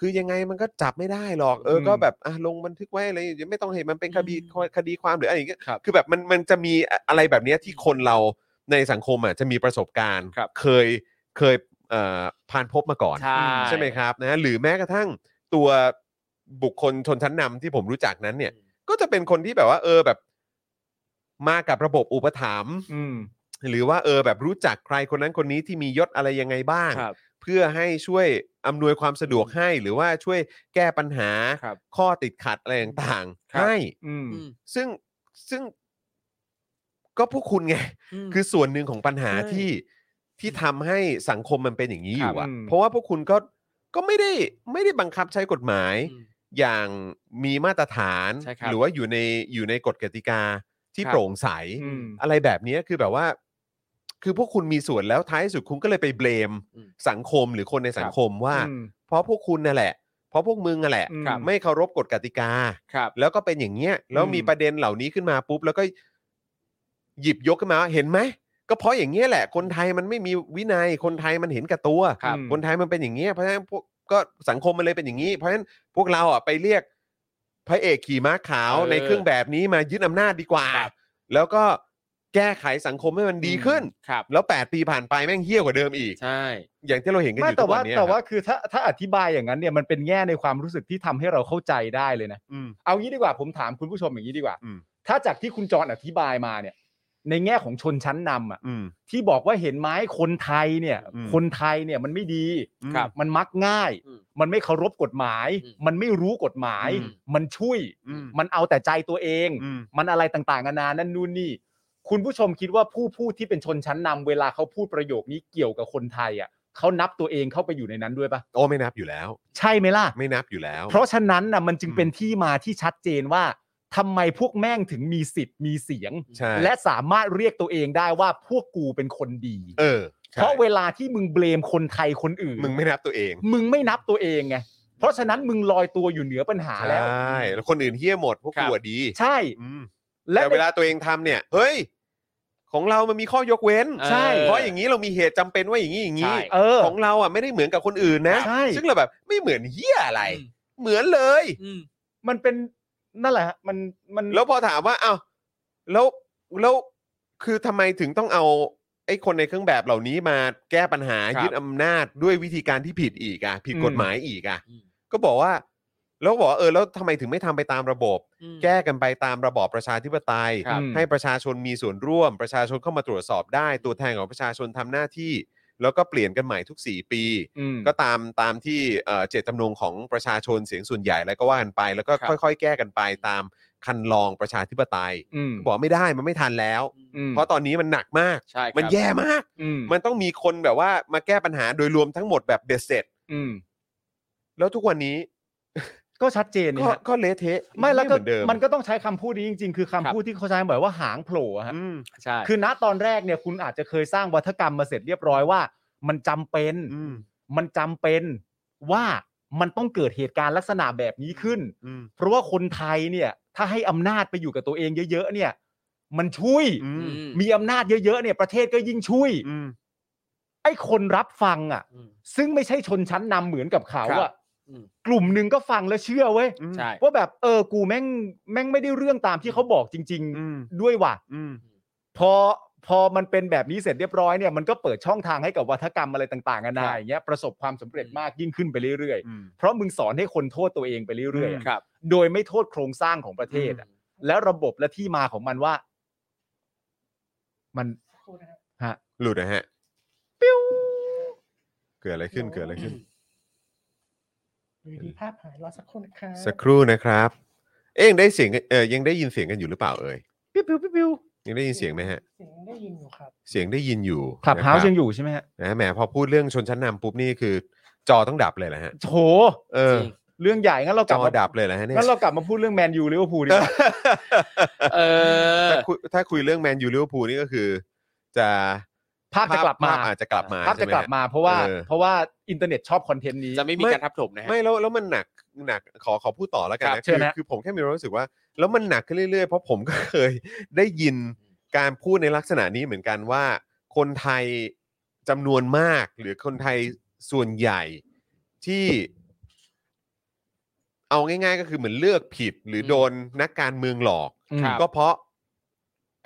คือยังไงมันก็จับไม่ได้หรอก เอออ ม ก็แบบอ่ะลงบันทึกไว้อะไรอย่างเงี้ยไม่ต้องเห็นมันเป็นคดี อืม คดีความหรืออะไรอย่างเงี้ย ครับ คือแบบมันมันจะมีอะไรแบบเนี้ยที่คนเราในสังคมอ่ะจะมีประสบการณ์เคยเคยเอ่อผ่านพบมาก่อน ใช่ ใช่ไหมครับนะหรือแม้กระทั่งตัวบุคคลชนชั้นนำที่ผมรู้จักนั้นเนี่ย ก็จะเป็นคนที่แบบว่า เออแบบมากับระบบอุปถัมภ์ อืม หรือว่าเออแบบรู้จักใครคนนั้นคนนี้ที่มียศอะไรยังไงบ้าง ครับ เพื่อให้ช่วยอำนวยความสะดวกให้ หรือว่าช่วยแก้ปัญหา ครับ ข้อติดขัดอะไรต่างๆครับ ให้ อืม อืม ซึ่งซึ่งก็พวกคุณไง ม คือส่วนหนึ่งของปัญหา ใช่ ที่ที่ทำให้สังคมมันเป็นอย่างนี้อยู่ ครับ อะ อืม เพราะว่าพวกคุณก็ก็ไม่ได้ไม่ได้บังคับใช้กฎหมาย อืม อย่างมีมาตรฐาน ใช่ครับ หรือว่าอยู่ในอยู่ในกฎกติกาที่โปร่งใส อืม อะไรแบบนี้คือแบบว่า คือพวกคุณมีส่วนแล้วท้ายสุดคุณก็เลยไปเบลม อืม สังคมหรือคนในสังคมว่า อืม เพราะพวกคุณน่ะแหละ เพราะพวกมึงน่ะแหละ ครับ ไม่เคารพกฎกติกา ครับ แล้วก็เป็นอย่างเงี้ยแล้วมีประเด็นเหล่านี้ขึ้นมาปุ๊บ แล้วก็หยิบยกขึ้นมาเห็นไหมก็เพราะอย่างเงี้ยแหละ คนไทยมันไม่มีวินัยคนไทยมันเห็นแกับตัว ครับ อืม คนไทยมันเป็นอย่างเงี้ยเพราะฉะนั้นพวกก็สังคมมันเลยเป็นอย่างนี้ เพราะฉะนั้นพวกเราอ่ะไปเรียก พระเอกขี่ม้าขาว เออ ในเครื่องแบบนี้มายึดอำนาจดีกว่า ครับ แล้วก็แก้ไขสังคมให้มันดีขึ้น ครับ แล้ว 8 ปีผ่านไปแม่งเหี้ยกว่าเดิมอีก ใช่ อย่างที่เราเห็นกันอ ไม่ ยู่ทุ แต่ ก ว่า วันเนี้ย แต่คว่ารับ คือถ้าถ้าอธิบายอย่างนั้นเนี่ยมันเป็นแง่ในความรู้สึกที่ทำให้เราเข้าใจได้เลยนะ อืม เอางี้ดีกว่าผมถามคุณผู้ชมอย่างนี้ดีกว่า อืม ถ้าจากที่คุณจรอธิบายมาเนี่ย ในแง่ของชนชั้นนำอ่ะ อืม ที่บอกว่าเห็นไหมคนไทยเนี่ย อืม คนไทยเนี่ยมันไม่ดี ครับ มันมักง่าย อืม มันไม่เคารพกฎหมาย อืม มันไม่รู้กฎหมาย อืม มันช่วย อืม มันเอาแต่ใจตัวเอง อืม มันอะไรต่างๆนานานั่นนู่นนี่ คุณผู้ชมคิดว่าผู้พูดที่เป็นชนชั้นนำเวลาเขาพูดประโยคนี้เกี่ยวกับคนไทยอ่ะเขานับตัวเองเข้าไปอยู่ในนั้นด้วยปะ โอ้ไม่นับอยู่แล้ว ใช่ไหมล่ะ ไม่นับอยู่แล้ว เพราะฉะนั้นนะมันจึง อืม เป็นที่มาที่ชัดเจนว่าทำไมพวกแม่งถึงมีสิทธิ์มีเสียง ใช่ และสามารถเรียกตัวเองได้ว่าพวกกูเป็นคนดี เออใช่ เพราะเวลาที่มึงเบลมคนไทยคนอื่น มึงไม่นับตัวเอง มึงไม่นับตัวเองไง เพราะฉะนั้นมึงลอยตัวอยู่เหนือปัญหา ใช แล้ว ่แล้วคนอื่นเหี้ยหมดพวก ครับ กูอะดี ใช่ อืม และ แต่เวลาตัวเองทำเนี่ย เฮ้ย ของเรามันมีข้อยกเว้น ใช่ เพราะอย่างนี้เรามีเหตุจำเป็นว่าอย่างนี้อย่างนี้ ใช่ เออ ของเราอ่ะไม่ได้เหมือนกับคนอื่นนะ ใช่ ซึ่งเราแบบไม่เหมือนเฮียอะไร เหมือนเลย อืม มันเป็นนั่นแหละฮะมันมัน แล้วพอถามว่าอ้าวแล้วแล้วคือทำไมถึงต้องเอาไอ้คนในเครื่องแบบเหล่านี้มาแก้ปัญหา ครับ ยึดอำนาจด้วยวิธีการที่ผิดอีกอ่ะ ผิด อืม กฎหมายอีกอ่ะ อืม ก็บอกว่า แล้วบอกว่าเออแล้วทำไมถึงไม่ทำไปตามระบบ อืม แก้กันไปตามระบอบประชาธิปไตย ครับ อืม ให้ประชาชนมีส่วนร่วม ประชาชนเข้ามาตรวจสอบได้ ตัวแทนของประชาชนทำหน้าที่ แล้วก็เปลี่ยนกันใหม่ทุก 4 ปี อืม ก็ตามตามที่เอ่อเจตจำนงของประชาชนเสียงส่วนใหญ่แล้วก็ว่ากันไป แล้วก็ ครับ ค่อยๆ แก้กันไปตามคันลองประชาธิปไตย อืม บอกไม่ได้มันไม่ทันแล้ว อืม เพราะตอนนี้มันหนักมาก ใช่ครับ มันแย่มาก อืม มันต้องมีคนแบบว่ามาแก้ปัญหาโดยรวมทั้งหมดแบบเบ็ดเสร็จ อืม แล้วทุกวันนี้ ก็ชัดเจนเนี่ ก็ ยฮะ ก็เละเทะ ไม่แล้วก็ เหอนเดิม มันก็ต้องใช้คำพูดนี้จริง ๆ คือคำพูดที่เขาใช้บ่อยว่าหางโผล่อะฮะ อืม ใช่ คือณตอนแรกเนี่ยคุณอาจจะเคยสร้างวัฒกรรมมาเสร็จเรียบร้อยว่า มันจำเป็น อืม มันจำเป็นว่ามันต้องเกิดเหตุการณ์ลักษณะแบบนี้ขึ้น อืม เพราะว่าคนไทยเนี่ย ถ้าให้อำนาจไปอยู่กับตัวเองเยอะๆเนี่ย มันช่วย อืม ม มีอำนาจเยอะๆเนี่ย ประเทศก็ยิ่งช่วย อืม ไอ้คนรับฟังอ่ะ อืม ซึ่งไม่ใช่ชนชั้นนำเหมือนกับเขา ครับ อ่ะ อืม กลุ่มหนึ่งก็ฟังแล้วเชื่อเว้ย อืม ใช่ ว่าแบบเออกูแม่งแม่งไม่ได้เรื่องตามที่เขาบอกจริง อืม ๆ ด้วยว่ะ อืม พอพอมันเป็นแบบนี้เสร็จเรียบร้อยเนี่ยมันก็เปิดช่องทางให้กับวัฒกรรมอะไรต่างๆนานา ครับ อย่างเงี้ยประสบความสำเร็จมากยิ่งขึ้นไปเรื่อย อืม ๆ เพราะมึงสอนให้คนโทษตัวเองไปเรื่อยๆอะ ครับ โดยไม่โทษโครงสร้างของประเทศอะแล้วระบบและที่มาของมันว่า มัน สักครู่นะครับ ฮะ หลุดนะฮะ เกิดอะไรขึ้น เกิดอะไรขึ้น อยู่ดีภาพหายรอสักครู่นะครับ สักครู่นะครับ เอ๊ะยังได้เสียงเออยังได้ยินเสียงกันอยู่หรือเปล่าเอ่ย ปิ้วปิ้วปิ้วปิ้ว ยังได้ยินเสียงไหมฮะ เสียงได้ยินอยู่ครับ เสียงได้ยินอยู่ คลับเฮาส์ นะ ยังอยู่ใช่ไหมฮะ นะแหมพอพูดเรื่องชนชั้นนำปุ๊บนี่คือ จอต้องดับเลยนะฮะ โถ เออ จริง เรื่องใหญ่งั้นเราก จ ลับ อ มา ดับเลยนะฮะเนี่ย งั้นเรากลับมาพูดเรื่องแมนยูลิเวอร์พูลดีกว่า เออ ถ้าคุยถ้าคุยเรื่องแมนยูลิเวอร์พูลนี่ก็คือ จะ ภาพจะกลับมา ภพอาจจะกลับมา ภาพจะ ใช่ไห ก ฮ ลับมาเพราะว่า เออ เพราะว่าอินเทอร์เน็ตชอบคอนเทนต์นี้ จะไม่มี ไม่ การทับถมนะฮะ ไม่แล้วแล้วมันหนักหนักขอขอพูดต่อแล้วกัน ครั นะ บเชิ คื ญ อ ฮะ คือผมแค่มีความรู้สึกว่า แล้วมันหนักขึ้นเรื่อยๆ เพราะผมก็ เคยได้ยินการพูดในลักษณะนี้เหมือนกันว่า คนไทยจำนวนมาก หรือคนไทยส่วนใหญ่ที่ เอาง่าย ๆ ก็คือเหมือนเลือกผิด หรืออ ม โดนนักการเมืองหลอก อืม ครับ ก็เพราะ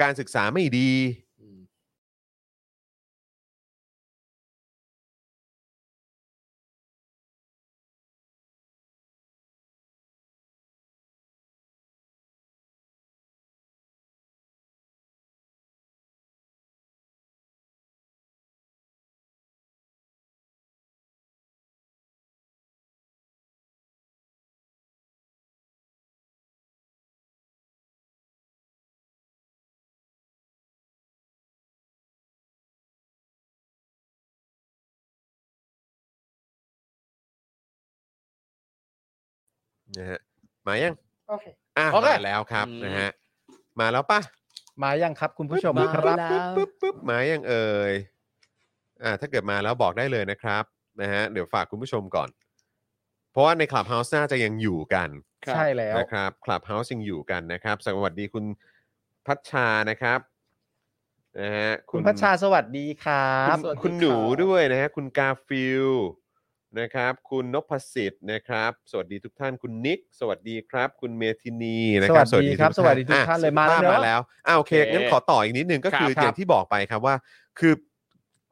การศึกษาไม่ดี อืม นะฮะมายัง โอเค อ่ะ โอเค มาแล้วครับนะฮะมาแล้วปะ มายังครับ คุณผู้ชม มา ครับ แล้ว ปึ๊บปึ๊บมายังเอ่ยอ่าถ้าเกิดมาแล้วบอกได้เลยนะครับนะฮะเดี๋ยวฝากคุณผู้ชมก่อน เพราะว่าใน Clubhouse น่าจะยังอยู่กัน ครับ ใช่แล้ว นะครับ Clubhouse ยังอยู่กันนะครับ สวัสดีคุณพัชชานะครับนะฮะ คุณพัชชาสวัสดีครั คุณ บ คุณหนูด้วยนะฮะคุณกาฟิล นะครับคุณนพสิทธิ์นะครับ สวัสดีทุกท่านคุณนิก สวัสดีครับ คุณเมธินีนะครั สวัสดีครับ ทุก สวัสดีทุกท่าน อ่ะ เลยมาแล้วเนอะ มาแล้วอ้าวโอเค โอเค งั้นขอต่ออีกนิดนึงก็คือ ครับ อย่างที่บอกไปครับว่า คือ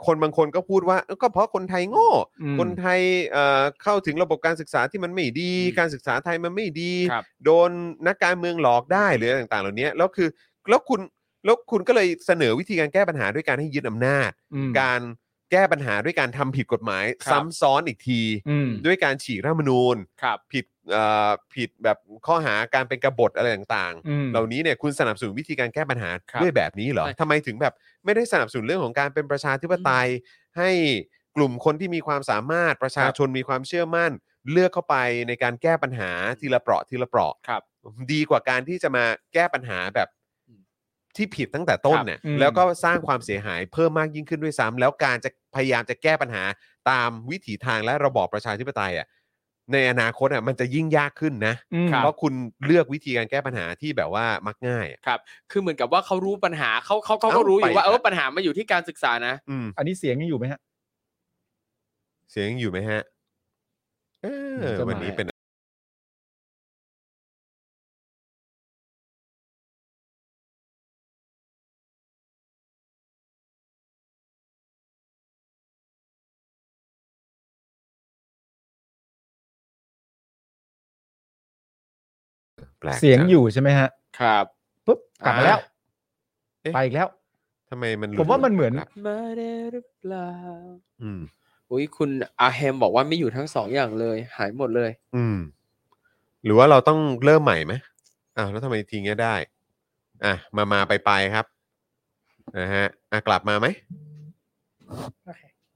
คนบางคนก็พูดว่าก็เพราะคนไทยโง่ อืม คนไทยเอ่อเข้าถึงระบบการศึกษาที่มันไม่ดี การศึกษาไทยมันไม่ดี ครับ โดนนักการเมืองหลอกได้หรืออะไรต่างๆ เหล่านี้แล้วคือแล้วคุณแล้วคุณก็เลยเสนอวิธีการแก้ปัญหาด้วยการให้ยึดอำนาจ อืม การแก้ปัญหาด้วยการทำผิดกฎหมาย ครับ ซ้ำซ้อนอีกที อืม ด้วยการฉีกรัฐธรรมนูญ ครับ ผิดเอ่อผิดแบบข้อหาการเป็นกบฏอะไรต่าง อืม ๆ เหล่านี้เนี่ยคุณสนับสนุนวิธีการแก้ปัญหา ครับ ด้วยแบบนี้เหรอ ใช่ ทำไมถึงแบบไม่ได้สนับสนุนเรื่องของการเป็นประชาธิปไตย ให้กลุ่มคนที่มีความสามารถประชาชนมีความเชื่อมั่น เลือกเข้าไปในการแก้ปัญหาทีละเปราะทีละเปราะ ครับ ดีกว่าการที่จะมาแก้ปัญหาแบบที่ผิดตั้งแต่ต้น ครับ เนี่ย อืม แล้วก็สร้างความเสียหายเพิ่มมากยิ่งขึ้นด้วยซ้ำแล้วการจะพยายามจะแก้ปัญหาตามวิถีทางและระบอบประชาธิปไตยอ่ะในอนาคตอ่ะมันจะยิ่งยากขึ้นนะ อืม เพราะคุณเลือกวิธีการแก้ปัญหาที่แบบว่ามักง่ายอะ คือเหมือนกับว่าเขารู้ปัญหาเขาเขาเขาก็ เอ้า รู้อยู่ว่า ไป เออปัญหามาอยู่ที่การศึกษานะ อืม อันนี้เสียงยังอยู่ไหมฮะ เสียงอยู่ไหมฮะเออ จะมา วันนี้เป็นแปลก เสียง จั อยู่ใช่ไหมฮะ ครับ ปุ๊บกลับมาแล้ว อ่ะเอ๊ะ ไปอีกแล้ว ทำไมมันหลุด ผมว่ามันเหมือน ครับ มาได้หรือเปล่า อืม อุ้ยคุณอาเฮมบอกว่าไม่อยู่ทั้งสองอย่างเลย หายหมดเลย อืม หรือว่าเราต้องเริ่มใหม่ไหมอ้าวแล้วทำไมทีเงี้ยได้ อ่ะ มามาไปไปครับนะฮะอ่ะกลับมาไหม โอเค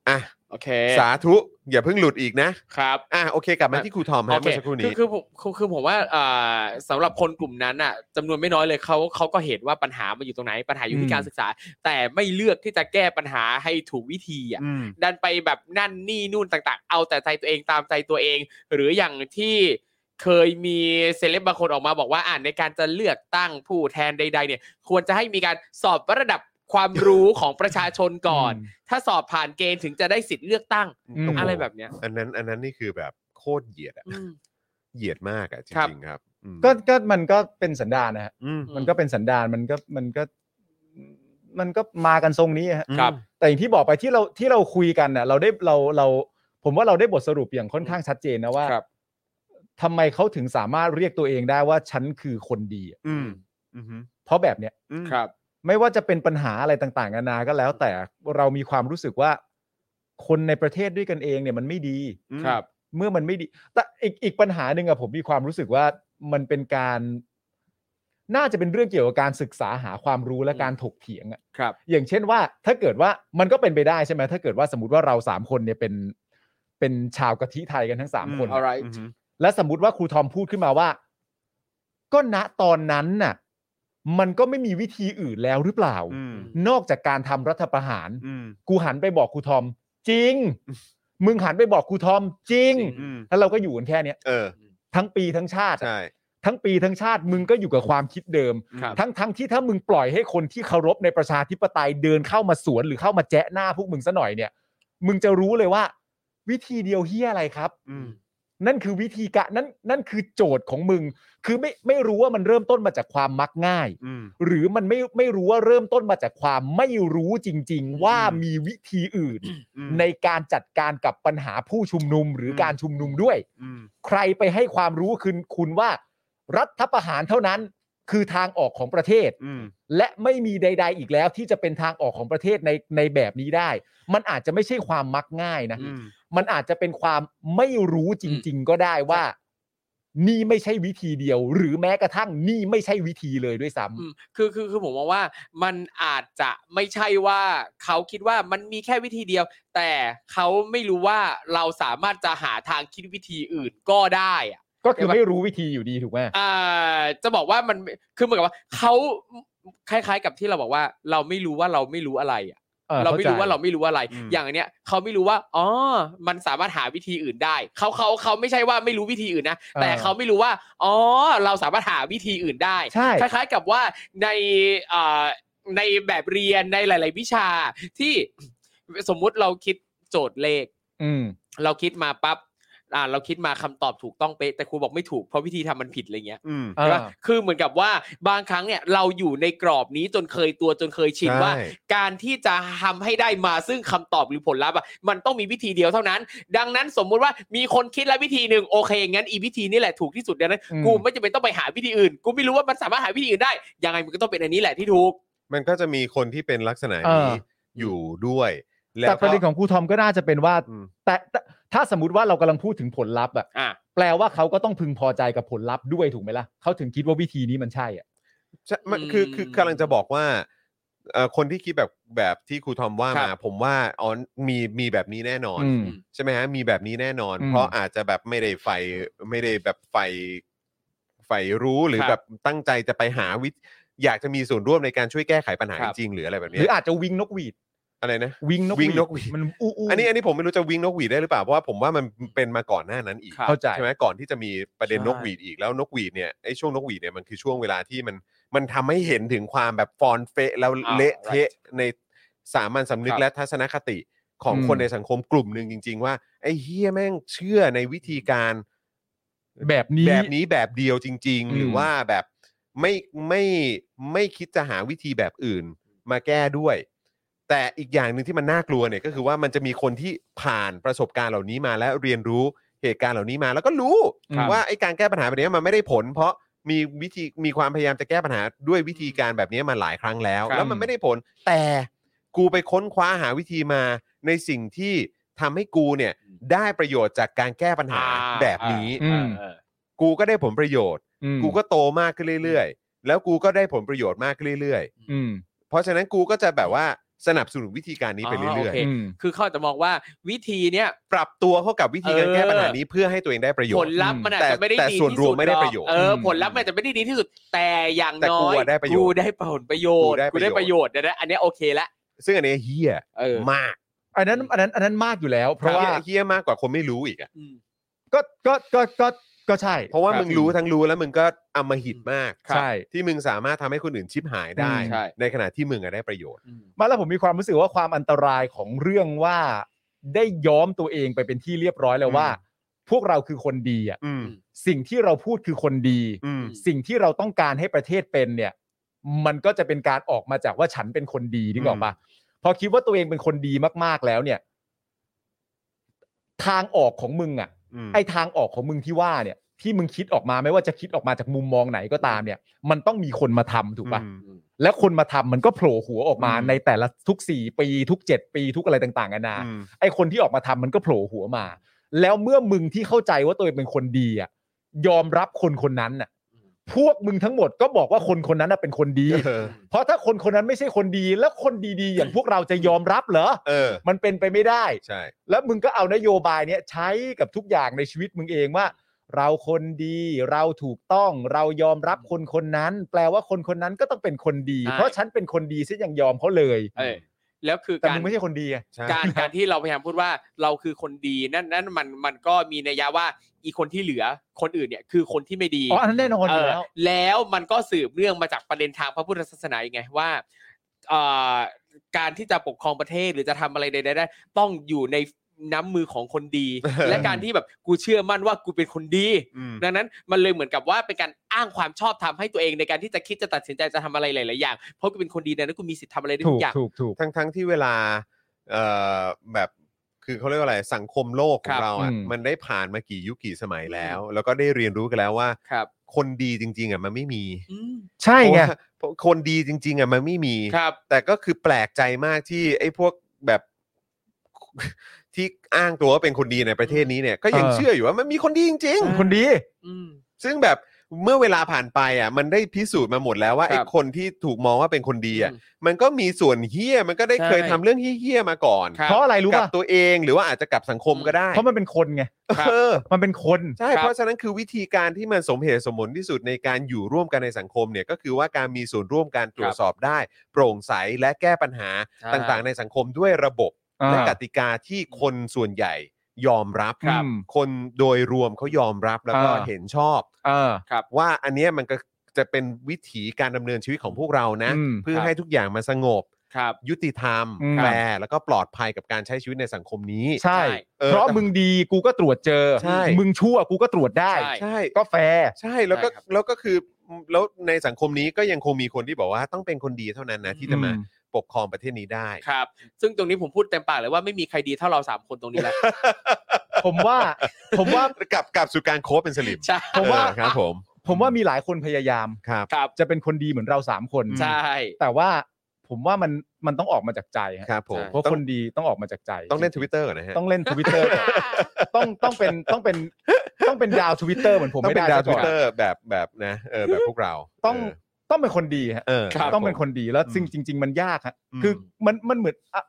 อ่ะ โอเค สาธุ อย่าเพิ่งหลุดอีกนะครับ อ่ะโอเค กลับมา อ่ะ ที่ครูทอมฮะ โอเค เมื่อสักครู่ คื นี้ อคือผมคือคือผมว่าอ่าสำหรับคนกลุ่มนั้นอ่ะจำนวนไม่น้อยเลยเขาเขาก็เห็นว่าปัญหามันอยู่ตรงไหนปัญหาอยู่ อื ที่ ม การศึกษา แต่ไม่เลือกที่จะแก้ปัญหาให้ถูกวิธีอ่ะ อืม ดันไปแบบนั่นนี่นู่นต่าง ๆ เอาแต่ใจตัวเองตามใจตัวเอง หรืออย่างที่เคยมีเซเลบบางคนออกมาบอกว่าอ่านในการจะเลือกตั้งผู้แทนใด ๆ เนี่ย ควรจะให้มีการสอบระดับความรู้ของประชาชนก่อน ถ้าสอบผ่านเกณฑ์ถึงจะได้สิทธิ์เลือกตั้ง อืม อะไรแบบเนี้ย อันนั้น อันนั้นนี่คือแบบโคตรเหยียดอะ อืม เหยียดมากอะจ ครับ ริงๆครับอืม ก็ก็มันก็เป็นสันดานนะฮะ อืม มันก็เป็นสันดานมันก็มันก็ มันก็มากันทรงนี้ฮะ ครับ แต่อย่างที่บอกไปที่เราที่เราคุยกันน่ะ เราได้เราเรา ผมว่าเราได้บทสรุปอย่างค่อนข้างชัดเจนนะว่า ครับ ทำไมเขาถึงสามารถเรียกตัวเองได้ว่าฉันคือคนดีอะ อืมอืม เพราะแบบเนี้ย อืม ครับ ไม่ว่าจะเป็นปัญหาอะไรต่างๆนานาก็แล้ว แต่เรามีความรู้สึกว่า คนในประเทศด้วยกันเองเนี่ยมันไม่ดี อืม ครับ เมื่อมันไม่ดี แต่อีกอีกปัญหาหนึ่งอะผมมีความรู้สึกว่ามันเป็นการ น่าจะเป็นเรื่องเกี่ยวกับการศึกษาหาความรู้และ อืม การถกเถียงอะ ครับ อย่างเช่นว่า ถ้าเกิดว่ามันก็เป็นไปได้ใช่ไหมถ้าเกิดว่าสมมติว่าเราสามคนเนี่ยเป็นเป็นชาวกะทิไทยกันทั้งสาม อืม คน alright อืม และสมมติว่าครูทอมพูดขึ้นมาว่า ก็ณตอนนั้นน่ะ มันก็ไม่มีวิธีอื่นแล้วหรือเปล่า อืม นอกจากการทำรัฐประหาร อืม กูหันไปบอกครูทอม จริง มึงหันไปบอกครูทอม จริง จริง อืม แล้วเราก็อยู่กันแค่เนี้ย เออ ทั้งปีทั้งชาติอะ ใช่ ทั้งปีทั้งชาติมึงก็อยู่กับความคิดเดิม ครับ ทั้งทั้งที่ถ้ามึงปล่อยให้คนที่เคารพในประชาธิปไตยเดินเข้ามาสวนหรือเข้ามาแจ๊ะหน้าพวกมึงซะหน่อยเนี่ย มึงจะรู้เลยว่า วิธีเดียวเฮียอะไรครับ อืม นั่นคือวิธีกะนั่นนั่นคือโจทย์ของมึง คือไม่ไม่รู้ว่ามันเริ่มต้นมาจากความมักง่าย อืม หรือมันไม่ไม่รู้ว่าเริ่มต้นมาจากความไม่รู้จริง ๆ ว่า อืม มีวิธีอื่น อืม ในการจัดการกับปัญหาผู้ชุมนุมหรืออ ม การชุมนุมด้วย อืม ใครไปให้ความรู้คุณคุณว่า รัฐประหารเท่านั้นคือทางออกของประเทศ อืม และไม่มีใด ๆ อีกแล้วที่จะเป็นทางออกของประเทศในในแบบนี้ได้ มันอาจจะไม่ใช่ความมักง่ายนะ อืม มันอาจจะเป็นความไม่รู้จริง ๆ ก็ได้ว่า นี่ไม่ใช่วิธีเดียว หรือแม้กระทั่งนี่ไม่ใช่วิธีเลยด้วยซ้ำ อืมคือคือคือผมมองว่ามันอาจจะไม่ใช่ว่าเขาคิดว่ามันมีแค่วิธีเดียว แต่เขาไม่รู้ว่าเราสามารถจะหาทางคิดวิธีอื่นก็ได้อะ ก็คือไม่รู้วิธีอยู่ดีถูกไหม อ่าจะบอกว่ามันคือเหมือนกับว่าเขาคล้ายๆกับที่เราบอกว่า เราไม่รู้ว่าเราไม่รู้อะไรอะเราไม่รู้ว่าเราไม่รู้อะไร อืม อย่างอันเนี้ยเขาไม่รู้ว่าอ๋อมันสามารถหาวิธีอื่นได้เขาเขาเขาไม่ใช่ว่าไม่รู้วิธีอื่นนะแต่ อ่า เขาไม่รู้ว่าอ๋อเราสามารถหาวิธีอื่นได้ ใช่ คล้าย ๆกับว่าในอ่าในแบบเรียนในหลาย ๆ วิชาที่สมมุติเราคิดโจทย์เลข อืม เราคิดมาปั๊บอ่าเราคิดมาคำตอบถูกต้องเป๊ะแต่ครูบอกไม่ถูกเพราะวิธีทำมันผิดอะไรเงี้ย อืม ใช่ปะคือเหมือนกับว่าบางครั้งเนี่ยเราอยู่ในกรอบนี้จนเคยตัวจนเคยชิน ใช่ ว่า การที่จะทำให้ได้มาซึ่งคำตอบหรือผลลัพธ์อะมันต้องมีวิธีเดียวเท่านั้น ดังนั้นสมมุติว่ามีคนคิดและวิธีหนึ่งโอเคงั้นอีวิธีนี่แหละถูกที่สุดดังนั้น อืม กูไม่จำเป็นต้องไปหาวิธีอื่น กูไม่รู้ว่ามันสามารถหาวิธีอื่นได้ยังไงมันก็ต้องเป็นอันนี้แหละที่ถูก มันก็จะมีคนที่เป็นลักษณะ เอ นี้ อ อยู่ด้วย แล้ว แต่ประเด็น ก็ ของครูทอมก็น่าจะเป็นว่า อืม แต่แต่ถ้าสมมติว่าเรากำลังพูดถึงผลลัพธ์อะ อ่ะ แปลว่าเขาก็ต้องพึงพอใจกับผลลัพธ์ด้วยถูกไหมล่ะเขาถึงคิดว่าวิธีนี้มันใช่อ่ะ ใช่มันคือคือกำลังจะบอกว่าเอ่อคนที่คิดแบบแบบที่ครูทอมว่ามา ผมว่าอ๋อมีมีแบบนี้แน่นอน ใช่ไหมฮะมีแบบนี้แน่นอน อืม เพราะอาจจะแบบไม่ได้ไฟไม่ได้แบบไฟไฟรู้หรือ ครับ แบบตั้งใจจะไปหาวิธีอยากจะมีส่วนร่วมในการช่วยแก้ไขปัญหา ครับ จริงๆหรืออะไรแบบ ห เนี้ รื ย ออาจจะวิงนกหวีด อะไรนะ วิงนก วิงนกหวีด มันอู้อู้ อันนี้อันนี้ผมไม่รู้จะวิ่งนกหวีดได้หรือเปล่าเพราะว่าผมว่ามันเป็นมาก่อนหน้านั้นอีก ครับ เข้าใจ ใช่ไหมก่อนที่จะมีประเด็น ใช่ นกหวีดอีกแล้วนกหวีดเนี่ยไอ้ช่วงนกหวีดเนี่ยมันคือช่วงเวลาที่มันมันทำให้เห็นถึงความแบบฟอนเฟะแล้วเละเทะในสามัญสำนึกและทัศนคติของ อืม คนในสังคมกลุ่มหนึ่งจริง ๆ ว่าไอ้เฮียแม่งเชื่อในวิธีการ แบบนี้ แบบนี้แบบเดียวจริงๆอืม หรือว่าแบบไม่ไม่ไม่คิดจะหาวิธีแบบอื่นมาแก้ด้วย แต่อีกอย่างหนึ่งที่มันน่ากลัวเนี่ยก็คือว่ามันจะมีคนที่ผ่านประสบการณ์เหล่านี้มาและเรียนรู้เหตุการณ์เหล่านี้มา แล้วก็รู้ ครับ ว่าไอ้การแก้ปัญหาแบบนี้มันไม่ได้ผล เพราะมีวิธีมีความพยายามจะแก้ปัญหาด้วยวิธีการแบบนี้มาหลายครั้งแล้ว ครับ แล้วมันไม่ได้ผล แต่กูไปค้นคว้าหาวิธีมาในสิ่งที่ทำให้กูเนี่ยได้ประโยชน์จากการแก้ปัญหาแบบนี้ อืม เออ กูก็ได้ผลประโยชน์ อืม กูก็โตมากขึ้นเรื่อยๆ แล้วกูก็ได้ผลประโยชน์มากขึ้นเรื่อย อืม ๆ เพราะฉะนั้นกูก็จะแบบว่าสนับสนุนวิธีการนี้ไปเรื่อย โเค อืม คือเขาอาจจะมองว่าวิธีเนี้ย ๆ ปรับตัวเข้ากับวิธีการ เออ แก้ปัญหานี้เพื่อให้ตัวเองได้ประโย ผ ช ล น์ ลัพธ์มันอาจ แต่ จะไม่ได้ แต่ ดี ส่วน ที่ รวม สุด ไม่ได้ หอก ประโยชน์ เอออ ม ผลลัพธ์มันอาจจะไม่ได้ดีที่สุด แต่อย่าง แต่ น้ กู อย อะได้ประโยชน์ กูได้ผลประโยชน์ กูได้ประโยชน์ ประโยชน์เดี๋ยวนะอันเนี้ยโอเคละ ซึ่งอันเนี้ยเฮีย เออ มาก อันนั้นอันนั้นอันนั้นมากอยู่แล้ว เพราะว่า เหี้ยเฮียมากกว่าคนไม่รู้อีกอะ อืม ก็ก็ก็ก็ก็ใช่ เพราะว่า ครับ มึงรู้ทั้งรู้แล้วมึงก็อำมหิตมาก ครับ ใช่ ที่มึงสามารถทำให้คนอื่นชิบหายได้ อืม ใช่ ในขณะที่มึงอะได้ประโยชน์ อืม ไมาแล้วผมมีความรู้สึกว่าความอันตรายของเรื่องว่า ได้ย้อมตัวเองไปเป็นที่เรียบร้อยแล้วว่า พวกเราคือคนดีอ่ะ อืม สิ่งที่เราพูดคือคนดี อืม สิ่งที่เราต้องการให้ประเทศเป็นเนี่ย มันก็จะเป็นการออกมาจากว่าฉันเป็นคนดีนึกออกปะพอคิดว่าตัวเองเป็นคนดีมากๆแล้วเนี่ย ทางออกของมึงอ่ะ อืม ไอทางออกของมึงที่ว่าเนี่ย ที่มึงคิดออกมาไม่ว่าจะคิดออกมาจากมุมมองไหนก็ตามเนี่ย มันต้องมีคนมาทำถูกปะ อืม และคนมาทำมันก็โผล่หัวออกมา อืม ในแต่ละทุก 4 ปีทุก 7 ปีทุกอะไรต่างๆนานา อืม ไอคนที่ออกมาทำมันก็โผล่หัวมา แล้วเมื่อมึงที่เข้าใจว่าตัวเองเป็นคนดีอ่ะยอมรับคนคนนั้นอ่ะ อืม พวกมึงทั้งหมดก็บอกว่าคนคนนั้นน่ะเป็นคนดี เออ เพราะถ้าคนคนนั้นไม่ใช่คนดี แล้วคนดีๆ อย่างพวกเราจะยอมรับเหรอ เออ มันเป็นไปไม่ได้ ใช่ แล้วมึงก็เอานโยบายเนี้ยใช้กับทุกอย่างในชีวิตมึงเองว่า เราคนดีเราถูกต้องเรายอมรับคนคนนั้น แปลว่าคนคนนั้นก็ต้องเป็นคนดี ใช่ เพราะฉันเป็นคนดีฉันยังยอมเขาเลย เออแล้วคือ แต่ การ มึงไม่ใช่คนดีไง ใช่ การ การที่เราพยายามพูดว่าเราคือคนดีนั่นนั่นมันมันก็มีนัยยะว่าอีคนที่เหลือคนอื่นเนี่ยคือคนที่ไม่ดี อ๋ออันนั้นแน่นอนอยู่ เ แล้ว แล้วมันก็สืบเรื่องมาจากประเด็นทางพระพุทธศาสนาอีกไงว่าเอ่อการที่จะปกครองประเทศหรือจะทำอะไรใดๆได้ ต้องอยู่ในน้ำมือของคนดี และการที่แบบกูเชื่อมั่นว่ากูเป็นคนดี อืม ดังนั้นมันเลยเหมือนกับว่าเป็นการอ้างความชอบธรรมให้ตัวเองในการที่จะคิดจะตัดสินใจจะทำอะไรหลายๆอย่างเพราะกูเป็นคนดีดังนั้นกูมีสิทธิ์ทำอะไรได้ ถู ทุ ก กอย่าง ถูกถูก ทั้งทั้งที่เวลาเอ่อแบบคือเขาเรียกว่าอะไรสังคมโลกขอครั ง บ เราอ่ะ อืม มันได้ผ่านมากี่ยุคกี่สมัยแล้ว แล้วก็ได้เรียนรู้กันแล้วว่า ครับ คนดีจริง ๆอ่ะมันไม่มี อืม ใช่ไง เพราะว่าคนดีจริง ๆอ่ะมันไม่มี ครับ แต่ก็คือแปลกใจมากที่ไอ้พวกแบบ ที่อ้างตัวว่าเป็นคนดีในประเทศนี้เนี่ย ก็ยัง เออ เชื่ออยู่ว่ามันมีคนดีจริง ใช่ คนดี อืม ๆ ซึ่งแบบเมื่อเวลาผ่านไปอ่ะ มันได้พิสูจน์มาหมดแล้วว่า ครั ไอ้ บ คนที่ถูกมองว่าเป็นคนดีอ่ะ อืม มันก็มีส่วนเฮี้ยมันก็ได้ ใช่ เคยทำเรื่องเฮี้ยๆมาก่อน ครับ เพราะอะไรรู้ กับ ป่ะ ตัวเองหรือว่าอาจจะกับสังคมก็ได้ เพราะมันเป็นคนไง ครับ เออ มันเป็นคน ใช่ ครับ เพราะฉะนั้นคือวิธีการที่มันสมเหตุสมผลที่สุดในการอยู่ร่วมกันในสังคมเนี่ยก็คือว่าการมีส่วนร่วมการตรวจสอบได้ โปร่งใสและแก้ปัญหาต่างๆ ในสังคมด้วยระบบ อ่า และกติกาที่คนส่วนใหญ่ยอมรับ ครับ คนโดยรวมเขายอมรับแล้วก็ อ่า เห็นชอบ เออ ว่าอันเนี้ยมันก็จะเป็นวิถีการดำเนินชีวิตของพวกเรานะ อืม เพื่อ ครับ ให้ทุกอย่างมันสงบ ครับ ยุติธรรม อืม แฟร์แล้วก็ปลอดภัยกับการใช้ชีวิตในสังคมนี้ ใช่ ใช่ เออ เพราะมึงดีกูก็ตรวจเจอ ใช่ มึงชั่วกูก็ตรวจได้ ใช่ ใช่ ก็แฟร์ ใช่แล้วก็ ใช่ครับ แล้วก็คือแล้วในสังคมนี้ก็ยังคงมีคนที่บอกว่าต้องเป็นคนดีเท่านั้นนะที่จะมา อืม ปกครองประเทศนี้ได้ ครับ ซึ่งตรงนี้ผมพูดเต็มปากเลยว่าไม่มีใครดีเท่าเราสามคนตรงนี้แล้ว ผมว่า ผมว่า กลับกลับสู่การโคบเป็นสลิป ใช่ ผมว่า เออครับผม ผมว่ามีหลายคนพยายาม ครับ ครับ จะเป็นคนดีเหมือนเราสามคน ใช่ แต่ว่าผมว่ามันมันต้องออกมาจากใจฮะ ครับผม ใช่ เพราะคนดีต้องออกมาจากใจ ต้องเล่นทวิตเตอร์ก่อนนะฮะ ต้องเล่นทวิตเตอร์ ต้องต้องเป็นต้องเป็นต้องเป็นดาวทวิตเตอร์เหมือนผม ต้อง ไม่ เป็น ได้ ดาว ซะ ท ก่ วิตอน เตอร์แบบแบบนะเออแบบพวกเรา ต้อง เ ต้องเป็นคนดีฮะ เออครับ ต้องเป็น ผม คนดีแล้วซึ่ง อืม จริง ๆ มันยากฮะ อืม คือมันมันเหมือนอ่ะ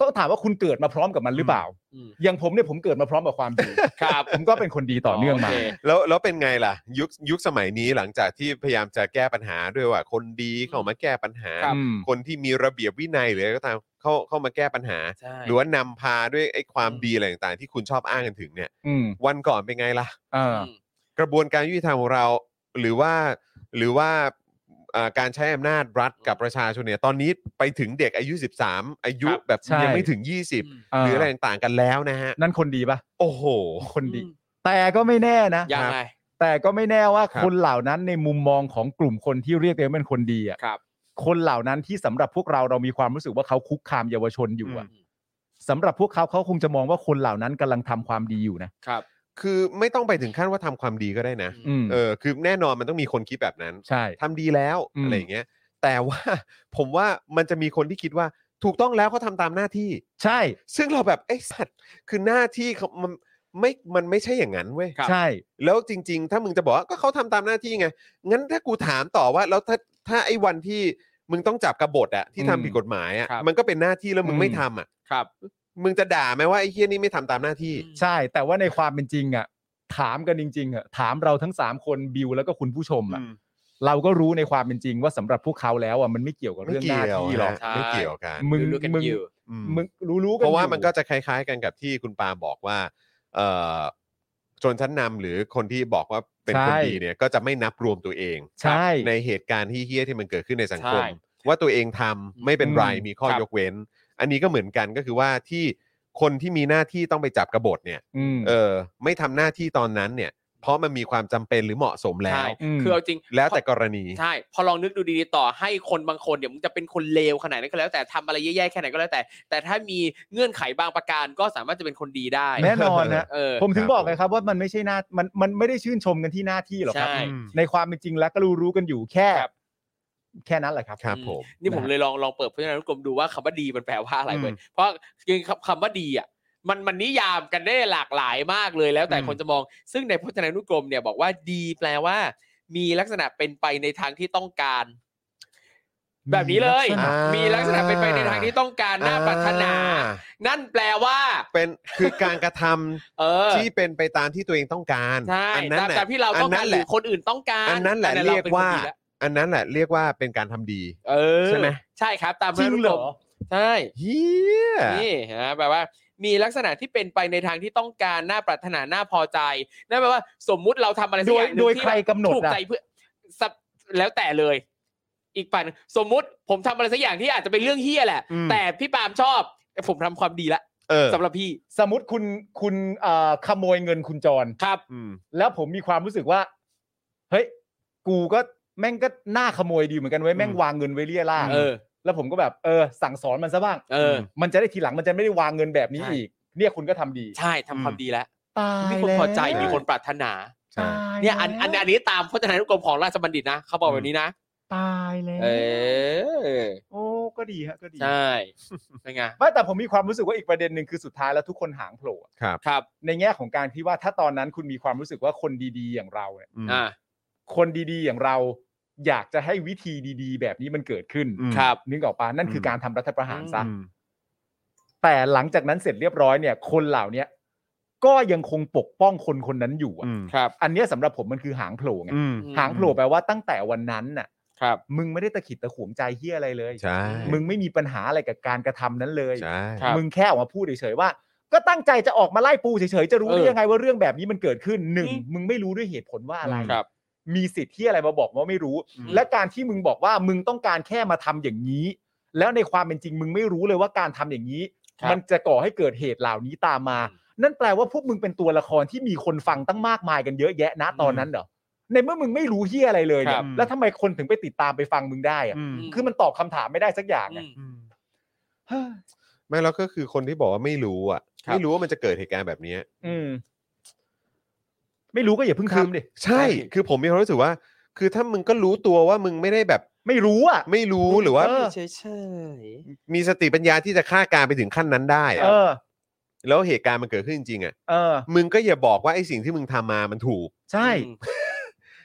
ต้องถามว่าคุณเกิดมาพร้อมกับมันหรือเปล่า อืม อย่างผมเนี่ยผมเกิดมาพร้อมกับความดี ครับ ผมก็เป็นคนดีต่อเนื่องมา โค แล้วแล้วเป็นไงล่ะ ยุคยุคสมัยนี้หลังจากที่พยายามจะแก้ปัญหาด้วยว่า คนดีเข้ามาแก้ปัญหา ครับ อืม คนที่มีระเบียบวินัยหรืออะไรก็ตามเข้าเข้ามาแก้ปัญหา ใช่ หรือว่านำพาด้วยไอ้ความ อืม ดีอะไรต่างๆที่คุณชอบอ้างกันถึงเนี่ย อืม วันก่อนเป็นไงล่ะ เอ อื อ ม กระบวนการยุติธรรมของเราหรือว่าหรือว่าเอ่อการใช้อำนาจรัฐกับประชาชนเนี่ยตอนนี้ไปถึงเด็กอายุ 13 อายุ ครับ แบบ ใช่ ยังไม่ถึง อืม เอ 20 ห อ รืออะไรต่างๆกันแล้วนะฮะ นั่นคนดีปะ โอ้โห คนดี แต่ก็ไม่แน่นะ ยังไง แต่ก็ไม่แน่ว่า ครับ คนเหล่านั้นในมุมมองของกลุ่มคนที่เรียกตัวเองเป็นคนดีอ่ะ ครับ คนเหล่านั้นที่สำหรับพวกเราเรามีความรู้สึกว่าเขาคุกคามเยาวชนอยู่อ่ะ อืม สำหรับพวกเขาเขาคงจะมองว่าคนเหล่านั้นกำลังทำความดีอยู่นะ ครับ คือไม่ต้องไปถึงขั้นว่าทำความดีก็ได้นะ อื อื ม ม เออคือแน่นอนมันต้องมีคนคิดแบบนั้น ใช่ ทำดีแล้ว อืม อะไรอย่างเงี้ยแต่ว่า ผมว่ามันจะมีคนที่คิดว่าถูกต้องแล้วเขาทำตามหน้าที่ ใช่ ซึ่งเราแบบไอ้สัตว์คือหน้าที่เขามันไม่มันไม่ใช่อย่างนั้นเว้ย ครับ ใช่ แล้วจริง ๆ ถ้ามึงจะบอกว่าก็เขาทำตามหน้าที่ไง งั้นถ้ากูถามต่อว่า แล้วถ้าถ้าไอ้วันที่มึงต้องจับกบฏอะที่ทำ อืม ผิดกฎหมายอะ ครับ มันก็เป็นหน้าที่แล้วมึง อืม ไม่ทำอะ ครับ มึงจะด่าไหมว่าไอ้เฮี้ยนี่ไม่ทำตามหน้าที่ ใช่ แต่ว่าในความเป็นจริงอ่ะ ถามกันจริงๆอ่ะถามเราทั้งสามคนบิวแล้วก็คุณผู้ชมอ่ะ อืม เราก็รู้ในความเป็นจริงว่าสำหรับพวกเขาแล้วอ่ะมันไม่เกี่ยวกับ ไม่ เรื่องห เกี่ น้า ยว ที่หรอก ฮะไม่เกี่ยวกัน มึง รู้กัน มึง อยู่ อืม มึงรู้ๆกันอยู่ เพราะว่ามันก็จะคล้ายๆ กันกับที่คุณปาบอกว่าเอ่อชนชั้นนำหรือคนที่บอกว่าเป็นคน ใช่ ดีเนี่ย ก็จะไม่นับรวมตัวเอง ใช่ ในเหตุการณ์ที่เฮี้ยที่มันเกิดขึ้นในสังคม ใช่ ว่าตัวเองทำไม่เป็นไร อืม มีข้อ ครับ ยกเว้น อันนี้ก็เหมือนกันก็คือว่าที่คนที่มีหน้าที่ต้องไปจับกบฏเนี่ย อืม เออไม่ทำหน้าที่ตอนนั้นเนี่ย เพราะมันมีความจำเป็นหรือเหมาะสมแล้ว ใช่ อืม คือเอาจริง แล้วแต่ พ ก อ รณี ใช่ พอลองนึกดูดีๆต่อให้คนบางคนเดี๋ยวมึงจะเป็นคนเลวขนาดนั้นก็แล้ว แต่ทำอะไรแย่ๆแค่ไหนก็แล้วแต่ แต่ถ้ามีเงื่อนไขบางประการก็สามารถจะเป็นคนดีได้ แน่นอนฮะ เออ ผมถึ ค ง รับ บอก ผม ไงครับว่ามันไม่ใช่หน้ามันมันไม่ได้ชื่นชมกันที่หน้าที่หรอกครับ ใช่ อืม ในความเป็นจริงแล้วก็รู้รู้ๆกันอยู่แค่ ครับ แค่นั้นแหละครับ ครับผม นี่ผม นะฮะ เลยลองลองเปิดพจนานุกรมดูว่าคำว่าดีมันแปลว่าอะไรเว้ย อืม เพราะจริงๆคำว่าดีอ่ะมันมันนิยามกันได้หลากหลายมากเลยแล้วแต่ อืม คนจะมอง ซึ่งในพจนานุกรมเนี่ยบอกว่าดีแปลว่า มีลักษณะเป็นไปในทางที่ต้องการ แบบนี้เลย มีกษณะ มีลักษณะเป็นไปในทางที่ต้องการน่าปรารถนา อ่ นั่นแปลว่า เป็นคือการกระทำ เออ ที่เป็นไปตามที่ตัวเองต้องการ ใช่ อันั้น ตาม แหละ ตามที่เราต้อง น การ นั้น ห แห รือ ละ คนอื่นต้องการ อันนั้นแหละ อั เรียก ป็น ว่า คนดีแล้ อันนั้นแหละเรียกว่าเป็นการทำดี เออ ใช่ไหม ใช่ครับ ตามพ จ จ ริง นานุ เห ก ร ร อ มใช่ เฮีย นี่นะแปลว่ามีลักษณะที่เป็นไปในทางที่ต้องการน่าปรารถนาน่าพอใจนั่นแปลว่าสมมุติเราทำอะไรสักอย่างหนึ่ง โดยโดย ที่ ใครกำหนดอะ ถูกใจเพื่อสับแล้วแต่เลย อีกฝ่ายหนึ่งสมมุติผมทำอะไรสักอย่างที่อาจจะเป็นเรื่องเฮี้ยแหละ อืม แต่พี่ปาล์มชอบเอ้ยผมทำความดีละ เออ สำหรับพี่ สมมติคุณคุณเอ่อขโมยเงินคุณจร ครับ อืม แล้วผมมีความรู้สึกว่า เฮ้ย กูก็แม่งก็น่าขโมยดีเหมือนกันเว้ยแม่งวางเงินไว้เรี่ยล่าด เออ แล้วผมก็แบบเออสั่งสอนมันซะบ้าง เออ มันจะได้ทีหลังมันจะไม่ได้วางเงินแบบนี้ ใช่ อีก เนี่ยคุณก็ทำดี ใช่ทำความดีแล้ว ตาย มีคนพอใจ แล้ว มีคนปรารถนา ใช่ ตาย เนี่ยอันอัน แล้ว อันนี้ตามพจนานุกรมของราชบัณฑิตนะเขาบอกแบบนี้นะ ตายแล้ว เออ โอ้ก็ดีฮะก็ดี ใช่เป็นไง ไม่แต่ผมมีความรู้สึกว่าอีกประเด็นหนึ่งคือสุดท้ายแล้วทุกคนหางโผล่อะ ครับ ในแง่ของการที่ว่าถ้าตอนนั้นคุณมีความรู้สึกว่าคนดีๆ อย่างเราเนี่ย อืม อ่า คนดีๆ อย่างเรา อยากจะให้วิธีดีๆ แบบนี้มันเกิดขึ้น อืม ครับ นึกออกปะนั่นคือ ม การทำรัฐประหารซะ อืม แต่หลังจากนั้นเสร็จเรียบร้อยเนี่ย คนเหล่าเนี้ยก็ยังคงปกป้องคนคนนั้นอยู่อะ อืม ครับ อันเนี้ยสำหรับผมมันคือหางโผล่ไง อืม หางโผล่แปลว่าตั้งแต่วันนั้นน่ะ ครับ มึงไม่ได้ตะขิดตะขวงใจเฮียอะไรเลย ใช่ มึงไม่มีปัญหาอะไรกับการกระทำนั้นเลย ใช่ ครับ มึงแค่ออกมาพูดเฉยๆว่า ก็ตั้งใจจะออกมาไล่ปูเฉยๆจะรู้ได้ เออ ยังไงว่าเรื่องแบบนี้มันเกิดขึ้นหนึ่ง อืม มึงไม่รู้ด้วยเหตุผลว่าอะไร ครับ มีสิทธิ์ที่อะไรมาบอกว่าไม่รู้ อืม และการที่มึงบอกว่ามึงต้องการแค่มาทำอย่างนี้ แล้วในความเป็นจริงมึงไม่รู้เลยว่าการทำอย่างนี้ ครับ มันจะก่อให้เกิดเหตุเหล่านี้ตามมา นั่นแปลว่าพวกมึงเป็นตัวละครที่มีคนฟังตั้งมากมายกันเยอะแยะนะตอนนั้นเหรอในเมื่อมึงไม่รู้เฮียอะไรเลยเนี่ ครั ย บ แล้วทำไมคนถึงไปติดตามไปฟังมึงได้อะ อืม คือมันตอบคำถามไม่ได้สักอย่าง อื อะ ม เฮ้ย ไม่แล้วก็คือคนที่บอกว่าไม่รู้อ่ะ ครับ ไม่รู้ว่ามันจะเกิดเหตุการณ์แบบเนี้ย อืม ไม่รู้ก็อย่าเพิ่งทำดิ ใช่คือผมมีความรู้สึกว่า คือถ้ามึงก็รู้ตัวว่ามึงไม่ได้แบบ ไม่รู้อ่ะ ไม่รู้หรือว่า เออ เฉยเฉย มีสติปัญญาที่จะคาดการณ์ไปถึงขั้นนั้นได้อะ เออ แล้วเหตุการณ์มันเกิดขึ้นจริงๆอ่ะ เออ มึงก็อย่าบอกว่าไอ้สิ่งที่มึงทำมามันถูก ใช่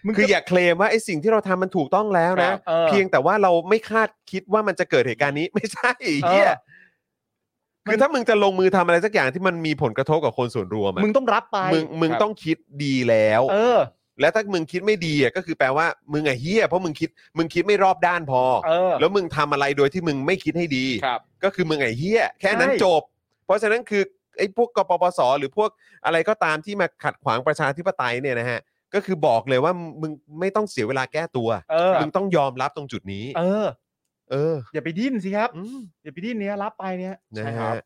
มึงก็ คืออย่าเคลมว่าไอ้สิ่งที่เราทำมันถูกต้องแล้วนะ ครับเออ เพียงแต่ว่าเราไม่คาดคิดว่ามันจะเกิดเหตุการณ์นี้ ไม่ใช่ เออ เฮียคือถ้ามึงจะลงมือทำอะไรสักอย่างที่มันมีผลกระทบกับคนส่วนรวมอะ มึงต้องรับไป มึงมึง ครับ ต้องคิดดีแล้ว เออ และถ้ามึงคิดไม่ดีอะก็คือแปลว่ามึงอะเฮียเพราะมึงคิดมึงคิดไม่รอบด้านพอ เออ แล้วมึงทำอะไรโดยที่มึงไม่คิดให้ดี ครับ ก็คือมึงไอ้เฮี้ยแค่นั้น ใช่ จบ เพราะฉะนั้นคือไอ้พวกกปปส หรือพวกอะไรก็ตามที่มาขัดขวางประชาธิปไตยเนี่ยนะฮะ ก็คือบอกเลยว่ามึงไม่ต้องเสียเวลาแก้ตัว เออ มึงต้องยอมรับตรงจุดนี้ เออ เออ อย่าไปดิ้นสิครับ อืม อย่าไปดิ้นเนี้ยรับไปเนี้ย นะ ใช่ครั ฮะ บ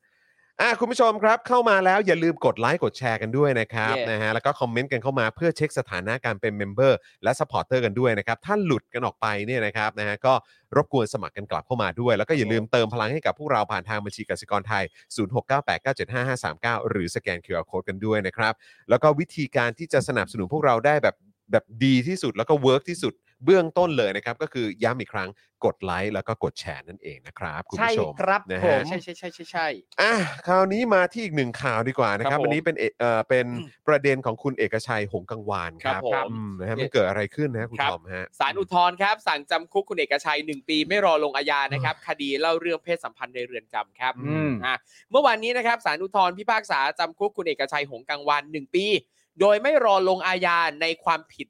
อ่ะคุณผู้ชมครับเข้ามาแล้วอย่าลืมกดไลค์กดแชร์กันด้วยนะครับ Yeah. นะฮะแล้วก็คอมเมนต์กันเข้ามาเพื่อเช็คสถานะการเป็นเมมเบอร์และสปอร์เตอร์กันด้วยนะครับ ถ้าหลุดกันออกไปเนี่ยนะครับนะฮะก็รบกวนสมัครกันกลับเข้ามาด้วย แล้วก็อย่าลืมเติมพลังให้กับพวกเราผ่านทางบัญชีกสิกรไทย 0698975539 หรือสแกน QR Code กันด้วยนะครับ แล้วก็วิธีการที่จะสนับสนุนพวกเราได้แบบแบบดีที่สุดแล้วก็เวิร์กที่สุดเบื้องต้นเลยนะครับก็คือย้ำอีกครั้งกดไลค์แล้วก็กดแชร์นั่นเองนะครับคุณผู้ชม ใช่ครับ นะ ผ ฮะ ม ใช่ใช่ใช่ใช่ใช่ อ่ะคราวนี้มาที่อีกหนึ่งข่าวดีกว่านะค ค รั รับ บผม วันนี้เป็นเอเอ่อเป็นประเด็นของคุณเอกชัยหงส์กังวานครั ครับ บผม อืนะฮะ เอ่อ มันเกิดอะไรขึ้นนะฮะคุณ ครับ ทอมฮะ สารอุทธรณ์ครับ สั่งจำคุกคุณเอกชัย 1 ปีไม่รอลงอาญานะครับ คดีเล่าเรื่องเพศสัมพันธ์ในเรือนจำครับ อืม อ่ะเมื่อวานนี้นะครับสารอุทธรพิพากษาจำคุกคุณเอกชัยหงส์กังวาน 1 ปี โดยไม่รอลงอาญาในความผิด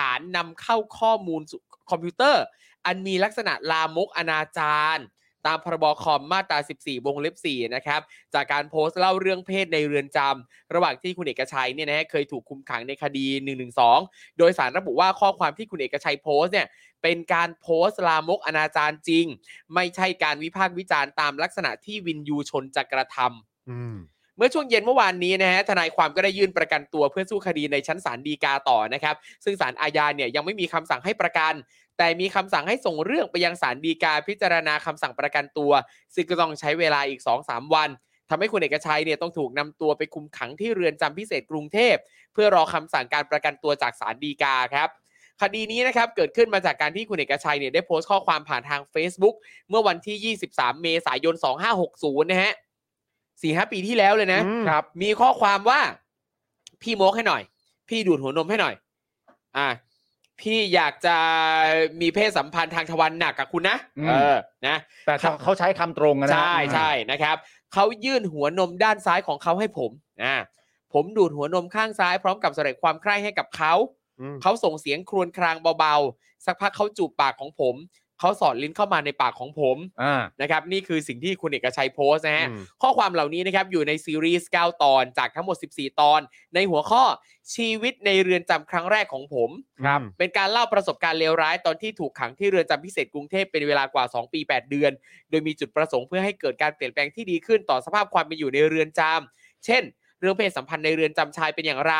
ฐานนำเข้าข้อมูลสู่คอมพิวเตอร์ อันมีลักษณะลามกอนาจารตามพรบคอมมาตรา 14 วงเล็บ 4 นะครับ จากการโพสต์เล่าเรื่องเพศในเรือนจำระหว่างที่คุณเอกชัยเนี่ยนะฮะเคยถูกคุมขังในคดี 112 โดยสารระบุว่าข้อความที่คุณเอกชัยโพสต์เนี่ยเป็นการโพสต์ลามกอนาจารจริง ไม่ใช่การวิพากษ์วิจารณ์ตามลักษณะที่วินยูชนจะกระทำ อืม เมื่อช่วงเย็นเมื่อวานนี้นะฮะทนายความก็ได้ยื่นประกันตัวเพื่อสู้คดีในชั้นศาลฎีกาต่อนะครับ ซึ่งศาลอาญาเนี่ยยังไม่มีคำสั่งให้ประกัน แต่มีคำสั่งให้ส่งเรื่องไปยังศาลฎีกาพิจารณาคำสั่งประกันตัว ซึ่งก็ต้องใช้เวลาอีก 2-3 วันทำให้คุณเอกชัยเนี่ยต้องถูกนำตัวไปคุมขังที่เรือนจำพิเศษกรุงเทพ เพื่อรอคำสั่งการประกันตัวจากศาลฎีกาครับคดีนี้นะครับเกิดขึ้นมาจากการที่คุณเอกชัยเนี่ยได้โพสต์ข้อความผ่านทาง Facebook เมื่อวันที่ 23 เมษายน 2560 นะฮะสี่ห้าปีที่แล้วเลยนะ อืม ครับ มีข้อความว่า พี่โมกให้หน่อย พี่ดูดหัวนมให้หน่อย อ่า พี่อยากจะมีเพศสัมพันธ์ทางทวารหนักกับคุณนะ อืม เออ นะ แต่ถ้าเขาใช้คำตรงอะนะ ใช่ใช่นะครับ เขายื่นหัวนมด้านซ้ายของเขาให้ผมอ่าผมดูดหัวนมข้างซ้ายพร้อมกับแสดงความใคร่ให้กับเขา อืม เขาส่งเสียงครวญครางเบาๆ สักพักเขาจูบปากของผม เขาสอดลิ้นเข้ามาในปากของผม อ่า นะครับนี่คือสิ่งที่คุณเอกชัยโพสต์นะฮะ อืม ข้อความเหล่านี้นะครับอยู่ในซีรีส์9 ตอนจากทั้งหมด 14 ตอน ในหัวข้อชีวิตในเรือนจำครั้งแรกของผม ครับ เป็นการเล่าประสบการณ์เลวร้ายตอนที่ถูกขังที่เรือนจำพิเศษกรุงเทพเป็นเวลากว่า 2 ปี 8 เดือน โดยมีจุดประสงค์เพื่อให้เกิดการเปลี่ยนแปลงที่ดีขึ้นต่อสภาพความเป็นอยู่ในเรือนจำเช่น เรื่องเพศสัมพันธ์ในเรือนจำชายเป็นอย่างไร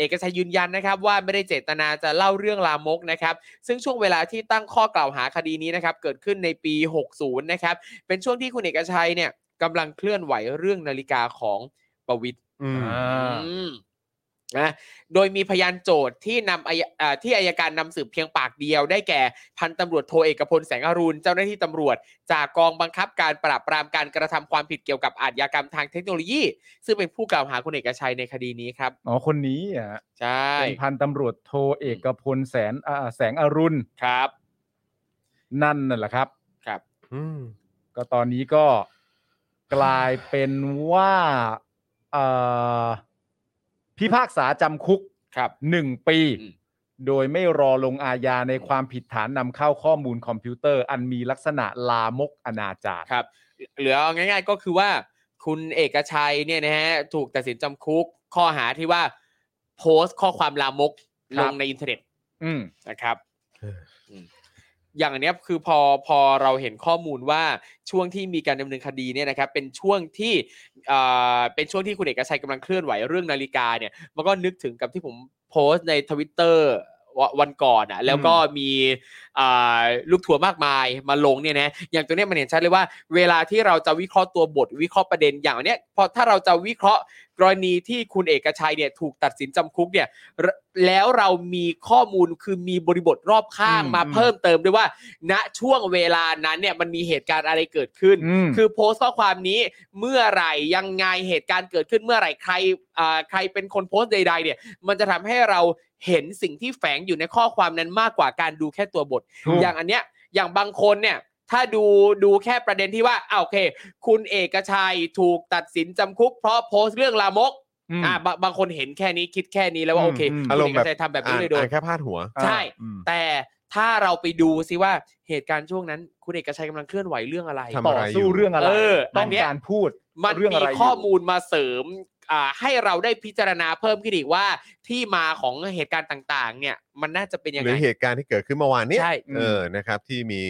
เอกชัยยืนยันนะครับว่าไม่ได้เจตนาจะเล่าเรื่องลามกนะครับ ซึ่งช่วงเวลาที่ตั้งข้อกล่าวหาคดีนี้นะครับเกิดขึ้นในปี 60 นะครับ เป็นช่วงที่คุณเอกชัยเนี่ยกำลังเคลื่อนไหวเรื่องนาฬิกาของประวิตร อืม อ่า อืมนะโดยมีพยานโจทย์ที่นำอัยอ่าที่อายการนำสืบเพียงปากเดียวได้แก่พันตำรวจโทเอกพลแสงอรุณเจ้าหน้าที่ตำรวจ จากกองบังคับการปราบปรามการกระทำความผิดเกี่ยวกับอาชญากรรมทางเทคโนโลยี ซึ่งเป็นผู้กล่าวหาคุณเอกชัยในคดีนี้ครับ อ๋อคนนี้อ่ะ ใช่ เป็นพันตำรวจโทเอกพลแสนอ่าแสงอรุณ ครับ นั่นน่ะแหละครับ อืม ก็ตอนนี้ก็กลายเป็นว่าเอ่อพิพากษาจำคุก ครับ หนึ่งปี อืม โดยไม่รอลงอาญาในความผิดฐานนำเข้าข้อมูลคอมพิวเตอร์ อันมีลักษณะลามกอนาจาร ครับเหลือเอาง่าย ๆก็คือว่าคุณเอกชัยเนี่ยนะฮะถูกตัดสินจำคุกข้อหาที่ว่าโพสต์ข้อความลามกลงในอินเทอร์เน็ต อืม นะครับ เออ ม อย่างอันเนี้ยคือพอพอเราเห็นข้อมูลว่าช่วงที่มีการดำเนินคดีเนี่ยนะครับเป็นช่วงที่อ่าเป็นช่วงที่คุณเอกชัยกำลังเคลื่อนไหวเรื่องนาฬิกาเนี่ยมันก็นึกถึงกับที่ผมโพสต์ในทวิตเตอร์วันก่อนอ่ะแล้วก็มีอ่าลูกทัวร์มากมายมาลงเนี่ยนะอย่างตัวเนี้ยมันเห็นชัดเลยว่า เวลาที่เราจะวิเคราะห์ตัวบทวิเคราะห์ประเด็นอย่างอันเนี้ยพอถ้าเราจะวิเคราะห์ กรณีที่คุณเอกชัยเนี่ยถูกตัดสินจำคุกเนี่ยรแล้วเรามีข้อมูลคือมีบริบทรอบข้าง อืม มา อืม เพิ่มเติมด้วยว่า ณช่วงเวลานั้นเนี่ยมันมีเหตุการณ์อะไรเกิดขึ้น อืม คือโพสต์ข้อความนี้เมื่อไหร่ยังไงเหตุการณ์เกิดขึ้นเมื่อไหร่ใครอ่าใครเป็นคนโพสต์ใด ๆ เนี่ย มันจะทำให้เราเห็นสิ่งที่แฝงอยู่ในข้อความนั้นมากกว่าการดูแค่ตัวบท ถูก อย่างอันเนี้ยอย่างบางคนเนี่ยถ้าดูดูแค่ประเด็นที่ว่าอ้าวโอเค คุณเอกชัยถูกตัดสินจำคุก เพราะโพสต์เรื่องลามก อืม อ่าบางบางคนเห็นแค่นี้คิดแค่นี้แล้วว่า อืม โอเค อืม คุณเอกชัยทำแบบนี้เลยโด อ่าน นแค่พาดหัว ใช่ อืม แต่ถ้าเราไปดูซิว่าเหตุการณ์ช่วงนั้น คุณเอกชัยกำลังเคลื่อนไหวเรื่องอะไร ทำ ต่อสู้เรื่องอะไร เอออั ต้อน ง เนี้ย การพูด มัน เรื่อง มี อะไรอยู่ ข้อมูลมาเสริมอ่าให้เราได้พิจารณาเพิ่มขึ้นอีกว่าที่มาของเหตุการณ์ต่างๆ เนี่ยมันน่าจะเป็นยัง หรื ไง อเหตุการณ์ที่เกิดขึ้นเมื่อวานเนี้ย ใช่ เออนะครับที่มี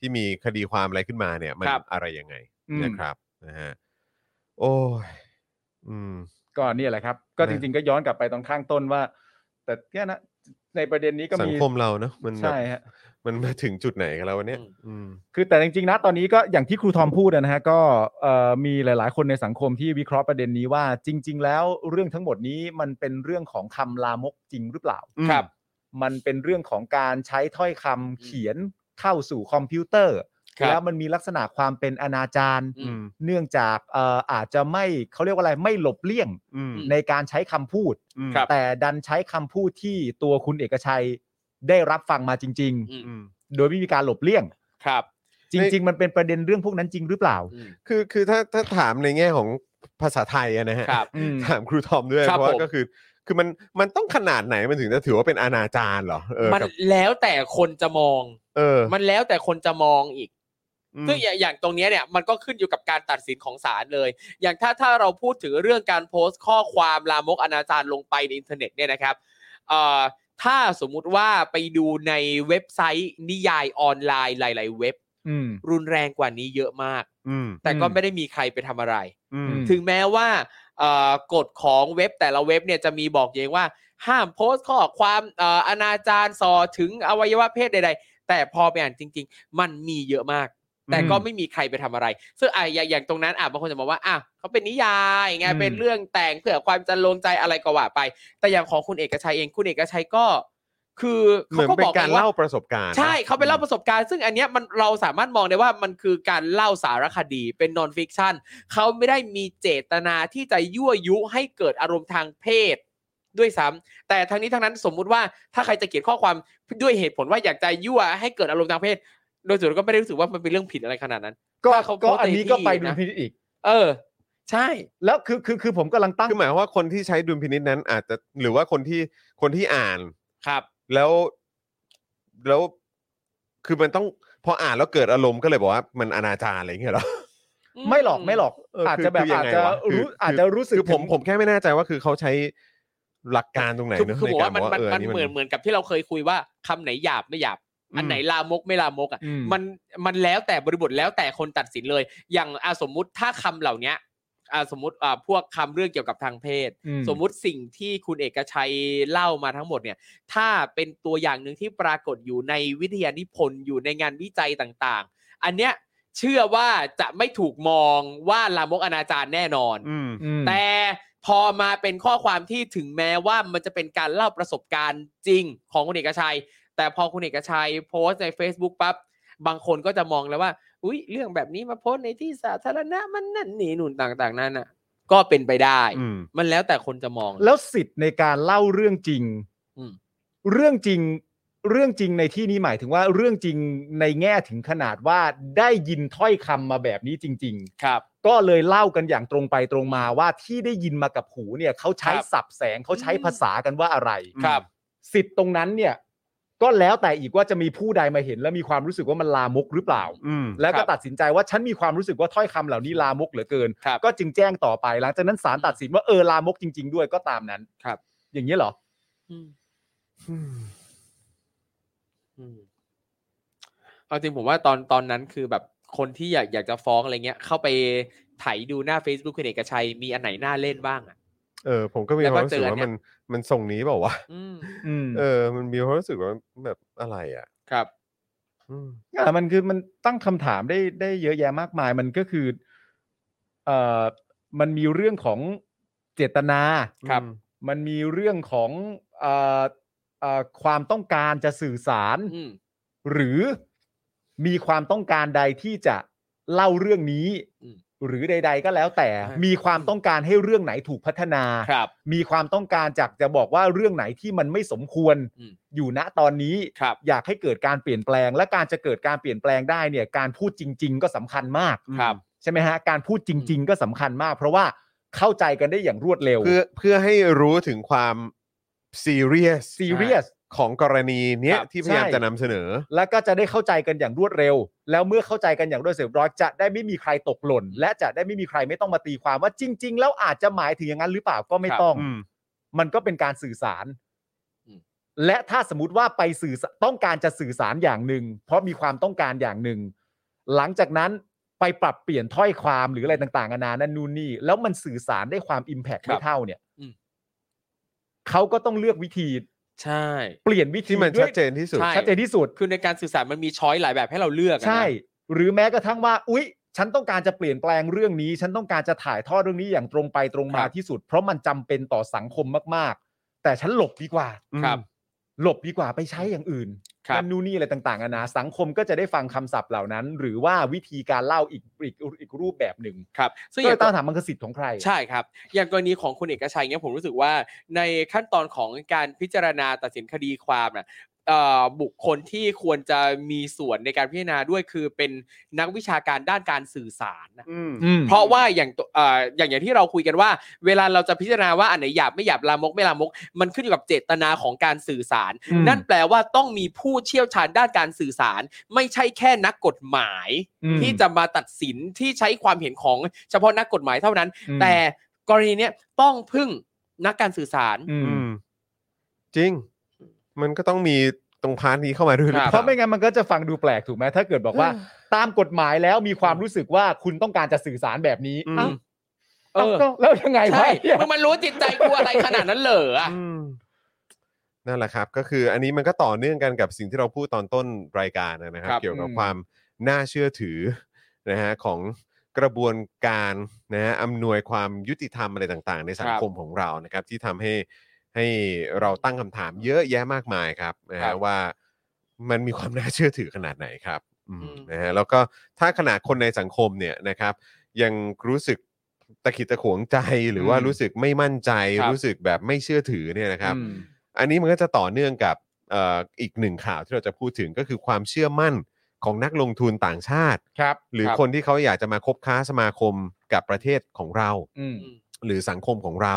ที่มีคดีความอะไรขึ้นมาเนี่ยมัน ครับ อะไรยังไง อืม นะครับนะฮะโอ้ยอืม ก็เนี่ยแหละครับ ก็ นะ จริง ๆ ก็ย้อนกลับไปตอนข้างต้นว่า แต่เนี่ยนะในประเด็นนี้ก็ สัง มี คมเราเนอะมันแบบ ใช่ฮะ มันมาถึงจุดไหนกันแล้ววันเนี้ยอืม คือแต่จริงๆนะตอนนี้ก็อย่างที่ครูทอมพูดนะฮะก็เอ่อมีหลาย ๆ คนในสังคมที่วิเคราะห์ประเด็นนี้ว่า จริง ๆ แล้วเรื่องทั้งหมดนี้มันเป็นเรื่องของคำลามกจริงหรือเปล่า ครับ มันเป็นเรื่องของการใช้ถ้อยคำเขียนเข้าสู่คอมพิวเตอร์ ครับ แล้วมันมีลักษณะความเป็นอนาจาร อืม เนื่องจากเอ่ออาจจะไม่เขาเรียกว่าอะไรไม่หลบเลี่ยง อืม ในการใช้คำพูด ครับ แต่ดันใช้คำพูดที่ตัวคุณเอกชัยได้รับฟังมาจริง อืม อืม ๆ โดยไม่มีการหลบเลี่ยง ครับ จริง ๆ มันเป็นประเด็นเรื่องพวกนั้นจริงหรือเปล่า อืม คือคือถ้าถ้าถามในแง่ของภาษาไทยอะนะฮะ ครับ ถามครูทอมด้วย ครั เพ บ ราะว่า ผม ก็คือ คือมันมันต้องขนาดไหนมันถึงจะถือว่าเป็นอนาจารเหรอเออ มัน กับ แล้วแต่คนจะมอง เออ มันแล้วแต่คนจะมองอีก อืม ซึ่งอย่างอย่างตรงเนี้ยเนี่ยมันก็ขึ้นอยู่กับการตัดสินของศาลเลย อย่างถ้าถ้าเราพูดถึงเรื่องการโพสต์ข้อความลามกอนาจารลงไปในอินเทอร์เน็ตเนี่ยนะครับเอ่อถ้าสมมุติว่าไปดูในเว็บไซต์นิยายออนไลน์หลาย ๆ เว็บ อืม รุนแรงกว่านี้เยอะมาก อืม แต่ก็ อืม ไม่ได้มีใครไปทำอะไร อืม ถึงแม้ว่าเอ่อกฎของเว็บแต่ละเว็บเนี่ยจะมีบอกเองว่า ห้ามโพสต์ข้อความเอ่ออนาจารส่อถึงอวัยวะเพศใด ๆ แต่พอไปอ่านจริง ๆ มันมีเยอะมาก แต่ก็ไม่มีใครไปทำอะไร ซึ่งอ่ะอย่างอย่างตรงนั้นอ่ะบางคนจะบอกว่าอ่ะเขาเป็นนิยายไง อืม เป็นเรื่องแต่งเพื่อความจะลงใจอะไรก็ว่าไป แต่อย่างของคุณเอกชัยเองคุณเอกชัยก็ คือ เห เขา มือน ก็ เป็ บอน ก การ ไงว่ เล่าประสบการณ์นะ ใช่เขาไปเล่าประสบการณ์ ซึ่งอันเนี้ยมันเราสามารถมองได้ว่ามันคือการเล่าสารคดีเป็นนอนฟิกชันเขาไม่ได้มีเจตนาที่จะยั่วยุให้เกิดอารมณ์ทางเพศด้วยซ้ำแต่ทั้งนี้ทั้งนั้นสมมุติว่าถ้าใครจะเขียนข้อความด้วยเหตุผลว่าอยากจะยั่วให้เกิดอารมณ์ทางเพศ โดยส่วนตัวก็ไม่ได้รู้สึกว่ามันเป็นเรื่องผิดอะไรขนาดนั้น ก็ ถ้าเขาโพสต์ ก็อันนี้ก็ไป ในที่ ดู นะ พินิจอีก เออ ใช่ แล้วคือคือคือผมกำลังตั้ง คือหมายความว่าคนที่ใช้ดุลพินิจนั้นอาจจะหรือว่าคนที่คนที่อ่าน ครับ แล้วแล้วคือมันต้องพออ่านแล้วเกิดอารมณ์ก็เลยบอกว่ามันอนาจารอะไรอย่างเงี้ยเหรอ ไม่หลอกไม่หลอก เออ อาจจะแบบ คือคือยังไงอาจจะ วะคือคืรู้อ อาจจะรู้สึก คือผม ถึง ผมแค่ไม่แน่ใจว่าคือเขาใช้หลักการตรงไหน คือ เนอะ คือ ใน ผม การ ว่ามัน บอก มัน ว่าเออ มัน นี่ เห มั มือน น เหมือนกับที่เราเคยคุยว่าคำไหนหยาบไม่หยาบ อันไหนลามกไม่ลามกอ่ะ อืม มันมันแล้วแต่บริบทแล้วแต่คนตัดสินเลย อย่างอะสมมุติถ้าคำเหล่าเนี้ยอ่ะสมมติอ่ะพวกคำเรื่องเกี่ยวกับทางเพศ อื สมมุติสิ่งที่คุณเอกชัยเล่ามาทั้งหมดเนี่ย ถ้าเป็นตัวอย่างหนึ่งที่ปรากฏอยู่ในวิทยานิพนธ์อยู่ในงานวิจัยต่างๆ อันเนี้ยเชื่อว่าจะไม่ถูกมองว่าลามกอนาจารแน่นอน อืม แต่พอมาเป็นข้อความที่ถึงแม้ว่ามันจะเป็นการเล่าประสบการณ์จริงของคุณเอกชัย แต่พอคุณเอกชัยโพสต์ใน Facebook ปั๊บบางคนก็จะมองแล้วว่า อุ้ยเรื่องแบบนี้มาโพสต์ในที่สาธารณะมันนั่นนี่นู่นต่างๆนั่นน่ะ ก็เป็นไปได้ อืม มันแล้วแต่คนจะมอง แล้วสิทธิ์ในการเล่าเรื่องจริง อืม เรื่องจริง เรื่องจริงในที่นี้หมายถึงว่าเรื่องจริงในแง่ถึงขนาดว่าได้ยินถ้อยคำมาแบบนี้จริง ๆ ครับ ก็เลยเล่ากันอย่างตรงไปตรงมาว่าที่ได้ยินมากับหูเนี่ยเขาใช้ ครับ สับแสงเขาใช้ อืม ภาษากันว่าอะไร ครับ สิทธิ์ตรงนั้นเนี่ย ก็แล้วแต่อีกว่าจะมีผู้ใดมาเห็น แล้วมีความรู้สึกว่ามันลามกหรือเปล่า อืม แล้ว ค ก็ รับ ตัดสินใจว่าฉันมีความรู้สึกว่าถ้อยคำเหล่านี้ลามกเหลือเกิน ครับ ก็จึงแจ้งต่อไปหลังจากนั้นศาลตัดสินว่าเออลามกจริง ๆ ด้วยก็ตามนั้น ครับ อย่างนี้ยเหรอ อืมอืม เอาจริงผมว่าตอนตอนนั้นคือแบบคนที่อยากอยากจะฟ้องอะไรเงี้ย เข้าไปไถดูหน้า Facebook คุณเอกชัยมีอันไหนน่าเล่นบ้างอ่ะ เออผมก็มี แล้ว ค ก็ วามรู้สึก เจออัน ว่า เนี้ย มันมันส่งนี้เปล่าวะ อืม อืม เออ มันมีความรู้สึกว่าแบบอะไรอ่ะ ครับ อืม อ่ะมันคือมันตั้งคำถามได้ได้เยอะแยะมากมาย มันก็คือเอ่อมันมีเรื่องของเจตนา ครับ อืม มันมีเรื่องของเอ่อเอ่อความต้องการจะสื่อสาร อืม หรือมีความต้องการใดที่จะเล่าเรื่องนี้ อืม หรือใด ๆ ก็แล้วแต่ ใช่ มีความต้องการให้เรื่องไหนถูกพัฒนา ครับ มีความต้องการจากจะบอกว่าเรื่องไหนที่มันไม่สมควร อืม อยู่ณตอนนี้ ครับ อยากให้เกิดการเปลี่ยนแปลง และการจะเกิดการเปลี่ยนแปลงได้เนี่ยการพูดจริง ๆ ก็สำคัญมาก ครับ ใช่ไหมฮะการพูดจริง ๆ ก็สำคัญมาก เพราะว่าเข้าใจกันได้อย่างรวดเร็ว เพื่อเพื่อให้รู้ถึงความซีเรียส ซีเรียส ของกรณีเนี้ย ครับ ที่พยายาม ใช่ จะนำเสนอ แล้วก็จะได้เข้าใจกันอย่างรวดเร็ว แล้วเมื่อเข้าใจกันอย่างรวดเร็วร้อยจะได้ไม่มีใครตกหล่น และจะได้ไม่มีใครไม่ต้องมาตีความว่าจริง ๆ แล้วอาจจะหมายถึงอย่างนั้นหรือเปล่าก็ไม่ต้อง อืม มันก็เป็นการสื่อสาร อืม และถ้าสมมติว่าไปสื่อสต้องการจะสื่อสารอย่างหนึ่ง เพราะมีความต้องการอย่างหนึ่ง หลังจากนั้นไปปรับเปลี่ยนถ้อยความหรืออะไรต่างๆนานานั่นนู่นนี่ แล้วมันสื่อสารได้ความอิมแพก ครั ไม่ บ เท่าเนี่ย อืม เขาก็ต้องเลือกวิธี ใช่ เปลี่ยนวิธี ที่มัน ด้วย ชัดเจนที่สุด ใช่ ชัดเจนที่สุด คือในการสื่อสารมันมีช้อยหลายแบบให้เราเลือกอะนะ ใช่ หรือแม้กระทั่งว่า อุ๊ย ฉันต้องการจะเปลี่ยนแปลงเรื่องนี้ ฉันต้องการจะถ่ายทอดเรื่องนี้อย่างตรงไปตรงมาที่สุด เพราะมันจำเป็นต่อสังคมมาก ๆ แต่ฉันหลบดีกว่า ครับ หลบดีกว่าไปใช้อย่างอื่น ครับ นั่นนู่นนี่อะไรต่างๆนานาสังคมก็จะได้ฟังคำศัพท์เหล่านั้น หรือว่าวิธีการเล่าอีกอีกอีกรูปแบบหนึ่ง ครับ ซึ่งอ ก็ ย่าง ต้องถามมันคือสิทธิ์ของใคร ใช่ครับ อย่างกรณีของคุณเอกชัยเนี่ยผมรู้สึกว่าในขั้นตอนของการพิจารณาตัดสินคดีความนะเอ่อบุคคลที่ควรจะมีส่วนในการพิจารณาด้วยคือเป็นนักวิชาการด้านการสื่อสารนะ อืม อืม เพราะว่าอย่างตัวเอ่ออย่างอย่างที่เราคุยกันว่า เวลาเราจะพิจารณาว่าอันไหนหยาบไม่หยาบลามกไม่ลามก มันขึ้นอยู่กับเจตนาของการสื่อสาร อืม นั่นแปลว่าต้องมีผู้เชี่ยวชาญด้านการสื่อสาร ไม่ใช่แค่นักกฎหมาย อืม ที่จะมาตัดสินที่ใช้ความเห็นของเฉพาะนักกฎหมายเท่านั้น อืม แต่กรณีเนี้ยต้องพึ่งนักการสื่อสาร อืม อืม จริง มันก็ต้องมีตรงพาร์ทนี้เข้ามาด้วยหรือ ครับ เป เพ ล่า ราะไม่งั้นมันก็จะฟังดูแปลกถูกไหมถ้าเกิดบอกว่า ตามกฎหมายแล้วมีความรู้สึกว่าคุณต้องการจะสื่อสารแบบนี้ อืม เอ้า เออ ก็แล้วยังไงวะ ใช่ ไอ้เหี้ย มึงมันรู้จิตใจกูอะไรขนาดนั้นเหรออะ อืมนั่นแหละครับ ก็คืออันนี้มันก็ต่อเนื่องกันกับสิ่งที่เราพูดตอนต้นรายการนะครับ เกี่ยวกับความน่าเชื่อถือนะฮะของกระบวนการนะฮะอำนวยความยุติธรรมอะไรต่าง ๆ ในสังคมของเรานะครับ ที่ทำให้ให้เราตั้งคำถามเยอะแยะมากมายครับนะฮะว่ามันมีความน่าเชื่อถือขนาดไหนครับอืมนะฮะแล้วก็ถ้าขนาดคนในสังคมเนี่ยนะครับ ยังรู้สึกตะขิดตะขวงใจหรือว่ารู้สึกไม่มั่นใจ รู้สึกแบบไม่เชื่อถือเนี่ยนะครับ อืม อันนี้มันก็จะต่อเนื่องกับเอ่ออีกหนึ่งข่าวที่เราจะพูดถึงก็คือความเชื่อมั่นของนักลงทุนต่างชาติ ครับ หรือคนที่เขาอยากจะมาคบค้าสมาคมกับประเทศของเรา อืม หรือสังคมของเรา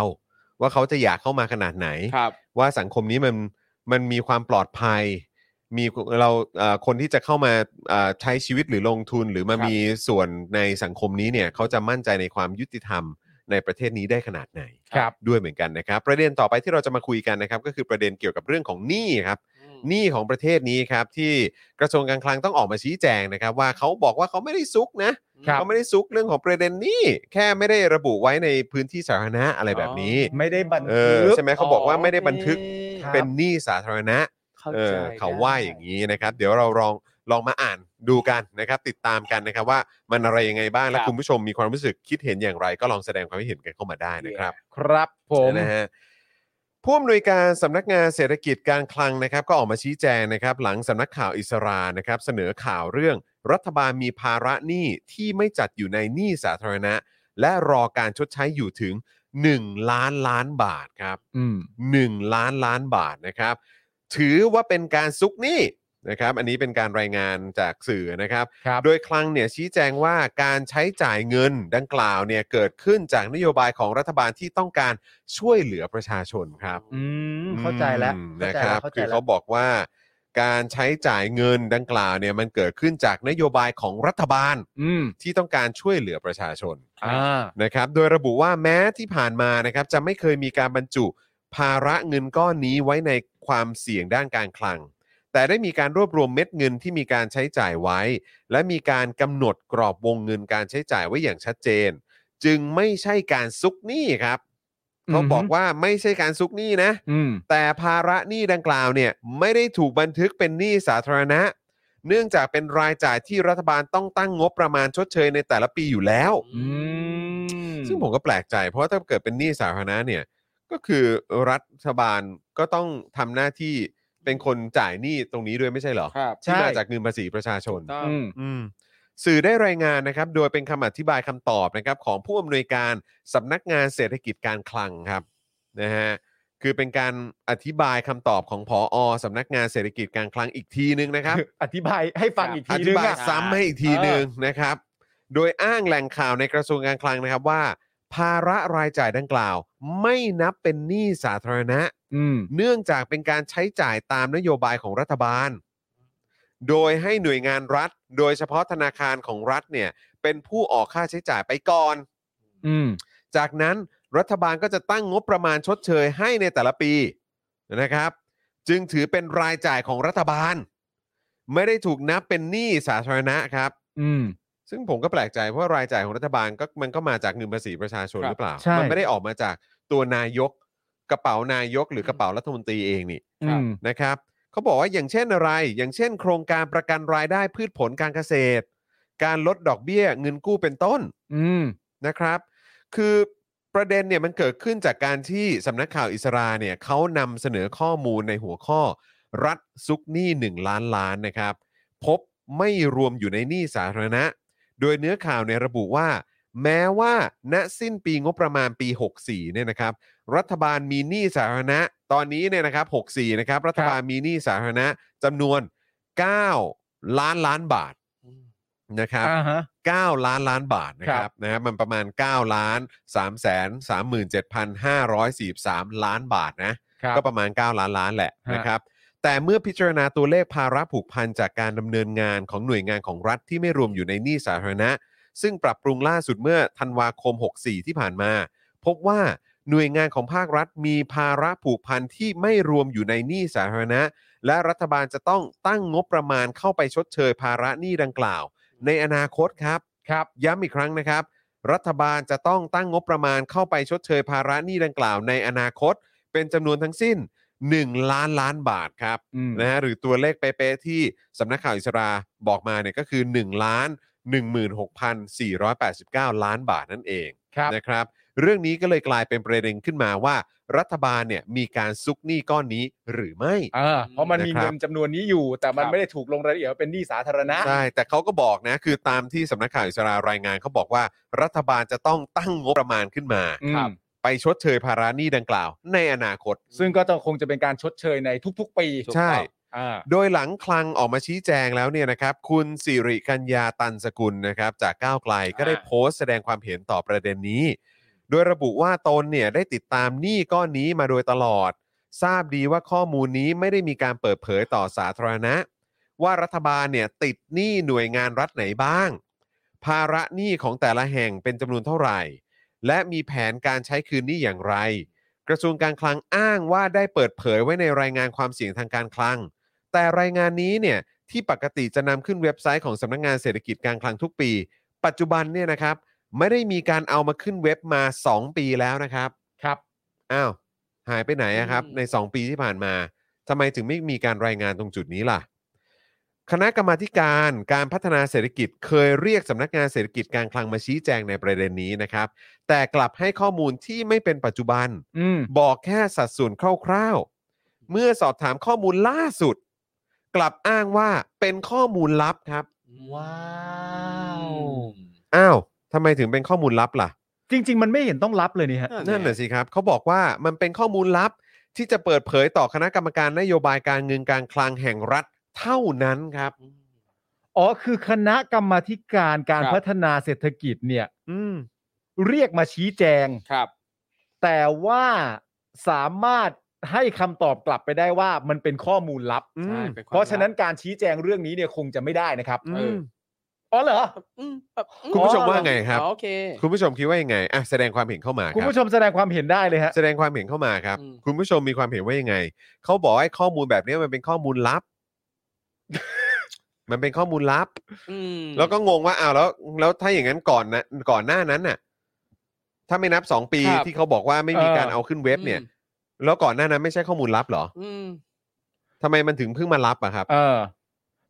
ว่าเขาจะอยากเข้ามาขนาดไหน ครับ ว่าสังคมนี้มันมันมีความปลอดภัย มีเราเอ่อคนที่จะเข้ามาเอ่อใช้ชีวิตหรือลงทุนหรือมา ครับ มีส่วนในสังคมนี้เนี่ยเขาจะมั่นใจในความยุติธรรมในประเทศนี้ได้ขนาดไหน ครับ ด้วยเหมือนกันนะครับ ประเด็นต่อไปที่เราจะมาคุยกันนะครับ ก็คือประเด็นเกี่ยวกับเรื่องของหนี้ครับ หนี้ของประเทศนี้ครับที่กระทรวงการคลังต้องออกมาชี้แจงนะครับ ว่าเขาบอกว่าเขาไม่ได้ซุกนะ ครับ เขาไม่ได้ซุกเรื่องของประเด็นหนี้แค่ไม่ได้ระบุไว้ในพื้นที่สาธารณะอะไรแบบนี้ ไม่ได้บัน เอ ทึ อก ใช่ไหมเขาบอกว่าไม่ได้บันทึก ครับ เป็นหนี้สาธารณะ เข้า เอ ใจ อเขาว่าอย่างนี้นะครับ เดี๋ยวเราลองลองมาอ่านดูกันนะครับ ติดตามกันนะครับว่ามันอะไรยังไงบ้างและคุณผู้ชมมีความรู้สึกคิดเห็นอย่างไร ก็ลองแสดงความคิดเห็นกันเข้ามาได้นะครับ ครับผม นะฮะผู้อำนวยการสำนักงานเศรษฐกิจการคลังนะครับ ก็ออกมาชี้แจงนะครับ หลังสำนักข่าวอิสรานะครับ เสนอข่าวเรื่องรัฐบาลมีภาระหนี้ที่ไม่จัดอยู่ในหนี้สาธารณะ และรอการชดใช้อยู่ถึง 1 ล้านล้านบาทครับ อืม 1 ล้านล้านบาทนะครับ ถือว่าเป็นการซุกหนี้นะครับ อันนี้เป็นการรายงานจากสื่อนะครับ ครับ โดยคลังเนี่ยชี้แจงว่าการใช้จ่ายเงินดังกล่าวเนี่ยเกิดขึ้นจากนโยบายของรัฐบาลที่ต้องการช่วยเหลือประชาชนครับ อืม เข้าใจแล้ว อืม เข้า นะ ใจ ค แล้ รั ว บ เข้าใจ คือ แล้ เขา ว บอกว่า การใช้จ่ายเงินดังกล่าวเนี่ยมันเกิดขึ้นจากนโยบายของรัฐบาล อืม ที่ต้องการช่วยเหลือประชาชน อ่า นะครับ โดยระบุว่าแม้ที่ผ่านมานะครับจะไม่เคยมีการบรรจุภาระเงินก้อนนี้ไว้ในความเสี่ยงด้านการคลัง แต่ได้มีการรวบรวมเม็ดเงินที่มีการใช้จ่ายไว้ และมีการกำหนดกรอบวงเงินการใช้จ่ายไว้อย่างชัดเจน จึงไม่ใช่การซุกหนี้ครับเขาบอกว่าไม่ใช่การซุกหนี้นะ อืม แต่ภาระหนี้ดังกล่าวเนี่ยไม่ได้ถูกบันทึกเป็นหนี้สาธารณะ เนื่องจากเป็นรายจ่ายที่รัฐบาลต้องตั้งงบประมาณชดเชยในแต่ละปีอยู่แล้ว อืม ซึ่งผมก็แปลกใจ เพราะว่าถ้าเกิดเป็นหนี้สาธารณะเนี่ยก็คือรัฐบาลก็ต้องทำหน้าที่เป็นคนจ่ายหนี้ตรงนี้ด้วยไม่ใช่เหรอ ครับ ที่มาจากเงินภาษีประชาชน ต้อง อืม อืมสื่อได้รายงานนะครับ โดยเป็นคำอธิบายคำตอบนะครับ ของผู้อำนวยการสำนักงานเศรษฐกิจการคลังครับนะฮะคือเป็นการอธิบายคำตอบของผอสำนักงานเศรษฐกิจการคลังอีกทีนึงนะครับ อธิบายให้ฟังอีก อธิทีนึง บาย อะ ซ้ำให้อีกทีหนึ่งนะครับ โดยอ้างแหล่งข่าวในกระทรวงการคลังนะครับว่า ภาระรายจ่ายดังกล่าว ไม่นับเป็นหนี้สาธารณะ อืม เนื่องจากเป็นการใช้จ่ายตามนโยบายของรัฐบาล โดยให้หน่วยงานรัฐ โดยเฉพาะธนาคารของรัฐเนี่ย เป็นผู้ออกค่าใช้จ่ายไปก่อน อืม จากนั้นรัฐบาลก็จะตั้งงบประมาณชดเชยให้ในแต่ละปีนะครับ จึงถือเป็นรายจ่ายของรัฐบาล ไม่ได้ถูกนับเป็นหนี้สาธารณะครับ อืม ซึ่งผมก็แปลกใจเพราะรายจ่ายของรัฐบาลก็มันก็มาจากเงินภาษีประชาชน ครับ หรือเปล่า ใช่ มัไม่ได้ออกมาจากตัวนายกกระเป๋านายกหรือกระเป๋ารัฐมนตรีเองนี่ อืม นะครับเขาบอกว่าอย่างเช่นอะไร อย่างเช่น โครงการประกันรายได้พืชผลการเกษตร การลดดอกเบี้ยเงินกู้เป็นต้น อืม นะครับ คือประเด็นเนี่ยมันเกิดขึ้นจากการที่สำนักข่าวอิสราเนี่ยเขานำเสนอข้อมูลในหัวข้อ รัฐซุกหนี้ 1 ล้านล้านนะครับ พบไม่รวมอยู่ในหนี้สาธารณะ โดยเนื้อข่าวในยระบุว่า แม้ว่าณสิ้นปีงบประมาณปี 64เนี่ยนะครับ รัฐบาลมีหนี้สาธารณะ ตอนนี้เนี่ยนะครับ 64 นะครับ รัฐบาลมีหนี้สาธารณะจำนวน 9 ล้านล้านบาทนะครับ อ่าฮะ 9 ล้านล้านบาทนะค ครั รับบ นะฮะมันประมาณ 9 ล้าน3 3 7 5 4 3 ล้านบาทนะ ครั ก็ บ ประมาณ 9 ล้านล้านแหละ ฮะ นะครับแต่เมื่อพิจารณาตัวเลขภาระผูกพันจากการดำเนินงานของหน่วยงานของรัฐที่ไม่รวมอยู่ในหนี้สาธารณะ ซึ่งปรับปรุงล่าสุดเมื่อธันวาคม 64 ที่ผ่านมา พบว่าหน่วยงานของภาครัฐมีภาระผูกพันที่ไม่รวมอยู่ในหนี้สาธารณะ และรัฐบาลจะต้องตั้งงบประมาณเข้าไปชดเชยภาระหนี้ดังกล่าว ในอนาคตครับ ครับ ย้ำอีกครั้งนะครับ รัฐบาลจะต้องตั้งงบประมาณเข้าไปชดเชยภาระหนี้ดังกล่าวในอนาคต เป็นจำนวนทั้งสิ้น 1 ล้านล้านบาทครับ อืม นะฮะหรือตัวเลขเป๊ะๆที่สำนักข่าวอิสราบอกมาเนี่ยก็คือ 1 ล้าน 16,489 ล้านบาทนั่นเอง ครับ นะครับ เรื่องนี้ก็เลยกลายเป็นประเด็นขึ้นมาว่า รัฐบาลเนี่ยมีการซุกหนี้ก้อนนี้หรือไม่ อ่า เพราะมันมี นะครับ เงินจำนวนนี้อยู่ แต่มัคนรับ ไม่ได้ถูกลงรายละเอียดว่าเป็นหนี้สาธารณะ ใช่ แต่เขาก็บอกนะ คือตามที่สำนักข่าวอิสรารายงานเขาบอกว่า รัฐบาลจะต้องตั้งงบประมาณขึ้นมา อืม ไปชดเชยภาระหนี้ดังกล่าว ในอนาคต ซึ่งก็ต้องคงจะเป็นการชดเชยในทุก ๆ ปี ใช่ อ่า โดยหลังคลังออกมาชี้แจงแล้วเนี่ยนะครับ คุณสิริกัญญาตันสกุลนะครับ จากก้าวไกลก็ได้โพสต์แสดงความเห็นต่อประเด็นนี้ โดยระบุว่าตนเนี่ยได้ติดตามหนี้ก้อนนี้มาโดยตลอด ทราบดีว่าข้อมูลนี้ไม่ได้มีการเปิดเผยต่อสาธารณะ ว่ารัฐบาลเนี่ยติดหนี้หน่วยงานรัฐไหนบ้าง ภาระหนี้ของแต่ละแห่งเป็นจำนวนเท่าไหร่ และมีแผนการใช้คืนหนี้อย่างไร กระทรวงการคลังอ้างว่าได้เปิดเผยไว้ในรายงานความเสี่ยงทางการคลัง แต่รายงานนี้เนี่ยที่ปกติจะนำขึ้นเว็บไซต์ของสำนักงานเศรษฐกิจการคลังทุกปี ปัจจุบันเนี่ยนะครับ ไม่ได้มีการเอามาขึ้นเว็บมา 2 ปีแล้วนะครับ ครับ อ้าวหายไปไหนอะครับ อืม ใน 2 ปีที่ผ่านมาทำไมถึงไม่มีการรายงานตรงจุดนี้ล่ะ คณะกรรมาธิการการพัฒนาเศรษฐกิจเคยเรียกสำนักงานเศรษฐกิจการคลังมาชี้แจงในประเด็นนี้นะครับ แต่กลับให้ข้อมูลที่ไม่เป็นปัจจุบัน อืม บอกแค่สัดส่วนคร่าวๆ เมื่อสอบถามข้อมูลล่าสุด กลับอ้างว่าเป็นข้อมูลลับครับ ว้าว อ้าวทำไมถึงเป็นข้อมูลลับล่ะ จริง ๆ มันไม่เห็นต้องรับเลยนี่ฮะ นั่นแหละสิครับเขาบอกว่ามันเป็นข้อมูลลับที่จะเปิดเผยต่อคณะกรรมการนโยบายการเงินการคลังแห่งรัฐเท่านั้นครับ อ๋อ คือคณะกรรมาธิการการ ครับ พัฒนาเศรษฐกิจเนี่ย อืม เรียกมาชี้แจง ครับ แต่ว่าสามารถให้คำตอบกลับไปได้ว่ามันเป็นข้อมูลลับ อืม ใช่ป็ควม เพราะฉะนั้นการชี้แจงเรื่องนี้เนี่ยคงจะไม่ได้นะครับ อืม อ๋อเหรอ อืมแบบอื คุณผู้ชมว่าไงครับ อ๋อโอเค คุณผู้ชมคิดว่ายังไงอ่ะแสดงความเห็นเข้ามา คุคณรับ ผู้ชมแสดงความเห็นได้เลยฮะ แสดงความเห็นเข้ามาครับ อืม คุณผู้ชมมีความเห็นว่ายังไง เขาบอกให้ข้อมูลแบบนี้มันเป็นข้อมูลลับ มันเป็นข้อมูลลับ อืม แล้วก็งงว่าอ้าวแล้ว แล้วถ้าอย่างนั้นก่อนนะก่อนหน้านั้นน่ะ ถ้าไม่นับสองปี ครับ ที่เขาบอกว่าไม่มีการ เออ เอาขึ้นเว็บเนี่ย แล้วก่อนหน้านั้นไม่ใช่ข้อมูลลับเหรอ อืม ทำไมมันถึงเพิ่งมาลับอะครับ เออ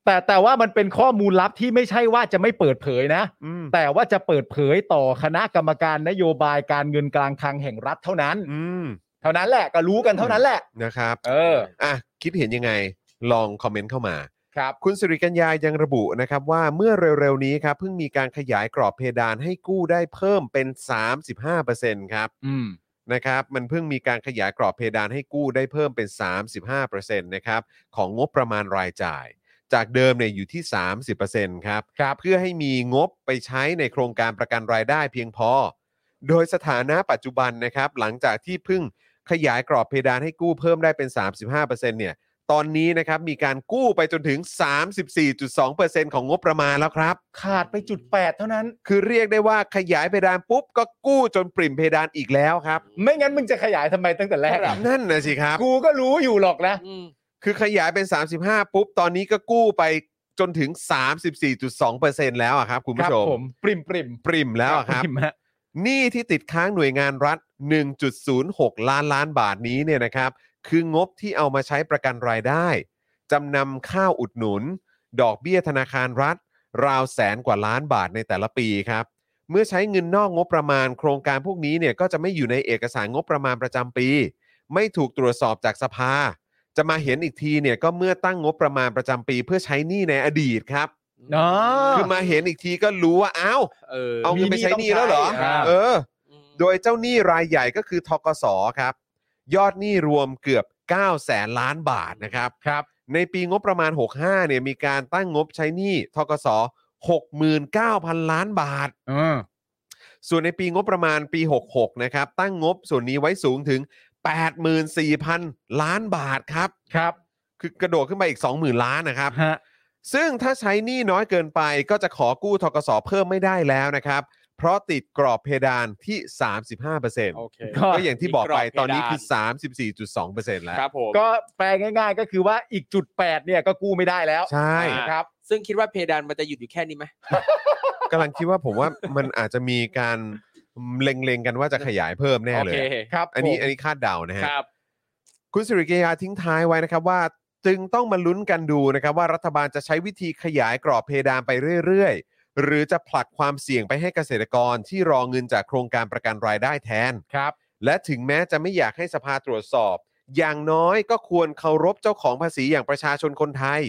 แต่แต่ว่ามันเป็นข้อมูลลับที่ไม่ใช่ว่าจะไม่เปิดเผยนะ อืม แต่ว่าจะเปิดเผยต่อคณะกรรมการนโยบายการเงินกลางคลังแห่งรัฐเท่านั้น อืม เท่านั้นแหละก็รู้กันเท่านั้นแหละ นะครับ เออ อ่ะคิดเห็นยังไงลองคอมเมนต์เข้ามา ครับ คุณสิริกัญญายังระบุนะครับว่าเมื่อเร็วๆนี้ครับเพิ่งมีการขยายกรอบเพดานให้กู้ได้เพิ่มเป็น 35%ครับ อืม นะครับมันเพิ่งมีการขยายกรอบเพดานให้กู้ได้เพิ่มเป็น 35%นะครับของงบประมาณรายจ่าย จากเดิมเนี่ยอยู่ที่ 30%ครับ ครับ เพื่อให้มีงบไปใช้ในโครงการประกันรายได้เพียงพอ โดยสถานะปัจจุบันนะครับหลังจากที่เพิ่งขยายกรอบเพดานให้กู้เพิ่มได้เป็น 35%เนี่ย ตอนนี้นะครับมีการกู้ไปจนถึง 34.2%ของงบประมาณแล้วครับ ขาดไปจุดแปดเท่านั้น คือเรียกได้ว่าขยายเพดานปุ๊บ ก็กู้จนปริ่มเพดานอีกแล้วครับ ไม่งั้นมึงจะขยายทำไมตั้งแต่แรกอะ นั่นนะสิครับ กูก็รู้อยู่หรอกนะ อืม คือขยายเป็น 35 ปุ๊บ ตอนนี้ก็กู้ไปจนถึง 34.2%แล้วอะครับ คุณ ค ผู้ รับ ชม ผม ปริมปริม ปริ่มแล้วอะครับ ปมฮะ หนี้ที่ติดค้างหน่วยงานรัฐ 1.06 ล้านล้านบาทนี้เนี่ยนะครับ คืองบที่เอามาใช้ประกันรายได้ จำนำข้าวอุดหนุน ดอกเบี้ยธนาคารรัฐ ราวแสนกว่าล้านบาทในแต่ละปีครับ เมื่อใช้เงินนอกงบประมาณ โครงการพวกนี้เนี่ยก็จะไม่อยู่ในเอกสารงบประมาณประจำปี ไม่ถูกตรวจสอบจากสภา จะมาเห็นอีกทีเนี่ยก็เมื่อตั้งงบประมาณประจำปี เพื่อใช้หนี้ในอดีตครับ เนาะ คือมาเห็นอีกทีก็รู้ว่าอ้าว เออ เอาเงินไปใช้หนี้แล้วเหรอ ครับ เออ ม โดยเจ้าหนี้รายใหญ่ก็คือทกสครับ ยอดหนี้รวมเกือบ 9 แสนล้านบาทนะครับ ครับ ในปีงบประมาณ 65เนี่ยมีการตั้งงบใช้หนี้ทกส69,000 ล้านบาท เออ ส่วนในปีงบประมาณปี 66นะครับตั้งงบส่วนนี้ไว้สูงถึง 84,000 ล้านบาทครับ ครับ คือกระโดดขึ้นไปอีก 20,000 ล้านนะครับ ฮะ ซึ่งถ้าใช้หนี้น้อยเกินไปก็จะขอกู้ทกสเพิ่มไม่ได้แล้วนะครับ เพราะติดกรอบเพดานที่ 35%โ โอเค ก็ ก็อย่างที่บอกไป อีกกรอบ ตอนนี้คือ เพ 34.2%แล้ว ครับผม ก็แปลง่าย ๆ ก็คือว่าอีกจุดแปดเนี่ยก็กู้ไม่ได้แล้ว ใช่ นะครับ ซึ่งคิดว่าเพดานมันจะหยุดอยู่แค่นี้ไหม กำลังคิดว่าผมว่ามันอาจจะมีการเล็งๆกันว่าจะขยายเพิ่มแน่ โอ เลย เค ครับ อันนี้ ผม อันนี้คาดเดานะฮะ ครับ คุณสิริกยาทิ้งท้ายไว้นะครับว่าจึงต้องมาลุ้นกันดูนะครับ ว่ารัฐบาลจะใช้วิธีขยายกรอบเพดานไปเรื่อยๆ หรือจะผลักความเสี่ยงไปให้เกษตรกรที่รอเงินจากโครงการประกันรายได้แทน ครับ และถึงแม้จะไม่อยากให้สภาตรวจสอบ อย่างน้อยก็ควรเคารพเจ้าของภาษีอย่างประชาชนคนไทย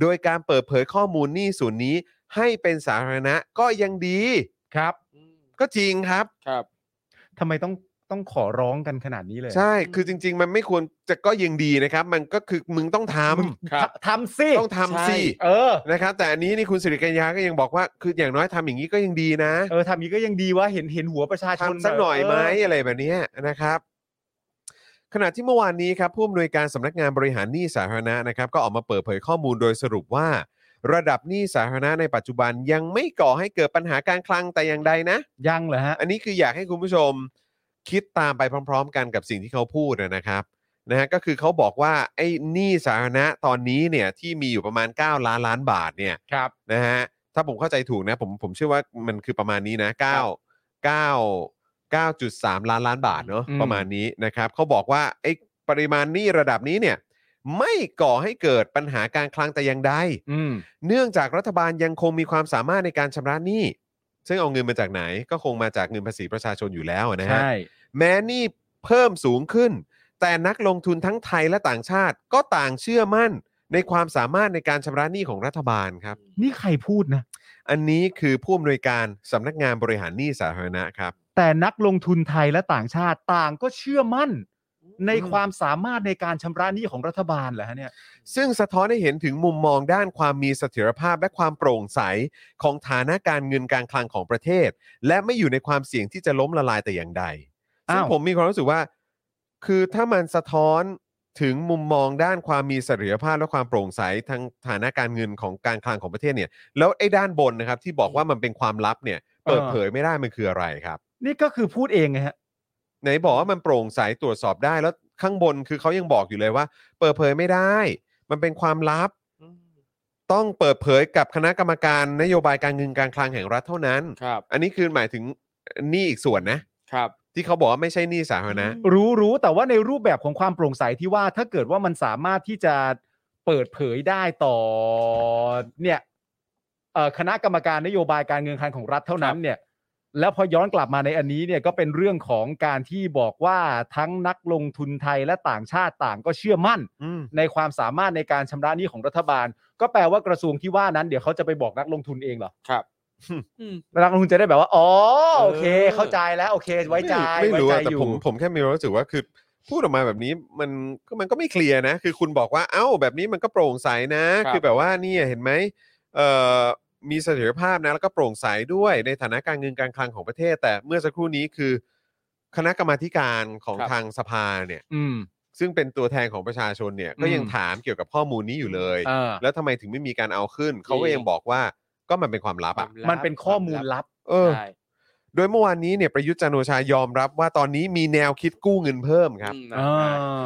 โดยการเปิดเผยข้อมูลหนี้ส่วนนี้ให้เป็นสาธารณะก็ยังดี ครับ ก็จริงครับ ครับ ทำไมต้องต้องขอร้องกันขนาดนี้เลย ใช่ คือจริง ๆ มันไม่ควรจะก็ยังดีนะครับ มันก็คือมึงต้องท มึง ครับ ทำทำสิ ำต้องทำสิ เออ นะครับ แต่อันนี้นี่คุณสิริกัญญาก็ยังบอกว่า คืออย่างน้อยทำอย่างนี้ก็ยังดีนะ เออทำอย่างนี้ก็ยังดีว่าเห็นเห็นหัวประชาชน ทำสักหน่อยไหม เ อะไรแบบเนี้ยนะครับ ขณะที่เมื่อวานนี้ครับผู้อำนวยการสำนักงานบริหารหนี้สาธารณะนะครับ ก็ออกมาเปิดเผยข้อมูลโดยสรุปว่า ระดับหนี้สาธารณะในปัจจุบันยังไม่ก่อให้เกิดปัญหาการคลังแต่อย่างใดนะ ยังเหรอฮะ อันนี้คืออยากให้คุณผู้ชมคิดตามไปพร้อม ๆ กันกับสิ่งที่เขาพูดนะครับนะฮะก็คือเขาบอกว่าไอ้หนี้สาธารณะตอนนี้เนี่ยที่มีอยู่ประมาณ 9 ล้านล้านบาทเนี่ย ครับ นะฮะถ้าผมเข้าใจถูกนะผมผมเชื่อว่ามันคือประมาณนี้นะ 9 9 9.3 ล้านล้านบาทเนาะ อืม ประมาณนี้นะครับเขาบอกว่าไอ้ปริมาณหนี้ระดับนี้เนี่ยไม่ก่อให้เกิดปัญหาการคลังแต่อย่างใด อืม เนื่องจากรัฐบาลยังคงมีความสามารถในการชำระหนี้ ซึ่งเอาเงินมาจากไหนก็คงมาจากเงินภาษีประชาชนอยู่แล้วนะฮะ ใช่ แม้หนี้เพิ่มสูงขึ้น แต่นักลงทุนทั้งไทยและต่างชาติก็ต่างเชื่อมั่นในความสามารถในการชำระหนี้ของรัฐบาลครับ นี่ใครพูดนะ อันนี้คือผู้อำนวยการสำนักงานบริหารหนี้สาธารณะครับ แต่นักลงทุนไทยและต่างชาติต่างก็เชื่อมั่น ในความสามารถในการชำระหนี้ของรัฐบาลเหรอฮะเนี่ย ซึ่งสะท้อนให้เห็นถึงมุมมองด้านความมีเสถียรภาพและความโปร่งใสของฐานะการเงินการคลังของประเทศ และไม่อยู่ในความเสี่ยงที่จะล้มละลายแต่อย่างใด ซึ่ง อ้าว ผมมีความรู้สึกว่า คือถ้ามันสะท้อนถึงมุมมองด้านความมีเสถียรภาพและความโปร่งใสทางฐานะการเงินของการคลังของประเทศเนี่ย แล้วไอ้ด้านบนนะครับที่บอกว่ามันเป็นความลับเนี่ย เปิดเผยไม่ได้มันคืออะไรครับ นี่ก็คือพูดเองไงฮะ ไหนบอกว่ามันโปร่งใสตรวจสอบได้แล้วข้างบนคือเขายังบอกอยู่เลยว่า เปิดเผยไม่ได้ มันเป็นความลับ ต้องเปิดเผยกับคณะกรรมการนโยบายการเงินการคลังแห่งรัฐเท่านั้น ครับ อันนี้คือหมายถึงหนี้อีกส่วนนะ ครับ ที่เขาบอกว่าไม่ใช่หนี้สาธารณะ รู้รู้แต่ว่าในรูปแบบของความโปร่งใสที่ว่าถ้าเกิดว่ามันสามารถที่จะเปิดเผยได้ต่อเนี่ยเอ่อคณะกรรมการนโยบายการเงินการของรัฐเท่านั้นเนี่ย แล้วพอย้อนกลับมาในอันนี้เนี่ยก็เป็นเรื่องของการที่บอกว่าทั้งนักลงทุนไทยและต่างชาติต่างก็เชื่อมั่น อืม ในความสามารถในการชำระหนี้ของรัฐบาล ก็แปลว่ากระทรวงที่ว่านั้นเดี๋ยวเขาจะไปบอกนักลงทุนเองเหรอ ครับ อืมนักลงทุนจะได้แบบว่าอ๋อโอเค เข้าใจแล้วโอเค ไว้ใจ ไม่ไม่รู้อะ ว้ใจ แต่ อยู่ ผมผมแค่มีความรู้สึกว่าคือพูดออกมาแบบนี้มันก็มันก็ไม่เคลียร์นะ คือคุณบอกว่าเอ้าแบบนี้มันก็โปร่งใสนะ ครับ คือแบบว่าเนี่ยเห็นไหมเอ่อมีเสถียรภาพนะแล้วก็โปร่งใสด้วยในฐานะการเงินการคลังของประเทศ แต่เมื่อสักครู่นี้คือ คณะกรรมาธิการของ ครับ ทางสภาเนี่ย อืม ซึ่งเป็นตัวแทนของประชาชนเนี่ยก็ยัง อืม ถามเกี่ยวกับข้อมูลนี้อยู่เลย เออ แล้วทำไมถึงไม่มีการเอาขึ้น เขาก็ยังบอกว่าก็มันเป็นความลับ ควา อะ ลับ มันเป็นข้อมูลลับ เออ ใช่ โดยเมื่อวานนี้เนี่ยประยุทธ์จันทร์โอชายอมรับว่าตอนนี้มีแนวคิดกู้เงินเพิ่มครับ อืม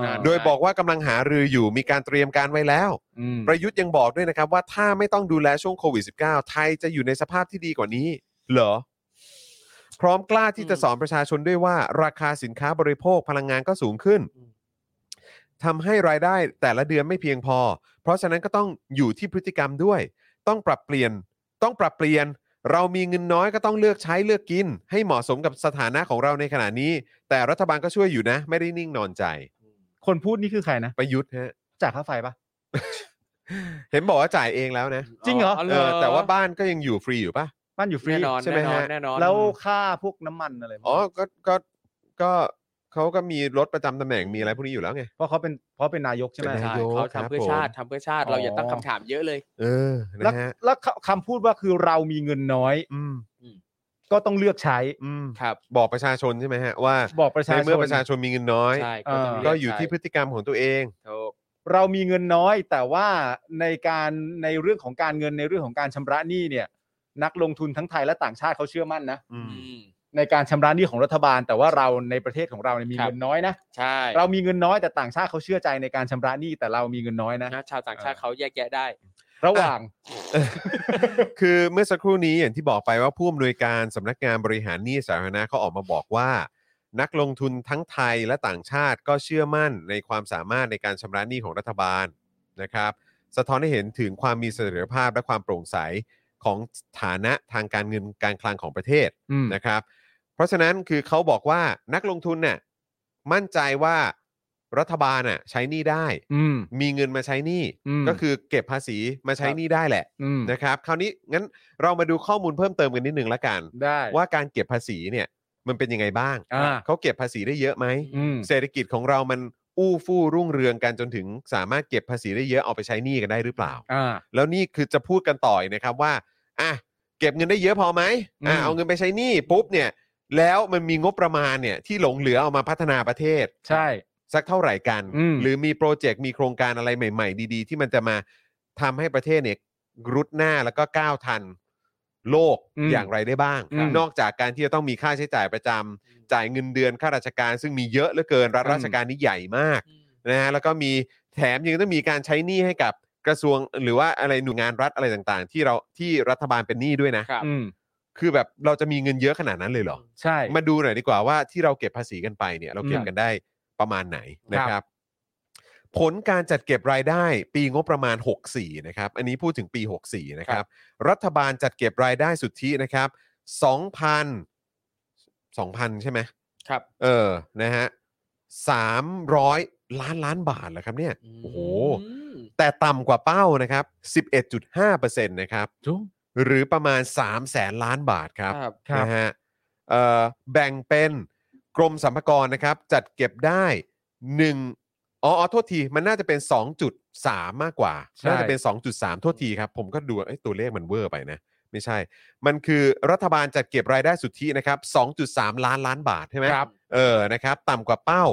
อ่า โดยบอกว่ากำลังหารืออยู่มีการเตรียมการไว้แล้ว อืม ประยุทธ์ยังบอกด้วยนะครับว่าถ้าไม่ต้องดูแลช่วงโควิด -19 ไทยจะอยู่ในสภาพที่ดีกว่านี้ เหรอ พร้อมกล้าที่จะสอนประชาชนด้วยว่า ราคาสินค้าบริโภคพลังงานก็สูงขึ้นทำให้รายได้แต่ละเดือนไม่เพียงพอ เพราะฉะนั้นก็ต้องอยู่ที่พฤติกรรมด้วย ต้องปรับเปลี่ยน ต้องปรับเปลี่ยน เรามีเงินน้อยก็ต้องเลือกใช้เลือกกิน ให้เหมาะสมกับสถานะของเราในขณะนี้ แต่รัฐบาลก็ช่วยอยู่นะ ไม่ได้นิ่งนอนใจ คนพูดนี่คือใครนะ ประยุทธ์ฮะ จ่ายค่าไฟปะ เห็นบอกว่าจ่ายเองแล้วนะ จริงเหรอ า เออแต่ว่าบ้านก็ยังอยู่ฟรีอยู่ป่ะ บ้านอยู่ฟรี แน่นอน ใช่ไหม แน่นอน ฮะ แน่นอน แล้วค่าพวกน้ำมันอะไรพวก อ๋อ นี้ ก็ ก็ ก็เขาก็มีรถประจำตำแหน่งมีอะไรพวกนี้อยู่แล้วไง เพราะเขาเป็นเพราะเป็นนายกใช่ไหม เป็นน ใช่ ยก เขาทำเพื่อชาติทำเพื่อชาติ อ๋อ เราอย่าตั้งคำถามเยอะเลย เออ แล้ว นะฮะ แล้วคำพูดว่าคือเรามีเงินน้อย อืม ก็ต้องเลือกใช้ อืม ครับ บอกประชาชนใช่ไหมฮะ ว่า บอกประชา ใน ช เมื่อน ประชาชนมีเงินน้อย ใช่ เออ ต้งเลื ก็อยู่ที่พ ใช้ ฤติกรรมของตัวเอง ถูก เรามีเงินน้อย แต่ว่าในการในเรื่องของการเงินในเรื่องของการชำระหนี้เนี่ย นักลงทุนทั้งไทยและต่างชาติเขาเชื่อมั่นนะ อืม ในการชำระหนี้ของรัฐบาล แต่ว่าเราในประเทศของเราเนี่ยมี ครับ เงินน้อยนะ ใช่ เรามีเงินน้อยแต่ต่างชาติเขาเชื่อใจในการชำระหนี้แต่เรามีเงินน้อยนะ นะชาวต่างชาติเขาแยกแยะได้ ระหว่าง คือเมื่อสักครู่นี้อย่างที่บอกไปว่าผู้อำนวยการสำนักงานบริหารหนี้สาธารณะเขาออกมาบอกว่า นักลงทุนทั้งไทยและต่างชาติก็เชื่อมั่นในความสามารถในการชำระหนี้ของรัฐบาลนะครับ สะท้อนให้เห็นถึงความมีเสถียรภาพและความโปร่งใสของฐานะทางการเงินการคลังของประเทศ อืม นะครับ เพราะฉะนั้นคือเขาบอกว่านักลงทุนน่ะมั่นใจว่ารัฐบาลน่ะใช้หนี้ได้ อืม มีเงินมาใช้หนี้ อืม ก็คือเก็บภาษีมาใช้หนี้ได้แหละ อืม นะครับคราวนี้งั้นเรามาดูข้อมูลเพิ่มเติมกันนิดนึงละกัน ได้ ว่าการเก็บภาษีเนี่ยมันเป็นยังไงบ้าง อ่า เขาเก็บภาษีได้เยอะไหม อืม เศรษฐกิจของเรามันอู้ฟู่รุ่งเรืองกันจนถึงสามารถเก็บภาษีได้เยอะเอาไปใช้หนี้กันได้หรือเปล่า อ่า แล้วนี่คือจะพูดกันต่อยนะครับว่าอ่ะเก็บเงินได้เยอะพอไหมอ่ะ อืม เอาเงินไปใช้หนี้ปุ๊บเนี่ยแล้วมันมีงบประมาณเนี่ยที่หลงเหลือเอามาพัฒนาประเทศ ใช่ สักเท่าไหร่กัน อืม หรือมีโปรเจกต์มีโครงการอะไรใหม่ ๆ ดี ๆ ที่มันจะมาทำให้ประเทศเนี่ยรุดหน้าแล้วก็ก้าวทันโลก อืม อย่างไรได้บ้าง อืม นอกจากการที่จะต้องมีค่าใช้จ่ายประจำจ่ายเงินเดือนค่าราชการ ซึ่งมีเยอะเหลือเกินรัฐ อืม ราชการนี่ใหญ่มากนะฮะแล้วก็มีแถมยังต้องมีการใช้หนี้ให้กับกระทรวงหรือว่าอะไรหน่วยงานรัฐอะไรต่างๆ ที่เราที่รัฐบาลเป็นหนี้ด้วยนะครับ อืม คือแบบเราจะมีเงินเยอะขนาดนั้นเลยเหรอ ใช่ มาดูหน่อยดีกว่าว่าที่เราเก็บภาษีกันไปเนี่ยเราเก็บกันได้ประมาณไหนนะครับ ผลการจัดเก็บรายได้ปีงบประมาณ 64 นะครับ อันนี้พูดถึงปี 64 นะครับ รัฐบาลจัดเก็บรายได้สุทธินะครับ2,000 2,000 ใช่ไหม ครับ เออนะฮะ300 ล้านล้านบาทเหรอครับเนี่ยโอ้โห แต่ต่ำกว่าเป้านะครับ 11.5%นะครับ หรือประมาณ 3 0 0แสนล้านบาทครับ ครับ ครับ นะฮะเอ่อแบ่งเป็นกรมสรรพากรนะครับ จัดเก็บได้1อ๋ออ๋อโทษที มันน่าจะเป็น 2.3 มากกว่า ใช่ น่าจะเป็น 2.3 โทษทีครับ ผมก็ดูเอ้ยตัวเลขมันเวอร์ไปนะ ไม่ใช่ มันคือรัฐบาลจัดเก็บรายได้สุทธินะครับ 2.3 ล้านล้านบาทใช่ไหม ครับ เออนะครับต่ำกว่าเป้า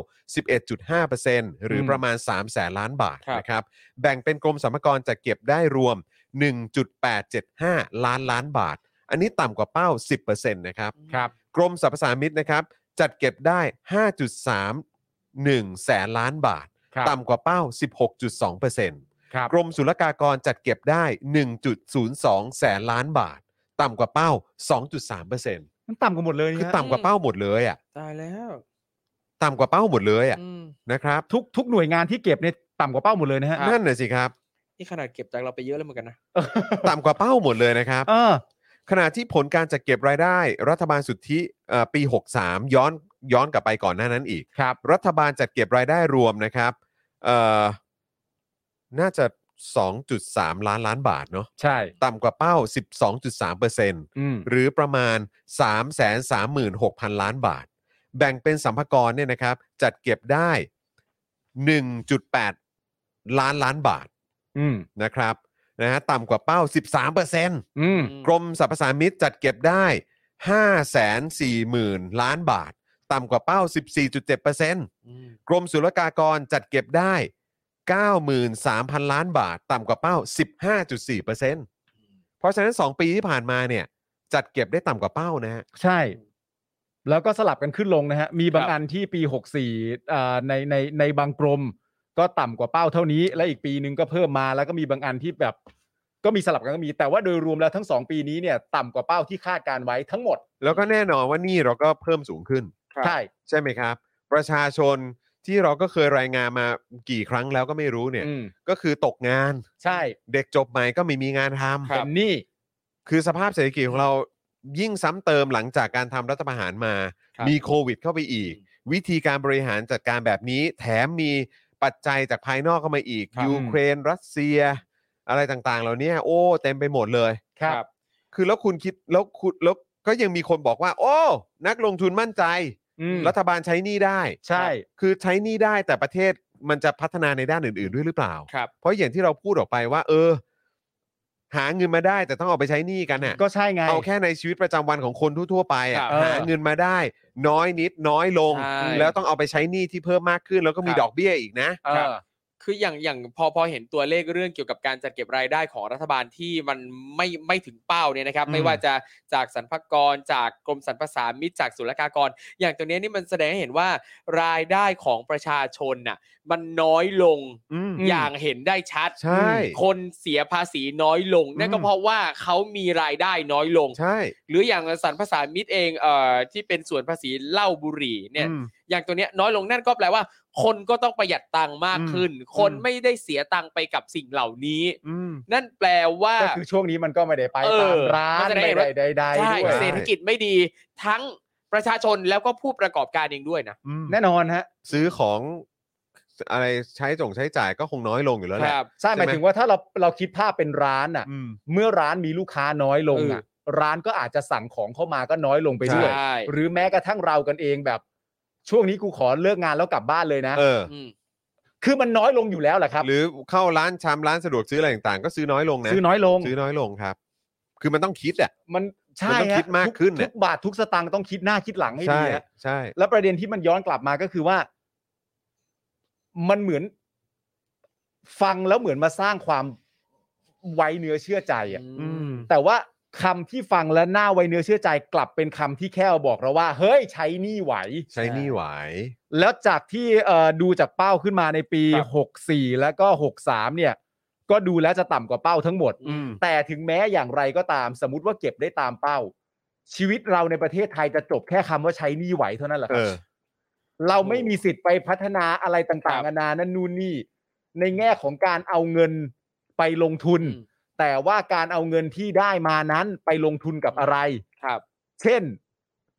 11.5%หรือประมาณ 3 0 0แสนล้านบาท ครับ นะครับ แบ่งเป็นกรมสรรพากรจัดเก็บได้รวม 1.875 ล้านล้านบาท อันนี้ต่ำกว่าเป้า 10%นะครับ ครับ กรมสรรพสามิตนะครับ จัดเก็บได้ 5.31 แสนล้านบาท ครับ ต่ำกว่าเป้า 16.2%น ครับ กรมศุลกากรจัดเก็บได้ 1.02 แสนล้านบาท ต่ำกว่าเป้า 2.3% มันต่ำกว่าหมดเลยนี่ คือ ฮะ ต่ำกว่าเป้าหมดเลยอ่ะ ตายแล้ว ต่ำกว่าเป้าหมดเลยอ่ะ อืม นะครับ ทุกทุกหน่วยงานที่เก็บเนี่ยต่ำกว่าเป้าหมดเลยนะฮะ ครับ นั่นน่ะสิครับ นี่ขนาดเก็บจากเราไปเยอะแล้วเหมือนกันนะ ต่ำกว่าเป้าหมดเลยนะครับ เออ ขณะที่ผลการจัดเก็บรายได้ รัฐบาลสุทธิเอ่อปี 63 ย้อนย้อนกลับไปก่อนหน้านั้นอีก ครับ รัฐบาลจัดเก็บรายได้รวมนะครับเอ่อน่าจะ 2.3 ล้านล้านบาทเนาะ ใช่ ต่ำกว่าเป้า 12.3% อืม หรือประมาณ 336,000 ล้านบาท แบ่งเป็นสัมภาระเนี่ยนะครับ จัดเก็บได้ 1.8 ล้านล้านบาท อืม นะครับนะฮะต่ำกว่าเป้า 13% อืม กรมสรรพสามิตจัดเก็บได้ 5 4 0 0 0 0 ล้านบาท ต่ำกว่าเป้า 14.7% อืม กรมศุลกากรจัดเก็บได้ 93,000 ล้านบาท ต่ำกว่าเป้า 15.4%เพราะฉะนั้น 2 ปีที่ผ่านมาเนี่ยจัดเก็บได้ต่ำกว่าเป้านะฮะ ใช่ แล้วก็สลับกันขึ้นลงนะฮะ มีบางอันที่ปี 64อ่าในในในบางกรม ก็ต่ำกว่าเป้าเท่านี้ และอีกปีนึงก็เพิ่มมาแล้วก็มีบางอันที่แบบ ก็มีสลับกันก็มี แต่ว่าโดยรวมแล้วทั้งสองปีนี้เนี่ย ต่ำกว่าเป้าที่คาดการไว้ทั้งหมด แล้วก็แน่นอนว่าหนี่เราก็เพิ่มสูงขึ้น ใช่ ใช่ไหมครับ ประชาชนที่เราก็เคยรายงานมากี่ครั้งแล้วก็ไม่รู้เนี่ย อืม ก็คือตกงาน ใช่ เด็กจบใหม่ก็ไม่มีงานทำ เป็นหนี้ คือสภาพเศรษฐกิจของเรายิ่งซ้ำเติมหลังจากการทำรัฐประหารมา ครับ มีโควิดเข้าไปอีก วิธีการบริหารจัดการแบบนี้ แถมมีปัจจัยจากภายนอกเข้ามาอีก ครับ ยูเครน รัสเซีย อะไรต่างๆ เหล่านี้โอ้ เต็มไปหมดเลย ครับ คือแล้วคุณคิดแล้วคุณแล้วก็ยังมีคนบอกว่า โอ้ นักลงทุนมั่นใจ อืม รัฐบาลใช้หนี่ได้ ใช่ คือใช้หนี่ได้แต่ประเทศมันจะพัฒนาในด้านอื่น ๆ ด้วยหรือเปล่า ครับ เพราะอย่างที่เราพูดออกไปว่า เออ หาเงินมาได้แต่ต้องเอาไปใช้หนี้กันน่ะ ก็ใช่ไง เอาแค่ในชีวิตประจำวันของคนทั่วๆไปอะ ครับ หาเงินมาได้ น้อยนิดน้อยลง ใช่ แล้วต้องเอาไปใช้หนี้ที่เพิ่มมากขึ้น แล้วก็มี ครับ ดอกเบี้ยอีกนะ เอ ครับ อ คืออย่างอย่างพอพอเห็นตัวเลขเรื่องเกี่ยวกับการจัดเก็บรายได้ของรัฐบาลที่มันไม่ไม่ถึงเป้าเนี่ยนะครับ อืม ไม่ว่าจะจากสรรพากรจากกรมสรรพสามิตจากศุลกากร อย่างตัวเนี้ยนี่มันแสดงให้เห็นว่ารายได้ของประชาชนน่ะมันน้อยลง อืม อย่างเห็นได้ชัด ใช่ คนเสียภาษีน้อยลง นั่นก็ อืม เพราะว่าเขามีรายได้น้อยลง ใช่ หรืออย่างสรรพสามิตเองเอ่อที่เป็นส่วนภาษีเหล้าบุหรี่เนี่ย อืม อย่างตัวเนี้ยน้อยลงนั่นก็แปลว่า คนก็ต้องประหยัดตังค์มากขึ้น คนไม่ได้เสียตังค์ไปกับสิ่งเหล่านี้ อืม นั่นแปลว่า ก็คือช่วงนี้มันก็ไม่ได้ไป เออ ตามร้าน ก็จะได้ ไม่ เห็น ได้ ว่า ใดๆ ใช่ ด้วย เศรษฐกิจไม่ดี ทั้งประชาชนแล้วก็ผู้ประกอบการเองด้วยนะ อืม แน่นอนฮะ ซื้อของอะไรใช้จ่งใช้จ่ายก็คงน้อยลงอยู่แล้วแหละ ใช่ ใช่ไหม หมายถึงว่าถ้าเราเราคิดภาพเป็นร้านอ่ะ อืม เมื่อร้านมีลูกค้าน้อยลงอ่ะ ร้านก็อาจจะสั่งของเข้ามาก็น้อยลงไปด้วย ใช่ หรือแม้กระทั่งเรากันเองแบบ ช่วงนี้กูขอเลิกงานแล้วกลับบ้านเลยนะ เออ อืม คือมันน้อยลงอยู่แล้วแหละครับ หรือเข้าร้านชามร้านสะดวกซื้ออะไรต่างๆ ก็ซื้อน้อยลงนะ ซื้อน้อยลง ซื้อน้อยลงครับ คือมันต้องคิดอ่ะ มันใช่ มันต้อง ฮะ คิดมาก ทุ ขึ้นเนี่ย ทุกบาททุกสตางค์ต้องคิดหน้าคิดหลังให้ ใช่ ดีฮะ ใช่ แล้วประเด็นที่มันย้อนกลับมาก็คือว่า มันเหมือน ฟังแล้วเหมือนมาสร้างความไว้เนื้อเชื่อใจอ่ะ อืม แต่ว่าคำที่ฟังและหน้าไวเนื้อเชื่อใจกลับเป็นคำที่แค่บอกเราว่า เฮ้ยใช้หนี่ไหว ใช้หนี่ไหว แล้วจากที่เอ่อดูจากเป้าขึ้นมาในปี ครับ 64 แล้วก็63เนี่ย ก็ดูแล้วจะต่ำกว่าเป้าทั้งหมด อืม แต่ถึงแม้อย่างไรก็ตาม สมมติว่าเก็บได้ตามเป้า ชีวิตเราในประเทศไทยจะจบแค่คำว่าใช้หนี่ไหวเท่านั้นแหละครั เออ เราไม่มีสิทธิ์ไปพัฒนาอะไรต่าง ค ๆ รับ นานานั่นนู่นนี่ในแง่ของการเอาเงินไปลงทุน อืม แต่ว่าการเอาเงินที่ได้มานั้นไปลงทุนกับอะไร ครับ เช่น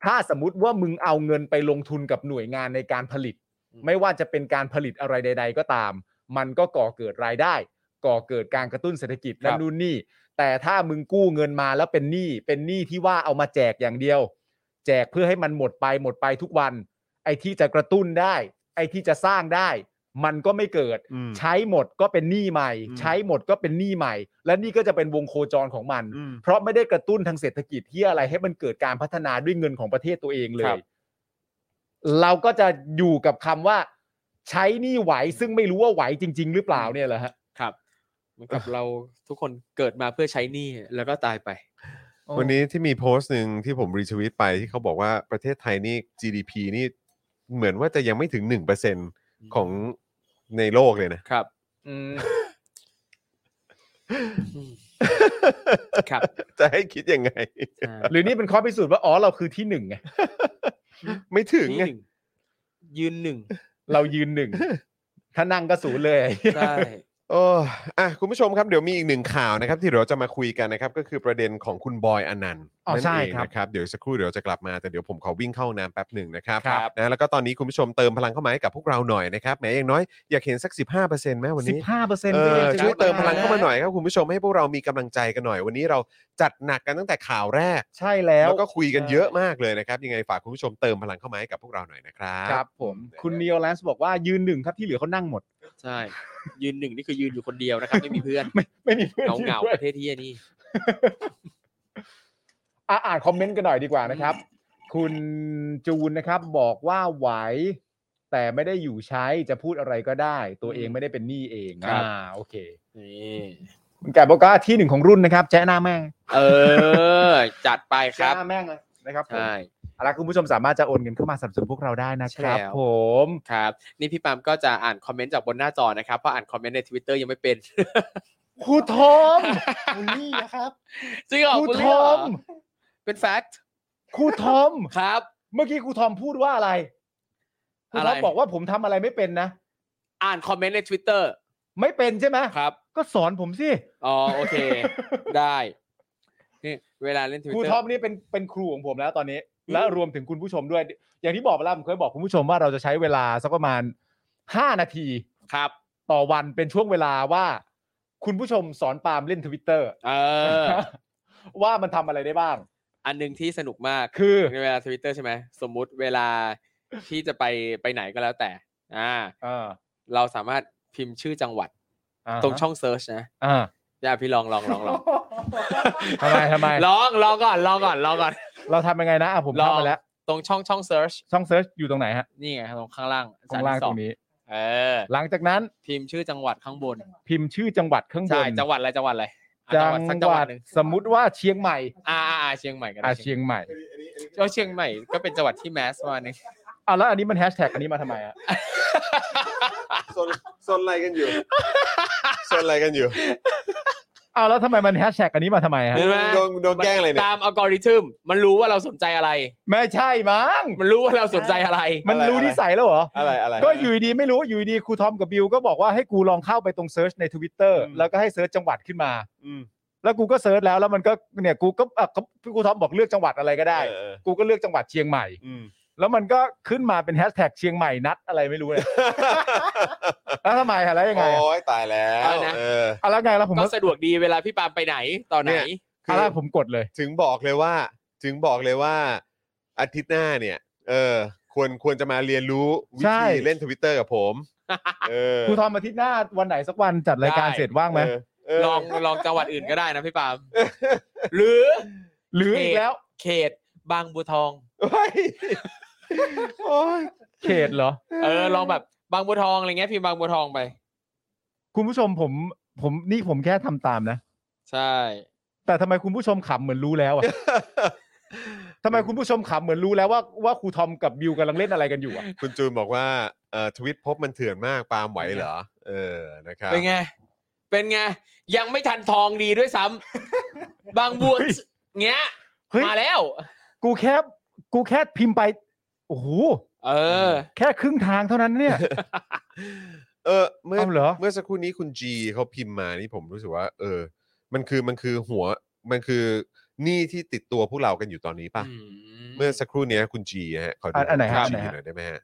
ถ้าสมมติว่ามึงเอาเงินไปลงทุนกับหน่วยงานในการผลิต อืม ไม่ว่าจะเป็นการผลิตอะไรใด ๆ ก็ตาม มันก็ก่อเกิดรายได้ ก่อเกิดการกระตุ้นเศรษฐกิจนั่นนู่นนี่ แต่ถ้ามึงกู้เงินมาแล้วเป็นหนี้เป็นหนี้ที่ว่าเอามาแจกอย่างเดียว แจกเพื่อให้มันหมดไปหมดไปทุกวัน ไอ้ที่จะกระตุ้นได้ ไอ้ที่จะสร้างได้ มันก็ไม่เกิด อืม ใช้หมดก็เป็นหนี้ใหม่ อืม ใช้หมดก็เป็นหนี้ใหม่ และนี่ก็จะเป็นวงโคจรของมัน อืม เพราะไม่ได้กระตุ้นทางเศรษฐกิจที่อะไรให้มันเกิดการพัฒนาด้วยเงินของประเทศตัวเองเล ครั ย บ เราก็จะอยู่กับคำว่า ใช้หนี่ไหวซึ่งไม่รู้ว่าไหวจริง ๆ หรือเปล่าเนี่ยแหละฮะ ครับเหมือนกับเราทุกคนเกิดมาเพื่อใช้หนี้แล้วก็ตายไป วันนี้ที่มีโพสต์หนึ่งที่ผมรีทวิตไปที่เขาบอกว่าประเทศไทยนี่ GDP นี่เหมือนว่าจะยังไม่ถึง 1%ของในโลกเลยนะ ครับ อืม ครับ จะให้คิดยังไง หรือนี่เป็นข้อพิสูจน์ว่าอ๋อเราคือที่หนึ่งไง ไม่ถึง ที่ ไง หนึ่งยืนหนึ่ง เรายืนหนึ่งถ้านั่งก็ศูนย์เลย ได้ โอ้อ่ะคุณผู้ชมครับเดี๋ยวมีอีกหนึ่งข่าวนะครับ ที่เดี๋ยวเราจะมาคุยกันนะครับ ก็คือประเด็นของคุณบอยอนันต์ อ๋อ นั่น ใช่ เอง ครับ นะครับเดี๋ยวสักครู่เดี๋ยวจะกลับมาแต่เดี๋ยวผมขอวิ่งเข้าห้องน้ำแป๊บหนึ่งนะครับ ครับ นะแล้วก็ตอนนี้คุณผู้ชมเติมพลังเข้ามาให้กับพวกเราหน่อยนะครับแหมอย่างน้อยอยากเห็นสัก 15%ไหมวัน สิ นี้ บห้าเปอร์เซ็น เอ ต์ อช่วยเติมพลังเข้ามาห อย น่อยครับคุณผู้ชมให้พวกเรามีกำลังใจกันหน่อย วันนี้เราจัดหนักกันตั้งแต่ข่าวแรก ใช่แล้ว แล้วก็คุยกันเยอะมากเลยนะครับ ยังไงฝากคุณผู้ชมเติมพลังเข้ามาให้กับพวกเราหน่อยนะครั ครับ บ ผมคุณนีโอแลนซ์บอกว่ายืนหนึ่งครับที่เหลือเขานั่งหมด ใช่ ยืนหนึ่งนี่คือยืนอยู่คนเดียวนะครับ ไม่มีเพื่อน ไม่ไม่มีเพื่อน เหงาเหงา ด้ ๆปวย ระเทศที่นี่ อ่ะอ่านคอมเมนต์กันหน่อยดีกว่านะครับ คุณจูนนะครับบอกว่าไหว แต่ไม่ได้อยู่ใช้จะพูดอะไรก็ได้ ตัวเองไม่ได้เป็นหนี้เอง ครับ อ่าโอเค นี่ คุณไก่บอกว่าที่หนึ่งของรุ่นนะครับ แจ้หน้าแม่ง เออ จัดไปครับ แจ้หน้าแม่งเลยนะครับผม ใช่ เอาละคุณผู้ชมสามารถจะโอนเงินเข้ามาสนับสนุนพวกเราได้นะครับ ใช่แล้ว ผม ครับ นี่พี่ปาล์มก็จะอ่านคอมเมนต์จากบนหน้าจอนะครับ เพราะอ่านคอมเมนต์ใน Twitter ยังไม่เป็น ครูทอม บูลลี่นะครับ จริงเหรอ ครู คุณ ท เล่น อ เหรอ ม เป็นแฟกต์ ครูทอม ครับ เมื่อกี้ครูทอมพูดว่าอะไรครูทอม อะไร บอกว่าผมทำอะไรไม่เป็นนะ อ่านคอมเมนต์ใน Twitter ไม่เป็นใช่ไหม ครับ ก็สอนผมสิ อ๋อ โอเค ได้นี่เวลาเล่น ครู Twitter ทอมนี่เป็นเป็นครูของผมแล้วตอนนี้ และรวมถึงคุณผู้ชมด้วย อย่างที่บอกไปแล้วผมเคยบอกคุณผู้ชมว่าเราจะใช้เวลาสักประมาณ 5 นาที ครับ ต่อวันเป็นช่วงเวลาว่า คุณผู้ชมสอนปาล์มเล่นทวิตเตอร์ เออ ว่ามันทำอะไรได้บ้าง อันหนึ่งที่สนุกมาก คือ ใน เวลาทวิตเตอร์ใช่ไหมสมมุติเวลาที่จะไปไปไหนก็แล้วแต่ อ่า เออ เราสามารถพิมพ์ชื่อจังหวัด า ตรงช่องเซิร์ชนะ อ่า อย่าพี่ลองลองลองลอง ทำไมทำไม ลองลองก่อนลองก่อนลองก่อน เราทำยังไงนะอ่ะผม ลอง ทำมาแล้ว ตรงช่องช่องเซิร์ช ช่องเซิร์ชอยู่ตรงไหนฮะ นี่ไงตรงข้างล่าง ตรงล่าง ชั้ ต ส รงนี้ เออ หลังจากนั้น พิมพ์ชื่อจังหวัดข้างบน พิมพ์ชื่อจังหวัดข้างบ ใช่ น จังหวัดอะไรจังหวัดอะไรอ่ะ จัง สัก หวัด หนึ่ง สมมุติว่าเชียงใหม่ อ่าอ่าอ่าเชียงใหม่ก็ได้ อ่ะเชียงใหม่ เออเชียงใหม่ก็เป็นจังหวัดที่แมสประมาณนึง อ่ะแล้วอันนี้มันแฮชแท็กอันนี้มาทำไมอ่ะ โซนโซนอะไรกัน อยู่ โซนอะไรกันอยู่ อ้าวแล้วทำไมมันแฮชแท็กอันนี้มาทำไมฮะ เห็นไหม โดนโดนแกล้งอะไรเนี่ย ตามอัลกอริทึมมันรู้ว่าเราสนใจอะไร ไม่ใช่มั้ง มันรู้ว่าเราสนใจอะไร มันรู้นิสัยแล้วเหรอ อะไรอะไร ก็อยู่ดีๆไม่รู้อยู่ดีๆครูทอมกับบิวก็บอกว่าให้กูลองเข้าไปตรงเซิร์ชใน Twitter แล้วก็ให้เซิร์ชจังหวัดขึ้นมาแล้วกูก็เซิร์ชแล้วแล้วมันก็เนี่ยกูก็อ่ะก็ครูทอมบอกเลือกจังหวัดอะไรก็ได้ เออเออ กูก็เลือกจังหวัดเชียงใหม่ อืม แล้วมันก็ขึ้นมาเป็นแฮชแท็กเชียงใหม่นัดอะไรไม่ รู้เลยแล้วทำไมฮะแล้วยังไง โอ้ อ่ะ ยตายแล้ว เอานะ เออ อ่ะแล้วไงแล้วผม ก็ ก็ สะดวกดีเวลาพี่ปาล์มไปไหนต่อไหน เนี่ย คื อะไร อ ผมกดเลย ถึงบอกเลยว่า ถึงบอกเลยว่า อาทิตย์หน้าเนี่ย เออ ควรควรจะมาเรียนรู้วิ ใช่ ธีเล่นทวิตเตอร์กับผมเออ ครูทอมอาทิตย์หน้าวันไหนสักวันจัดรายการ ได้ เสร็จว่างไหม เออเออ ลองลองจังหวัดอื่นก็ได้นะพี่ปาล์มหรือ หรืออีกแล้ว เขตบางบัวทอง เฮ้ยโอ้ย เขต เหรอ เออลองแบบบางบัวทองอะไรเงี้ยพิมพ์บางบัวทองไป คุณผู้ชมผมผมนี่ผมแค่ทำตามนะ ใช่ แต่ทำไมคุณผู้ชมขำเหมือนรู้ แล้วอ่ะทำไมคุณผู้ชมขำเหมือนรู้แล้วว่าว่าครูทอมกับบิวกำลังเล่นอะไรกันอยู่อ่ะ คุณจูนบอกว่าเอ่อทวิตพบมันเถื่อนมากปาล์มไหวเหรอ เออนะครับ เป็นไง เป็นไง ยังไม่ทันทองดีด้วยซ้ำ บางบัวเงี้ย เฮ้ย มาแล้ว กูแค่กูแค่พิมพ์ไปโอ้โห เออ แค่ครึ่งทางเท่านั้น เนี่ย เออเมื่อ เอาเหรอ เมื่อสักครู่นี้คุณจีเขาพิมพ์มานี่ผมรู้สึกว่า เออ มันคือมันคือหัวมันคือหนี้ที่ติดตัวพวกเรากันอยู่ตอนนี้ป่ะ เมื่อสักครู่เนี้ยคุณจีฮะขอดู อ่ะอันไหนฮะ คุณ อัน จี ไหนฮะ หน่อยได้ไหมฮะ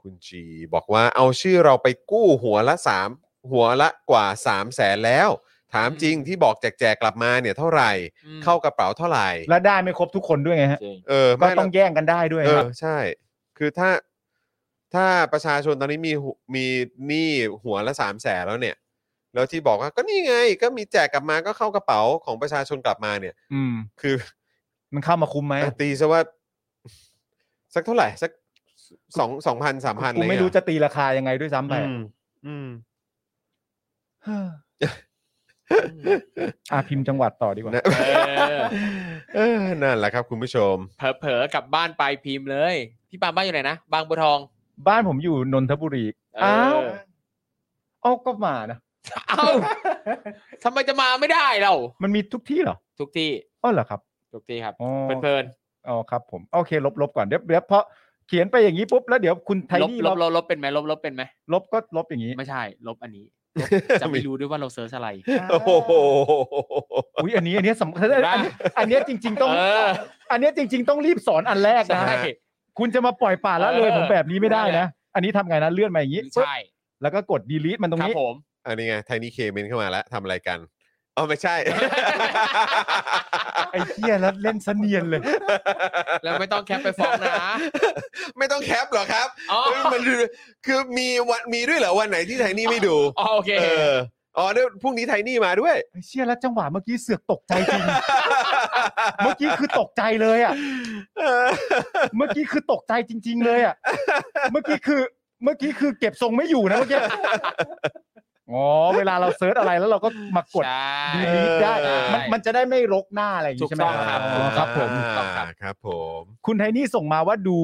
คุณจีบอกว่าเอาชื่อเราไปกู้หัวละสามหัวละกว่าสามแสนแล้ว ถามจริงที่บอกแจกแจกๆกลับมาเนี่ยเท่าไหร่ อืม เข้ากระเป๋าเท่าไหร่ และได้ไม่ครบทุกคนด้วยไงฮะ จริง เออ ก็ ไม่ ต้อง แล้ว แย่งกันได้ด้วย เอ ค อ รับ ใช่ คือถ้าถ้าประชาชนตอนนี้มีหุมีหนี้หัวละสามแสนแล้วเนี่ย แล้วที่บอกว่าก็นี่ไงก็มีแจกกลับมาก็เข้ากระเป๋าของประชาชนกลับมาเนี่ย อืม คือ มันเข้ามาคุมไหม อ่ะตีซะว่า สักเท่าไหร่ สักสองสองพันสามพันอะ กู ไร ไม่ เงี้ย รู้จะตีราคายังไงด้วยซ้ำไป อื อ่ะ มอืม เฮ้ออ่ะพิมพ์จังหวัดต่อดีกว่า นะ อ เออนั่นแหละครับคุณผู้ชม เผลอๆกลับบ้านไปพิมพ์เลยพี่ปาล์มบ้านอยู่ไหนนะบางบัวทอง บ้านผมอยู่นนทบุรี เอออ้ อ้าวเอ้าก็มานะ เอ้าทำไมจะมาไม่ได้เรา มันมีทุกที่เหรอ ทุกที่ อ้อเหรอครับ ทุกที่ครับ อ๋อ เพลิน อ๋อครับผมโอเคลบลบก่อนเดี๋ยวเดี๋ยวเพราะเขียนไปอย่างนี้ปุ๊บแล้วเดี๋ยวคุณไท ๆลบ นี่ ล ล บบลบลบเป็นไหมลบลบเป็นไหม ลบก็ลบอย่างนี้ ไม่ใช่ ลบอันนี้ จะไม่รู้ด้วยว่าเราเซิร์ชอะไร โอ้โห อุ้ยอันนี้อัน นี้สำคัญ เห็นปะ อันนี้อันเนี้ยจริง ๆ ต้อง เออ อันเนี้ยจริง ๆ ต้องรีบสอนอันแรก ใช่ นะคุณจะมาปล่อยป่าละเลย เออ ผมแบบนี้ไม่ได้ นั่นแห นะ ละ อันนี้ทำไงนะเลื่อนมาอย่างนี้ปึ๊บ ใช่ แล้วก็กด delete มันตรง ครับ นี้ ผม อันนี้ไงไทนี่เคเมนเข้ามาแล้วทำอะไรกันอ๋อไม่ใช่ ไอ้เหี้ยแล้วเล่นเสนียนเลย แล้วไม่ต้องแคปไปฟ้องนะ ไม่ต้องแคปหรอกครับ อ๋อ เออมันคือคือมีวันมีด้วยเหรอวันไหนที่ไทนี่ไม่ดู อ๋อโอเค เอออ๋อเนี่ยพรุ่งนี้ไทนี่มาด้วย ไอ้เชี่ยแล้วจังหวะเมื่อกี้เสือกตกใจจริง เมื่อกี้คือตกใจเลยอ่ะ เมื่อกี้คือตกใจจริง ๆ เลยอ่ะ เมื่อกี้คือเมื่อกี้คือเก็บทรงไม่อยู่นะเมื่อกี้ อ๋อเวลาเราเซิร์ชอะไรแล้วเราก็มากด ใช่ ดีลีทได้ ใช่ มันมันจะได้ไม่รกหน้าอะไรอย่าง ถู นี้ ก ใช่ไหม ต้องครับ อ๋อครับผม อ่าครับผม คุณไทนี่ส่งมาว่าดู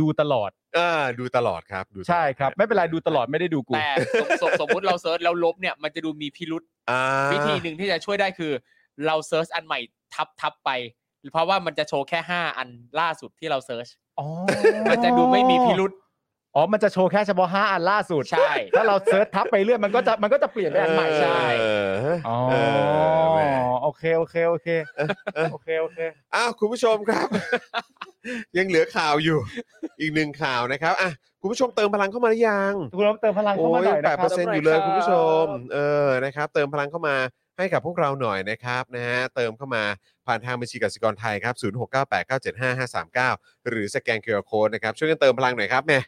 ดูตลอด อ่าดูตลอดครับดูตลอด ใช่ครับ ไม่เป็นไรดูตลอดไม่ได้ดูกู แต่สมสมสมมุติเราเซิร์ชแล้วลบเนี่ยมันจะดูมีพิรุษ อ่า วิธีหนึ่งที่จะช่วยได้คือ เราเซิร์ชอันใหม่ทับทับไป เพราะว่ามันจะโชว์แค่ 5 อันล่าสุดที่เราเซิร์ช อ๋อ มันจะดูไม่มีพิรุษ อ๋อ มันจะโชว์แค่เฉพาะ5อันล่าสุด ใช่ ถ้าเราเซิร์ชทับไปเรื่อยมันก็จะมันก็จะเปลี่ยนไปอันใหม่ใช่ เออ อ๋อ เออแหม โอเคโอเคโอเคโอเคโอเค อ้าวคุณผู้ชมครับ ยังเหลือข่าวอยู่ อีกหนึ่งข่าวนะครับอ่ะคุณผู้ชมเติมพลังเข้ามาหรือยัง ทุกคนเติมพลังเข้า โอ้ มาย หน่อย แป นะ ด ค เป รั อร์เซ็นต์ บ อยู่เลยคุณผู้ชม เออ นะครับ เติมพลังเข้ามาให้กับพวกเราหน่อยนะครับนะฮะ เติมเข้ามาผ่านทางบัญชีกสิกรไทยครับ 0698975539 หรือสแกนเคอร์โคนะครับ ช่วยกันเติมพลังหน่อยครับแหม่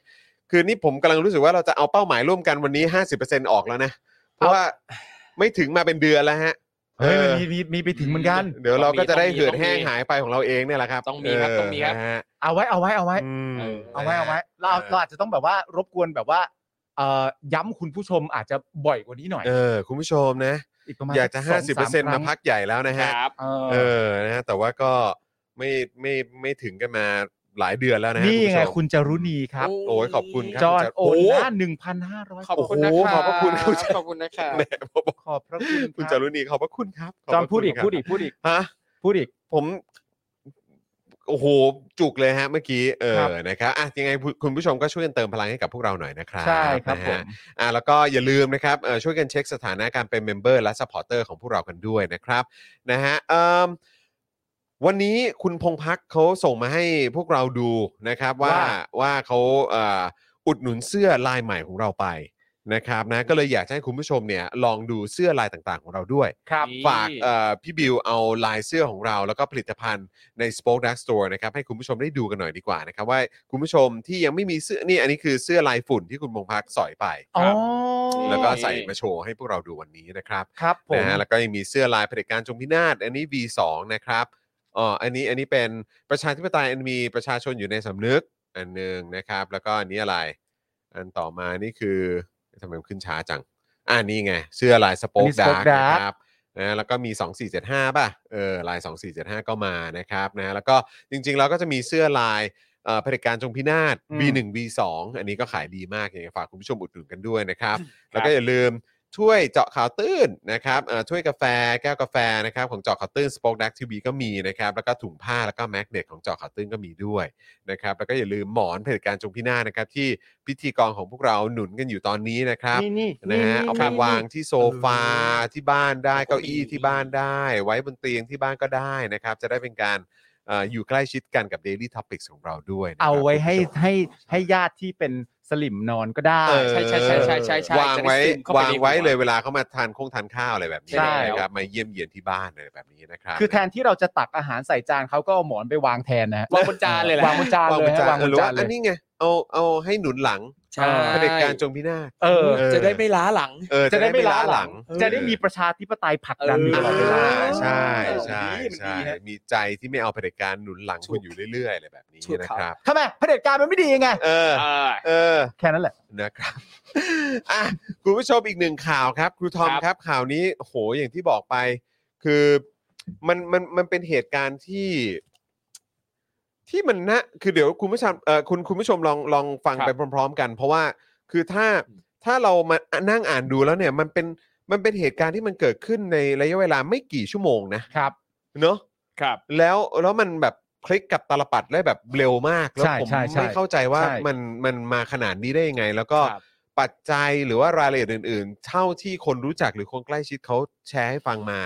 คือนี่ผมกำลังรู้สึกว่าเราจะเอาเป้าหมายร่วมกันวันนี้ 50%ออกแล้วนะ เพราะว่าไม่ถึงมาเป็นเดือนแล้วฮะ เฮ้ย เออ มันมีมีมีไปถึงเหมือนกัน เดี๋ยวเราก็จะได้ ต้องมี เหือดแห้ง ต้องมี หายไปของเราเองเนี่ยแหละครับ ต้องมีครับต้องมีครับ เนะฮะ เอาไว้เอาไว้เอาไว้ อืม เอาไว้เอาไว้เรา เออ เราอาจจะต้องแบบว่ารบกวนแบบว่าเอ่อย้ำคุณผู้ชมอาจจะบ่อยกว่านี้หน่อย เออ คุณผู้ชมนะ อีกประมาณ อยากจะ สงสค 50% รั้ มางพักใหญ่แล้วนะ ค ฮะ รับ เอ เอ อ อ นะฮะแต่ว่าก็ไม่ไม่ไม่ถึงกันมาหลายเดือนแล้วนะฮะ นี่ไง ณผู้ชม คุณจารุณีครับ โอ้ โอ้ยขอบคุณครั จอห์น คุณ โอน โ หน้าหนึ่งพันห้าร้อย ขอบคุณนะครับ โอ้โหขอบพระคุณครับ ขอบคุณนะครับ แหมผมบอก ขอบพระคุณ คุณ รั จา บ รุณีขอบพระคุณครับขบ จอห์น พระ พูดอีก คุณครับ พูดอีกพูดอีก ฮะ พูดอีก ผมโอ้โหจุกเลยฮะเมื่อกี้เอ ครั อบ นะครับอ่ะยังไงคุณผู้ชมก็ช่วยกันเติมพลังให้กับพวกเราหน่อยนะครับ ใช่ครับ นะ ผ ฮะ ม อ่าแล้วก็อย่าลืมนะครับเอ่อช่วยกันเช็คสถานะการเป็นเมมเบอร์และสปอร์เตอร์ของพวกเรากันด้วยนะครับนะฮะเอิ่มวันนี้คุณพงพักเขาส่งมาให้พวกเราดูนะครับว่า ว่า ว่าเขาเอ่ออุดหนุนเสื้อลายใหม่ของเราไปนะครับนะก็เลยอยากจะให้คุณผู้ชมเนี่ยลองดูเสื้อลายต่างๆของเราด้วย ครับ ฝากเอ่อพี่บิวเอาลายเสื้อของเรา แล้วก็ผลิตภัณฑ์ใน Spoke Dark Store นะครับให้คุณผู้ชมได้ดูกันหน่อยดีกว่านะครับว่าคุณผู้ชมที่ยังไม่มีเสื้อนี่อันนี้คือเสื้อลายฝุ่นที่คุณพงพักสอยไป อ๋อ แล้วก็ใส่มาโชว์ให้พวกเราดูวันนี้นะครับ ครับผม นะฮะแล้วก็ยังมีเสื้อลายเผด็จการจงพินาศอันนี้ V2 นะครับอ๋ออันนี้อันนี้เป็นประชาธิปไตยอันมีประชาชนอยู่ในสำนึกอันหนึ่งนะครับ แล้วก็อันนี้อะไร อันต่อมานี่คือทำไมมันขึ้นช้าจังอ่านี่ไง เสื้อลายสป็อ อักนนี้ ดา Spoke ร์ Dark นะครับนะแล้วก็มี 2475 ป่ะเออลาย 2475 ก็มานะครับนะแล้วก็จริงๆเราก็จะมีเสื้อลาย เอ่อเผลิตการจงพินาศ อืม V1 V2 อันนี้ก็ขายดีมากยังไงฝากคุณผู้ชมอุดหนุนกันด้วยนะครับ แล้วก็อย่าลืมถ้วยเจาะข่าวตื้นนะครับเอ่อถ้วยกาแฟแก้วกาแฟนะครับของเจาะข่าวตื้นสป็อคดักทีวีก็มีนะครับ แล้วก็ถุงผ้าแล้วก็แมกเนตของเจาะข่าวตื้นก็มีด้วยนะครับแล้วก็อย่าลืมหมอนเผลิตการจงพินาศนะครับที่พิธีกรของพวกเราหนุนกันอยู่ตอนนี้นะครับ นี่นี่ นะฮะเอาไป นี่นี่ วางที่โซฟาที่บ้านได้เก้าอี้ที่บ้านได้ ไว้บนเตียงที่บ้านก็ได้นะครับ จะได้เป็นการเอ่ออยู่ใกล้ชิดกันกับ Daily Topics ของเราด้วยนะครับ เอาไว้ให้ คุณผู้ชม ให้ให้ญาติที่เป็นสลิมนอนก็ได้ เออ ใช่ใช่ใช่ใช่ใช่ใช่ วางไว้ จะได้ซึมเข้าไป วางไว้ ในหัว เลยเวลาเขามาทานคงทานข้าวอะไรแบบนี้ ใช่ นะครับมาเยี่ยมเยียนที่บ้านอะไรแบบนี้นะครับ คือแทนที่เราจะตักอาหารใส่จานเขาก็เอาหมอนไปวางแทนนะฮะ วางบนจานเลยแหละ วางบนจาน วาง เล บ ย น ฮะ จาน วางบ ห น รือ จา ว่าน เล อัน ย นี้ไงเอาเอาให้หนุนหลัง ใช่ เผด็จการจงพินาศ เออ เออ จะได้ไม่ล้าหลัง เออ จะได้ไม่ล้าหลัง เออ จะได้มีประชาธิปไตยผลักดันอยู่ตลอดเวลา อ่า อ ใช่ใช่ มันใช่ดีมันดีนะ มีใจที่ไม่เอาเผด็จการหนุนหลังคุณอยู่เรื่อยๆอะไรแบบนี้นะครับ ทำไมเผด็จการมันไม่ดียังไง เออ เออ เออ แค่นั้นแหละ นะครับ อ่ะคุณผู้ชมอีกหนึ่งข่าวครับ ครูทอม ครับ ครับ ข่าวนี้โหอย่างที่บอกไป คือมันมันมันเป็นเหตุการณ์ที่ ที่มันนะคือเดี๋ยวคุณผู้ชมเออคุณคุณผู้ชมลองลองฟังไปพร้อม ๆ กัน เพราะว่าคือถ้าถ้าเรามานั่งอ่านดูแล้วเนี่ย มันเป็น มันเป็นเหตุการณ์ที่มันเกิดขึ้นในระยะเวลาไม่กี่ชั่วโมงนะครับ เนอะ ครับ แล้วแล้วมันแบบพลิกกับตาลปัดได้แบบเร็วมากแล้ว ใช่ ผม ใช่ใช่ ไม่เข้าใจว่า ใช่ มันมันมาขนาดนี้ได้ยังไง แล้วก็ ครับ ปัจจัยหรือว่ารายละเอียดอื่น ๆ เท่าที่คนรู้จักหรือคนใกล้ชิดเขาแชร์ให้ฟังมา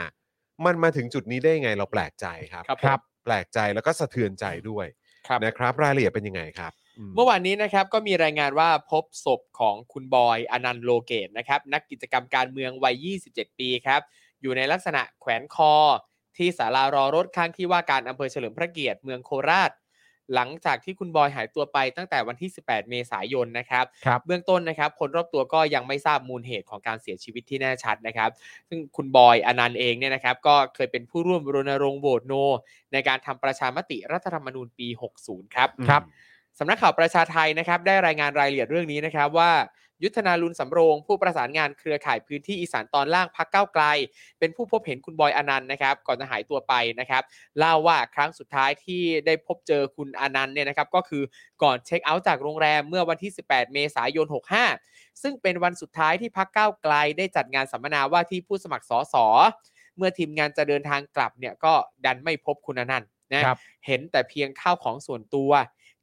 มันมาถึงจุดนี้ได้ยังไงเราแปลกใจครับ ครับผม แปลกใจแล้วก็สะเทือนใจด้วย ครับ นะครับ รายละเอียดเป็นยังไงครับ เมื่อวานนี้นะครับก็มีรายงานว่าพบศพของคุณบอยอนันต์โลเกตนะครับนักกิจกรรมการเมืองวัย 27 ปีครับอยู่ในลักษณะแขวนคอ ที่สารารอรถข้างที่ว่าการอำเภอเฉลิมพระเกียรติเมืองโคราช หลังจากที่คุณบอยหายตัวไปตั้งแต่วันที่ 18 เมษายนนะครับ ครับ เบื้องต้นนะครับ คนรอบตัวก็ยังไม่ทราบมูลเหตุของการเสียชีวิตที่แน่ชัดนะครับ ซึ่งคุณบอยอนันต์เองเนี่ยนะครับ ก็เคยเป็นผู้ร่วมรณรงค์โหวตโน ในการทำประชามติรัฐธรรมนูญปี 60 ครับ ครับ สำนักข่าวประชาไทยนะครับได้รายงานรายละเอียดเรื่องนี้นะครับว่า ยุทธนาลุนสำโรง ผู้ประสานงานเครือข่ายพื้นที่อีสานตอนล่างพักเก้าวไกล เป็นผู้พบเห็นคุณบอยอนันต์นะครับ ก่อนจะหายตัวไปนะครับเล่าว่าครั้งสุดท้ายที่ได้พบเจอคุณอนันต์เนี่ยนะครับก็คือก่อนเช็คเอาท์จากโรงแรมเมื่อวันที่ 18 เมษายน 65 ซึ่งเป็นวันสุดท้ายที่พักเก้าวไกล ได้จัดงานสัมมนาว่าที่ผู้สมัครสสเมื่อทีมงานจะเดินทางกลับเนี่ยก็ดันไม่พบคุณอนันต์นะครับ เห็นแต่เพียงข้าวของส่วนตัว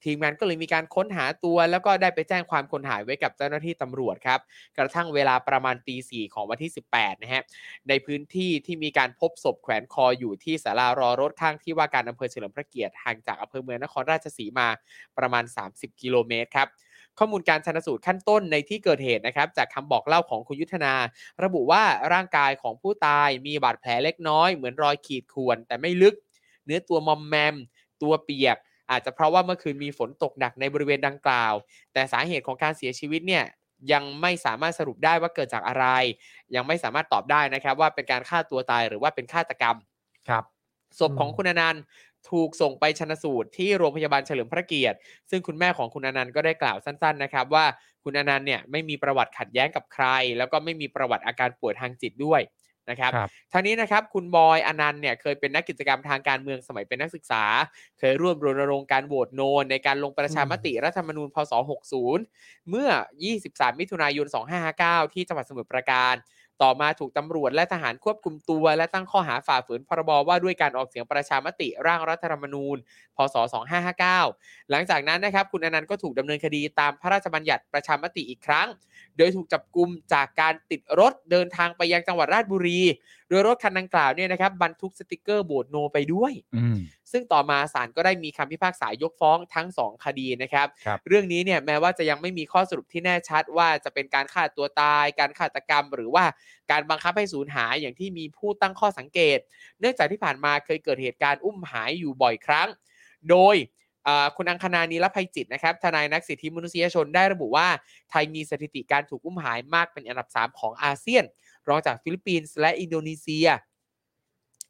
ทีมงานก็เลยมีการค้นหาตัวแล้วก็ได้ไปแจ้งความคนหายไว้กับเจ้าหน้าที่ตำรวจครับ กระทั่งเวลาประมาณตีสี่ของวันที่ 18 นะฮะ ในพื้นที่ที่มีการพบศพแขวนคออยู่ที่สารารอรถข้างที่ว่าการอำเภอเฉลิมพระเกียรติห่างจากอำเภอเมืองนครราชสีมาประมาณ 30 กิโลเมตรครับ ข้อมูลการชนสูตรขั้นต้นในที่เกิดเหตุนะครับ จากคำบอกเล่าของคุณยุทธนา ระบุว่าร่างกายของผู้ตายมีบาดแผลเล็กน้อยเหมือนรอยขีดข่วนแต่ไม่ลึก เนื้อตัวมอมแมม ตัวเปียก อาจจะเพราะว่าเมื่อคืนมีฝนตกหนักในบริเวณดังกล่าว แต่สาเหตุของการเสียชีวิตเนี่ยยังไม่สามารถสรุปได้ว่าเกิดจากอะไร ยังไม่สามารถตอบได้นะครับว่าเป็นการฆ่าตัวตายหรือว่าเป็นฆาตกรรม ครับ ศพของคุณอนันต์ถูกส่งไปชนสูตรที่โรงพยาบาลเฉลิมพระเกียรติ ซึ่งคุณแม่ของคุณอนันต์ก็ได้กล่าวสั้น ๆนะครับ ว่าคุณอนันต์เนี่ยไม่มีประวัติขัดแย้งกับใคร แล้วก็ไม่มีประวัติอาการป่วยทางจิตด้วยนะครับ ครับ ทั้งนี้นะครับคุณบอยอนันต์เนี่ยเคยเป็นนักกิจกรรมทางการเมืองสมัยเป็นนักศึกษา เคยร่วมรณรงค์การโหวตโนนในการลงประชามติรัฐธรรมนูญพศ 60 เมื่อ 23 มิถุนายน 2559 ที่จังหวัดสมุทรปราการ ต่อมาถูกตำรวจและทหารควบคุมตัว และตั้งข้อหาฝ่าฝืนพรบว่าด้วยการออกเสียงประชามติร่างรัฐธรรมนูญ พศ 2559 หลังจากนั้นนะครับ คุณอนันต์ก็ถูกดำเนินคดีตามพระราชบัญญัติประชามติอีกครั้ง โดยถูกจับกลุมจากการติดรถเดินทางไปยังจังหวัดราชบุรี โดยรถคันดังกล่าวเนี่ยนะครับบรรทุกสติกเกอร์โบดโนไปด้วย อืม ซึ่งต่อมาศาลก็ได้มีคำพิพากษายกฟ้องทั้ง 2 คดีนะครับ ครับ เรื่องนี้เนี่ยแม้ว่าจะยังไม่มีข้อสรุปที่แน่ชัดว่าจะเป็นการฆ่าตัวตาย การฆาตกรรม หรือว่าการบังคับให้สูญหายอย่างที่มีผู้ตั้งข้อสังเกต เนื่องจากที่ผ่านมาเคยเกิดเหตุการณ์อุ้มหายอยู่บ่อยครั้ง โดยเอ่อคุณอังคณานีรภัยจิตนะครับทนายนักสิทธิมนุษยชนได้ระบุว่า ไทยมีสถิติการถูกอุ้มหายมากเป็นอันดับ 3 ของอาเซียน รองจากฟิลิปปินส์และอินโดนีเซีย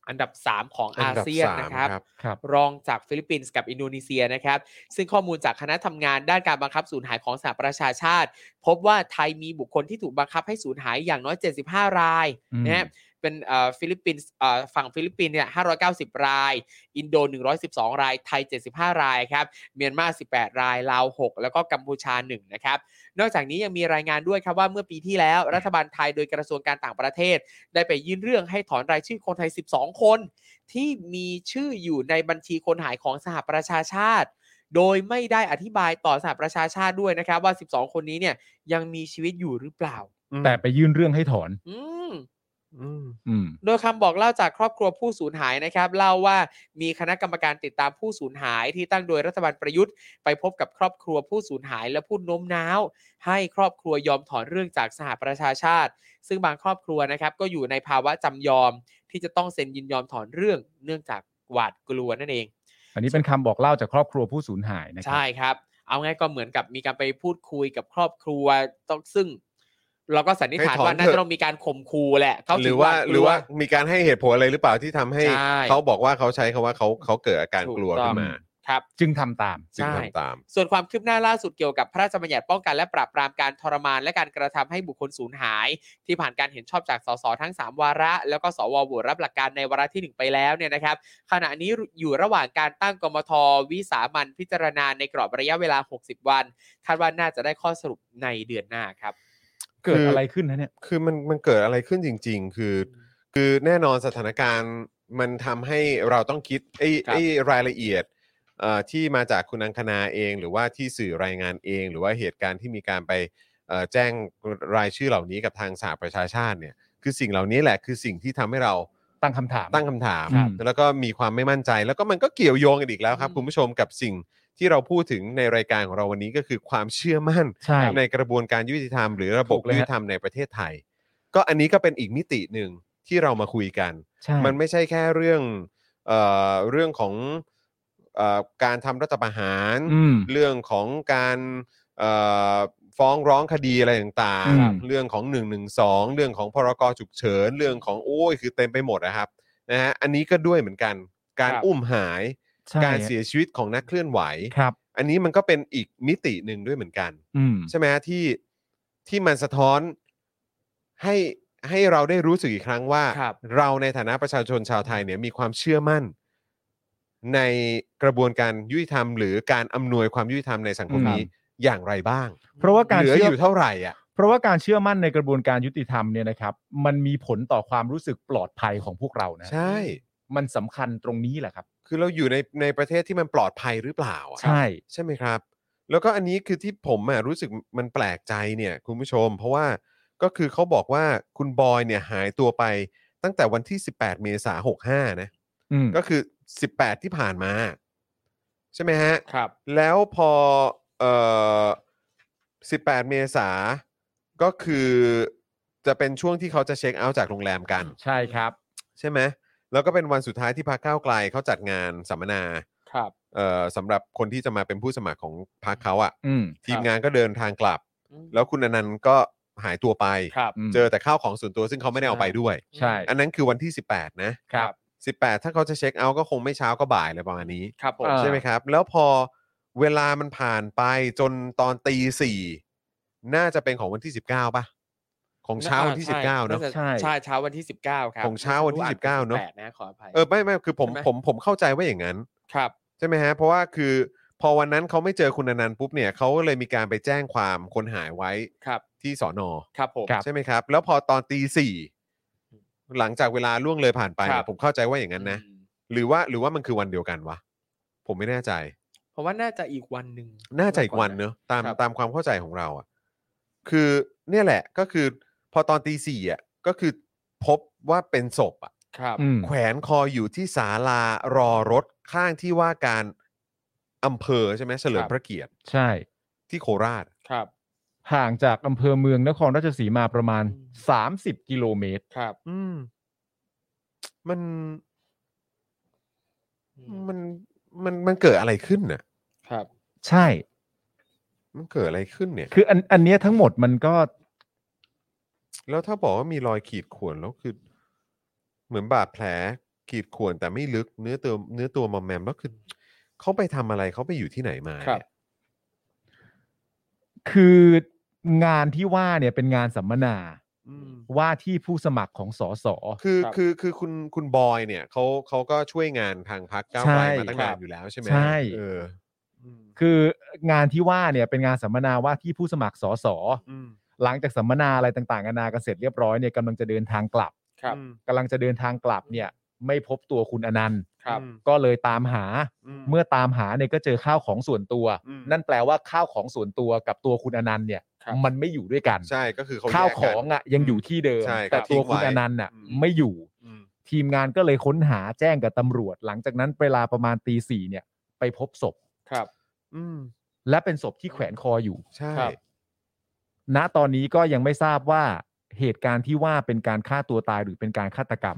อันดับ 3 ของอาเซียนนะครับ ครับ รองจากฟิลิปปินส์กับอินโดนีเซียนะครับ ซึ่งข้อมูลจากคณะทำงานด้านการบังคับสูญหายของสหประชาชาติ พบว่าไทยมีบุคคลที่ถูกบังคับให้สูญหายอย่างน้อย 75 ราย อืม นะฮะเป็นเอ่อฟิลิปปินส์เอ่อฝั่งฟิลิปปินส์เนี่ย590 ราย อินโด 112 ราย ไทย 75 รายครับ เมียนมา 18 ราย ลาว 6 แล้วก็กัมพูชา 1 นะครับ นอกจากนี้ยังมีรายงานด้วยครับว่าเมื่อปีที่แล้ว รัฐบาลไทยโดยกระทรวงการต่างประเทศ ได้ไปยื่นเรื่องให้ถอนรายชื่อคนไทย 12 คน ที่มีชื่ออยู่ในบัญชีคนหายของสหประชาชาติ โดยไม่ได้อธิบายต่อสหประชาชาติด้วยนะครับ ว่า 12 คนนี้เนี่ยยังมีชีวิตอยู่หรือเปล่า แต่ไปยื่นเรื่องให้ถอน อืม อืม อืม โดยคำบอกเล่าจากครอบครัวผู้สูญหายนะครับ เล่าว่ามีคณะกรรมการติดตามผู้สูญหายที่ตั้งโดยรัฐบาลประยุทธ์ไปพบกับครอบครัวผู้สูญหายและพูดโน้มน้าว ให้ครอบครัวยอมถอนเรื่องจากสหประชาชาติ ซึ่งบางครอบครัวนะครับ ก็อยู่ในภาวะจำยอม ที่จะต้องเซ็นยินยอมถอนเรื่อง เนื่องจากหวาดกลัวนั่นเอง อันนี้เป็นคำบอกเล่าจากครอบครัวผู้สูญหายนะครั ใช่ครับ เอาง่ายก็เหมือนกับมีการไปพูดคุยกับครอบครัวต้องซึ่ง เราก็สันนิษฐาให้นถอน ว่าน่า เถ จะ อะ ต้องมีการข่มขู่แหละเขา ห ถึ รื ง อว่า ดกลั หรือว่ามีการให้เหตุผลอะไรหรือเปล่าที่ทำให้ ใช่ เขาบอกว่าเขาใช้คำว่าเขาเขาเกิดอาการ ถูก กลัว ต้อง ขึ้นมา ครับ จึงทำตาม จึง ใช่ ทำตาม ส่วนความคืบหน้าล่าสุดเกี่ยวกับพระราชบัญญัติป้องกันและปราบปรามการทรมานและการกระทำให้บุคคลสูญหาย ที่ผ่านการเห็นชอบจากสสทั้ง 3 วาระ แล้วก็สวโหวตรับหลักการในวาระทีหนึ่งไปแล้วเนี่ยนะครับขณะนี้อยู่ระหว่างการตั้งกมทวิสามันพิจารณาในกรอบระยะเวลา 60 วัน คาดว่าน่าจะได้ข้อสรุปในเดือนหน้าครับ เกิดอะไรขึ้นนะเนี่ย คือมันมันเกิดอะไรขึ้นจริง ๆ คือ คือแน่นอนสถานการณ์มันทำให้เราต้องคิดไอ้ ครับ ไอ้รายละเอียดเอ่อที่มาจากคุณอังคณาเอง หรือว่าที่สื่อรายงานเอง หรือว่าเหตุการณ์ที่มีการไปเอ่อแจ้งรายชื่อเหล่านี้กับทางสหประชาชาติเนี่ยคือสิ่งเหล่านี้แหละคือสิ่งที่ทำให้เรา ตั้งคำถาม ตั้งคำถาม ครับ แล้วก็มีความไม่มั่นใจ แล้วก็มันก็เกี่ยวโยงกันอีกแล้วครับ คุณผู้ชมกับสิ่งที่เราพูดถึงในรายการของเราวันนี้ก็คือความเชื่อมั่น ใช่ ในกระบวนการยุติธรรมหรือระบบ ถูกเลย ยุ ฮะ ติธรรมในประเทศไทย ก็อันนี้ก็เป็นอีกมิติหนึ่งที่เรามาคุยกัน ใช่ มันไม่ใช่แค่เรื่องเอ่อเรื่องของเอ่อการทำรัฐประหาร อืม เรื่องของการเอ่อฟ้องร้องคดีอะไรต่าง อืม ๆ เรื่องของ1นึเรื่องของพรกฉุกเฉิน เรื่องของโอ้ยคือเต็มไปหมดนะครับนะฮะอันนี้ก็ด้วยเหมือนกัน การ ครับ อุ้มหาย ใช่ การเสียชีวิตของนักเคลื่อนไหว ครับ อันนี้มันก็เป็นอีกมิติหนึ่งด้วยเหมือนกัน อืม ใช่ไหมฮะที่ที่มันสะท้อนให้ให้เราได้รู้สึกอีกครั้งว่า ครับ เราในฐานะประชาชนชาวไทยเนี่ยมีความเชื่อมั่น ในกระบวนการยุติธรรม หรือการอำนวยความยุติธรรมในสังคม อืม นี้อย่างไรบ้าง เพราะว่าการ เหลือ เชื่อ อยู่เท่าไหร่อ่ะ เพราะว่าการเชื่อมั่นในกระบวนการยุติธรรมเนี่ยนะครับ มันมีผลต่อความรู้สึกปลอดภัยของพวกเรานะ ใช่ มันสำคัญตรงนี้แหละครับ คือเราอยู่ในในประเทศที่มันปลอดภัยหรือเปล่าอะ ใช่ ใช่ไหมครับ แล้วก็อันนี้คือที่ผมอะรู้สึกมันแปลกใจเนี่ยคุณผู้ชม เพราะว่าก็คือเขาบอกว่าคุณบอยเนี่ยหายตัวไปตั้งแต่วันที่ 18 เมษายน65 นะ อืม ก็คือ 18 ที่ผ่านมา ใช่ไหมฮะ ครับ แล้วพอเอ่อ18 เมษาก็คือจะเป็นช่วงที่เขาจะเช็คเอาท์จากโรงแรมกัน ใช่ครับ ใช่ไหมแล้วก็เป็นวันสุดท้ายที่พรรคก้าวไกลเขาจัดงานสัมมนา ครับ เอ่อสำหรับคนที่จะมาเป็นผู้สมัครของพรรคเขาอะ อืม ทีมงานก็เดินทางกลับ แล้วคุณอนันต์ก็หายตัวไป ครับ ม เจอแต่ข้าวของส่วนตัวซึ่งเขาไม่ได้เอาไปด้วย ใช่ อันนั้นคือวันที่ 18 นะ ครับ 18 ถ้าเขาจะเช็คเอาท์ก็คงไม่เช้าก็บ่ายอะไรประมาณนี้ ครับผม า ใช่ไหมครับ แล้วพอเวลามันผ่านไปจนตอนตีสี่น่าจะเป็นของวันที่ 19ป่ะ ของเช้าวันที่ 19 เนอะ ใช่ ใช่ใช่เช้าวันที่ 19 ครับ ของเช้าวันที่ ไม่ 19 รู้ เนอะ แปดนะขออภัย เออไม่ไม่คือผม ใช่ไหม ผมผมเข้าใจว่าอย่างนั้น ครับ ใช่ไหมฮะ เพราะว่าคือพอวันนั้นเขาไม่เจอคุณอนันต์ปุ๊บเนี่ยเขาก็เลยมีการไปแจ้งความคนหายไว้ ครับ ที่สอนอ ครับผม ครับ ใช่ไหมครับ แล้วพอตอนตีสี่หลังจากเวลาล่วงเลยผ่านไป ครั เนี่ บ ยผมเข้าใจว่าอย่างนั้นนะ อืม หรือว่าหรือว่ามันคือวันเดียวกันวะ ผมไม่แน่ใจ เพราะว่าน่าจะอีกวันหนึ่ง น่าจะอีกวันเนอะตาม ครับ ตามความเข้าใจของเราอะคือเนี่ยแหละก็คือพอตอนตีสี่อ่ะก็คือพบว่าเป็นศพอ่ะ ครับ อืม แขวนคออยู่ที่ศาลารอรถข้างที่ว่าการอำเภอใช่ไหมเฉลิม ครับ พระเกียรติ ใช่ ที่โคราช ครับ ห่างจากอำเภอเมืองนครราชสีมาประมาณ อืม 30 กิโลเมตร ครับ อืม มันมันมันมันเกิดอะไรขึ้นน่ะ ครับ ใช่ มันเกิดอะไรขึ้นเนี่ย คืออันอันเนี้ยทั้งหมดมันก็ แล้วถ้าบอกว่ามีรอยขีดข่วนแล้วคือ เหมือนบาดแผลขีดข่วนแต่ไม่ลึกเนื้อตัวเนื้อตัวมอมแมมแล้วคือเขาไปทำอะไรเขาไปอยู่ที่ไหนมา ครับ เนี่ย คืองานที่ว่าเนี่ยเป็นงานสัมมนา อืม ว่าที่ผู้สมัครของสส คือ ครับ คือคือคุณคุณบอยเนี่ยเขาเขาก็ช่วยงานทางพักก้าวไกล ใช่ มาตั้งนา ครั น บ อยู่แล้วใช่ไหม ใช่ เออ คืองานที่ว่าเนี่ยเป็นงานสัมมนาว่าที่ผู้สมัครสส อืม หลังจากสัมมนาอะไรต่างๆนานากันเสร็จเรียบร้อยเนี่ยกำลังจะเดินทางกลับ ครับ อืม กำลังจะเดินทางกลับเนี่ย ไม่พบตัวคุณอนันต์ ครับ อืม ก็เลยตามหา เมื่อตามหาเนี่ยก็เจอข้าวของส่วนตัว อืม นั่นแปลว่าข้าวของส่วนตัวกับตัวคุณอนันต์เนี่ย ครับ มันไม่อยู่ด้วยกัน ใช่ก็คือเขา ข้าว แยก ข กัน องอ่ะยังอยู่ที่เดิม ใช่ครับ แต่ตัว ทิ้งไว้ คุณอนันต์น่ะ อืม ไม่อยู่ อืม ทีมงานก็เลยค้นหาแจ้งกับตำรวจ หลังจากนั้นเวลาประมาณตีสี่เนี่ย ไปพบศพ ครับ อืม และเป็นศพที่แขวนคออยู่ ใช่ ครับ ณตอนนี้ก็ยังไม่ทราบว่าเหตุการณ์ที่ว่าเป็นการฆ่าตัวตายหรือเป็นการฆาตกรรม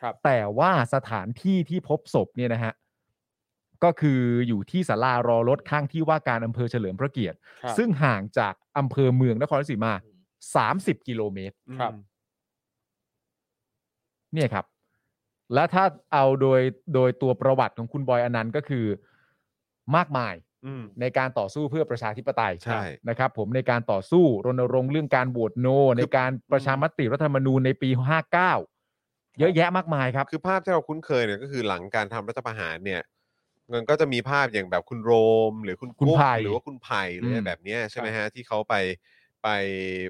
ครับ แต่ว่าสถานที่ที่พบศพเนี่ยนะฮะก็คืออยู่ที่สารารอรถข้างที่ว่าการอำเภอเฉลิมพระเกียรติ ครับ ซึ่งห่างจากอำเภอเมืองนครราชสีมา 30 กิโลเมตร ครับ เนี่ยครับ และถ้าเอาโดยโดยตัวประวัติของคุณบอยอนันต์ก็คือมากมาย อืม ในการต่อสู้เพื่อประชาธิปไตย ใช่ นะครับ ผมในการต่อสู้รณรงค์เรื่องการโหวตโน ในการประชามติรัฐธรรมนูญในปี 59 เยอะแยะมากมายครับ คือภาพที่เราคุ้นเคยเนี่ยก็คือหลังการทำรัฐประหารเนี่ยมันก็จะมีภาพอย่างแบบคุณโรม หรือคุณ คุณ กุ๊ก ไผ่ หรือว่าคุณไผ่หรืออะไร อืม แบบเนี้ยใช่ไหมฮะที่เขาไป ไป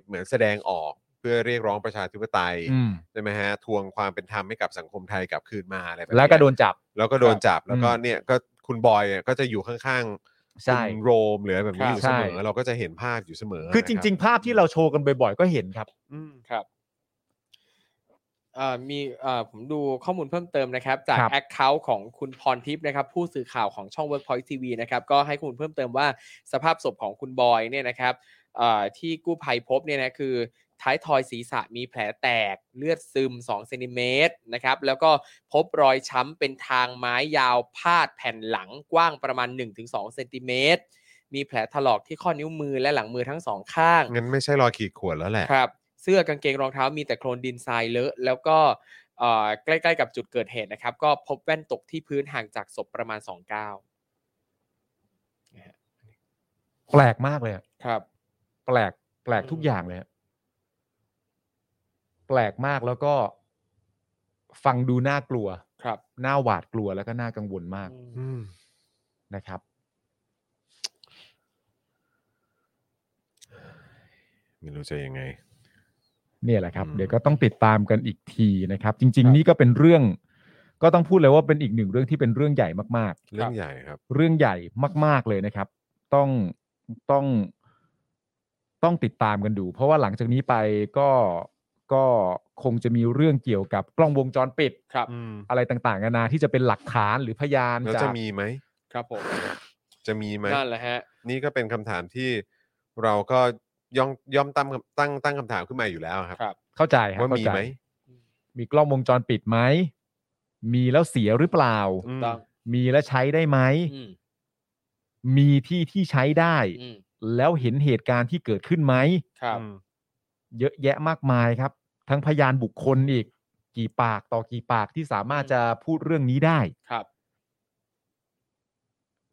เหมือนแสดงออกเพื่อเรียกร้องประชาธิปไตย อืม ใช่ไหมฮะทวงความเป็นธรรมให้กับสังคมไทยกลับคืนมาอะไรแบบเนี้ย แล้วก็โดนจับ แล้วก็โดนจับแล้วก็ อืม เนี่ยก็คุณบอยเนี่ยก็จะอยู่ข้างๆ ใช่ คุณโรมหรืออะไรแบบนี้ คอรับยู่เสม ใช่ อเราก็จะเห็นภาพอยู่เสมอ คือจริง ๆ ภาพที่เราโชว์กันบ่อยๆ ก็เห็นครับ ครับเอ่อมีเอ่อผมดูข้อมูลเพิ่มเติมนะครับ จาก ครับ แอคเคาท์ของคุณพรทิพย์นะครับ ผู้สื่อข่าวของช่อง Workpoint TV นะครับ ก็ให้ข้อมูลเพิ่มเติมว่าสภาพศพของคุณบอยเนี่ยนะครับเอ่อที่กู้ภัยพบเนี่ยนะคือ ท้ายทอยศีรษะมีแผลแตกเลือดซึม 2 เซนติเมตรนะครับ แล้วก็พบรอยช้ำเป็นทางไม้ยาวพาดแผ่นหลังกว้างประมาณ 1-2 เซนติเมตร มีแผลถลอกที่ข้อนิ้วมือและหลังมือทั้งสองข้าง ๆงั้นไม่ใช่รอยขีดข่วนแล้วแหละ ครับเสื้อกางเกงรองเท้ามีแต่โคลนดินทรายเลอะ แล้วก็เอ่อใกล้ ๆ กับจุดเกิดเหตุนะครับ ก็พบแว่นตกที่พื้นห่างจากศพประมาณ 2 ก้าว แปลกมากเลยอะ ครับ แปลกแปลกทุกอย่างเลยอะแปลกมากแล้วก็ฟังดูน่ากลัว ครับ น่าหวาดกลัวแล้วก็น่ากังวลมาก อืม นะครับ ไม่รู้จะยังไง เนี่ยแหละครับ อืม เดี๋ยวก็ต้องติดตามกันอีกทีนะครับ จริง ๆ นี่ก็เป็นเรื่อง ก็ต้องพูดเลยว่าเป็นอีกหนึ่งเรื่องที่เป็นเรื่องใหญ่มาก เรื่องใหญ่ครับ ๆ เรื่องใหญ่มาก ๆเลยนะครับ ต้องต้องต้องติดตามกันดู เพราะว่าหลังจากนี้ไปก็ก็คงจะมีเรื่องเกี่ยวกับกล้องวงจรปิด ครับ อืม อะไรต่างๆนานาที่จะเป็นหลักฐานหรือพยาน แล้ว จาก จะมีไหม ครับผม จะมีไหม นั่นแหละฮะ นี่ก็เป็นคำถามที่เราก็ย่อมย่อมตั้งตั้งตั้งคำถามขึ้นมาอยู่แล้วครับ ครับ เข้าใจครับ ว่า เข้า มี ใจ ไหม มีกล้องวงจรปิดไหมมีแล้วเสียหรือเปล่า อืม ต้อง มีแล้วใช้ได้ไหม อืม มีที่ที่ใช้ได้ อืม แล้วเห็นเหตุการณ์ที่เกิดขึ้นไหม ครับ อืม เยอะแยะมากมายครับ ทั้งพยานบุคคลอีก กี่ปากต่อกี่ปากที่สามารถจะพูดเรื่องนี้ได้ ครับ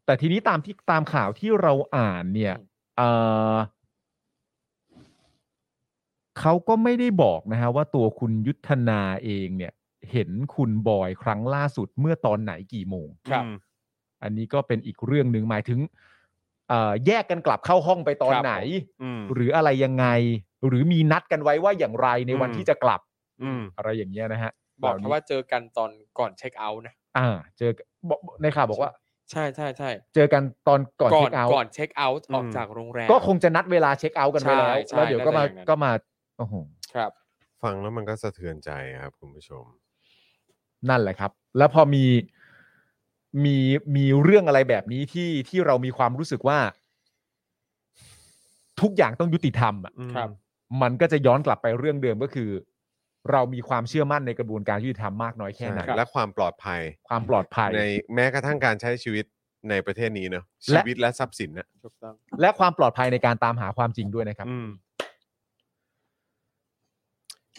แต่ทีนี้ตามที่ตามข่าวที่เราอ่านเนี่ย อืม เอ่อเขาก็ไม่ได้บอกนะฮะว่าตัวคุณยุทธนาเองเนี่ย เห็นคุณบอยครั้งล่าสุดเมื่อตอนไหนกี่โมง ครับ อืม อันนี้ก็เป็นอีกเรื่องหนึ่งหมายถึงเอ่อแยกกันกลับเข้าห้องไปตอน ครับ ไหน อืม หรืออะไรยังไง หรือมีนัดกันไว้ว่าอย่างไรในวัน อืม ที่จะกลับ อืม อะไรอย่างเงี้ยนะฮะ บอก เห แค่ ล่นี้ ว่าเจอกันตอนก่อนเช็คเอาท์นะ อ่า เจอบอกในข่าวบอกว่า ใช่ใช่ใช่ เจอกันตอนก่อน ก่อ เช็ น คเอาท์ ก่อนเช็คเอาท์ออกจากโรงแรม ก็คงจะนัดเวลาเช็คเอาท์กันไปแล้ว ใช่ใช่ แล้วเดี๋ยวก็มา น่าจะอย่างนั้น ก็มาโอ้โห ครับ ฟังแล้วมันก็สะเทือนใจครับคุณผู้ชม นั่นแหละครับ แล้วพอมีมีมีเรื่องอะไรแบบนี้ที่ที่เรามีความรู้สึกว่า ทุกอย่างต้องยุติธรรมอ่ะ ครับ มันก็จะย้อนกลับไปเรื่องเดิมก็คือ เรามีความเชื่อมั่นในกระบวนการยุติธรรมมากน้อยแค่ ใช่ ไหน และความปลอดภัย ความปลอดภัย ในแม้กระทั่งการใช้ชีวิตในประเทศนี้เนอะชี และ วิตและทรัพย์สินนะ ถูกต้อง และความปลอดภัยในการตามหาความจริงด้วยนะครับ อืม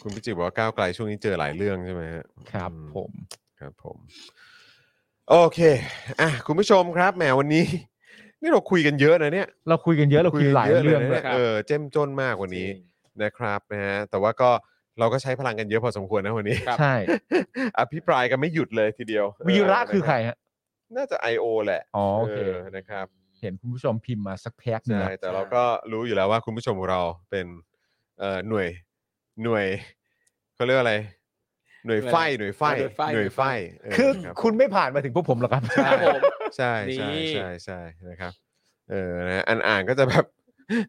คุณพิจิตรบอกว่าก้าวไกลช่วงนี้เจอหลายเรื่องใช่ไหมฮะ ครับ อืม ผม ครับผม โอเค อ่ะ คุณผู้ชมครับแหมวันนี้ นี่เราคุยกันเยอะนะเนี่ย เราคุยกันเยอะเราคุยหลายเรื่อง นะ ด้ว นี่ ย เออเจ้มจนมากกว่านี้ จริง นะครับนะฮะแต่ว่าก็เราก็ใช้พลังกันเยอะพอสมควรนะวันนี้ ครับ ใช่ อภิปรายกันไม่หยุดเลยทีเดียว วีระ เ คือใครฮะ น่าจะ I.O. แหละ อ๋อโอเค นะครับ เห็นคุณผู้ชมพิมพ์มาสักแพ็กหนึง ใช่ แล้ว แต่เราก็รู้อยู่แล้วว่าคุณผู้ชมของเราเป็นเอ่อหน่วยหน่วยเขาเรียกว่าอะไร หน่วยไฟหน่วยไฟ หน่วยไฟ่ หน่วยไฟเ คือ รับผม คุณไม่ผ่านมาถึงพวกผมหรอกครับ ครับผม ใช่ นี่ ใช่ใช่ใช่นะครับ เออนะฮะอันอ่านก็จะแบบ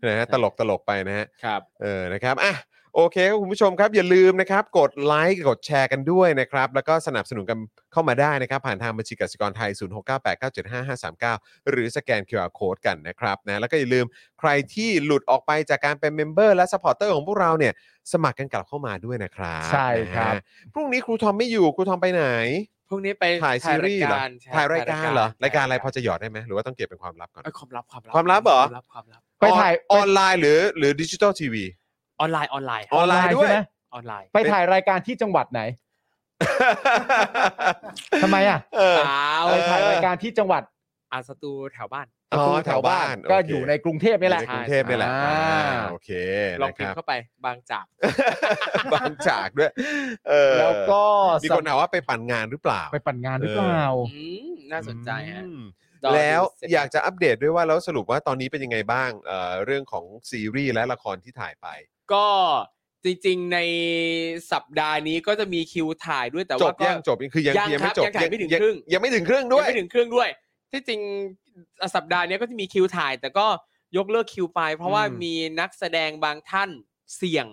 นะฮะตลกตลกไปนะฮะ ครับ เออนะครับอ่ะโอเคครับคุณผู้ชมครับ อย่าลืมนะครับ กดไลค์กดแชร์กันด้วยนะครับ แล้วก็สนับสนุนกันเข้ามาได้นะครับ ผ่านทางบัญชีกสิกรไทย 0698975539 หรือสแกน QR Code กันนะครับนะแล้วก็อย่าลืมใครที่หลุดออกไปจากการเป็นเมมเบอร์และสปอร์เตอร์ของพวกเราเนี่ย สมัครกันกลับเข้ามาด้วยนะครับ ใช่ครับ นะฮะพรุ่งนี้ครูทอมไม่อยู่ครูทอมไปไหน พวกนี้ไป ถ่ายซีรีส์เหรอ ใช่ ถ่ายรายการเหรอ รายการอะไรพอจะหยอดได้ไหมหรือว่าต้องเก็บเป็นความลับก่อน เอ้ยความลับความลับ ความลับเหรอ ความลับความลับ ไปถ่าย ออนออนไลน์หรือหรือดิจิตอลทีวี ออนไลน์ออนไลน์ ออนไลน์ด้วย ใช่ไหม ออนไลน์ ไปถ่ายรายการที่จังหวัดไหนทำไมอ่ะ เออ สาว ไปถ่ายรายการที่จังหวัด อาสตูแถวบ้าน อ๋อแถวบ้าน ก็ โเค อยู่ในกรุงเทพนี่แหละ อยู่ในกรุงเทพนี่แหละ อ่า อ่าโอเค ลอง นะค พิม รับ พ์เข้าไปบางจาก บางจากด้วยเออ แล้วก็ มีคนถามว่าไปปั่นงานหรือเปล่า ไปปั่นงานหรือเปล่า อืมน่าสนใจฮะ อืม รอดู แล้ว เสร็จ อยากจะอัปเดตด้วยว่าแล้วสรุปว่าตอนนี้เป็นยังไงบ้างเอ่อเรื่องของซีรีส์และละครที่ถ่ายไป ก็จริงๆในสัปดาห์นี้ก็จะมีคิวถ่ายด้วยแต่ จ ว่า บ ก็ ยังจบยังคือยัง ยัง ยัง ครั ไม่ บ จบ ยังถ่ายไม่ถึงครึ่ง ยังไม่ถึงครึ่งด้วย ยังไม่ถึงเครื่องด้วย ที่จริงอ่ะสัปดาห์เนี้ยก็จะมีคิวถ่าย แต่ก็ยกเลิกคิวไป เพราะว่า อืม มีนักแสดงบางท่านเสี่ยง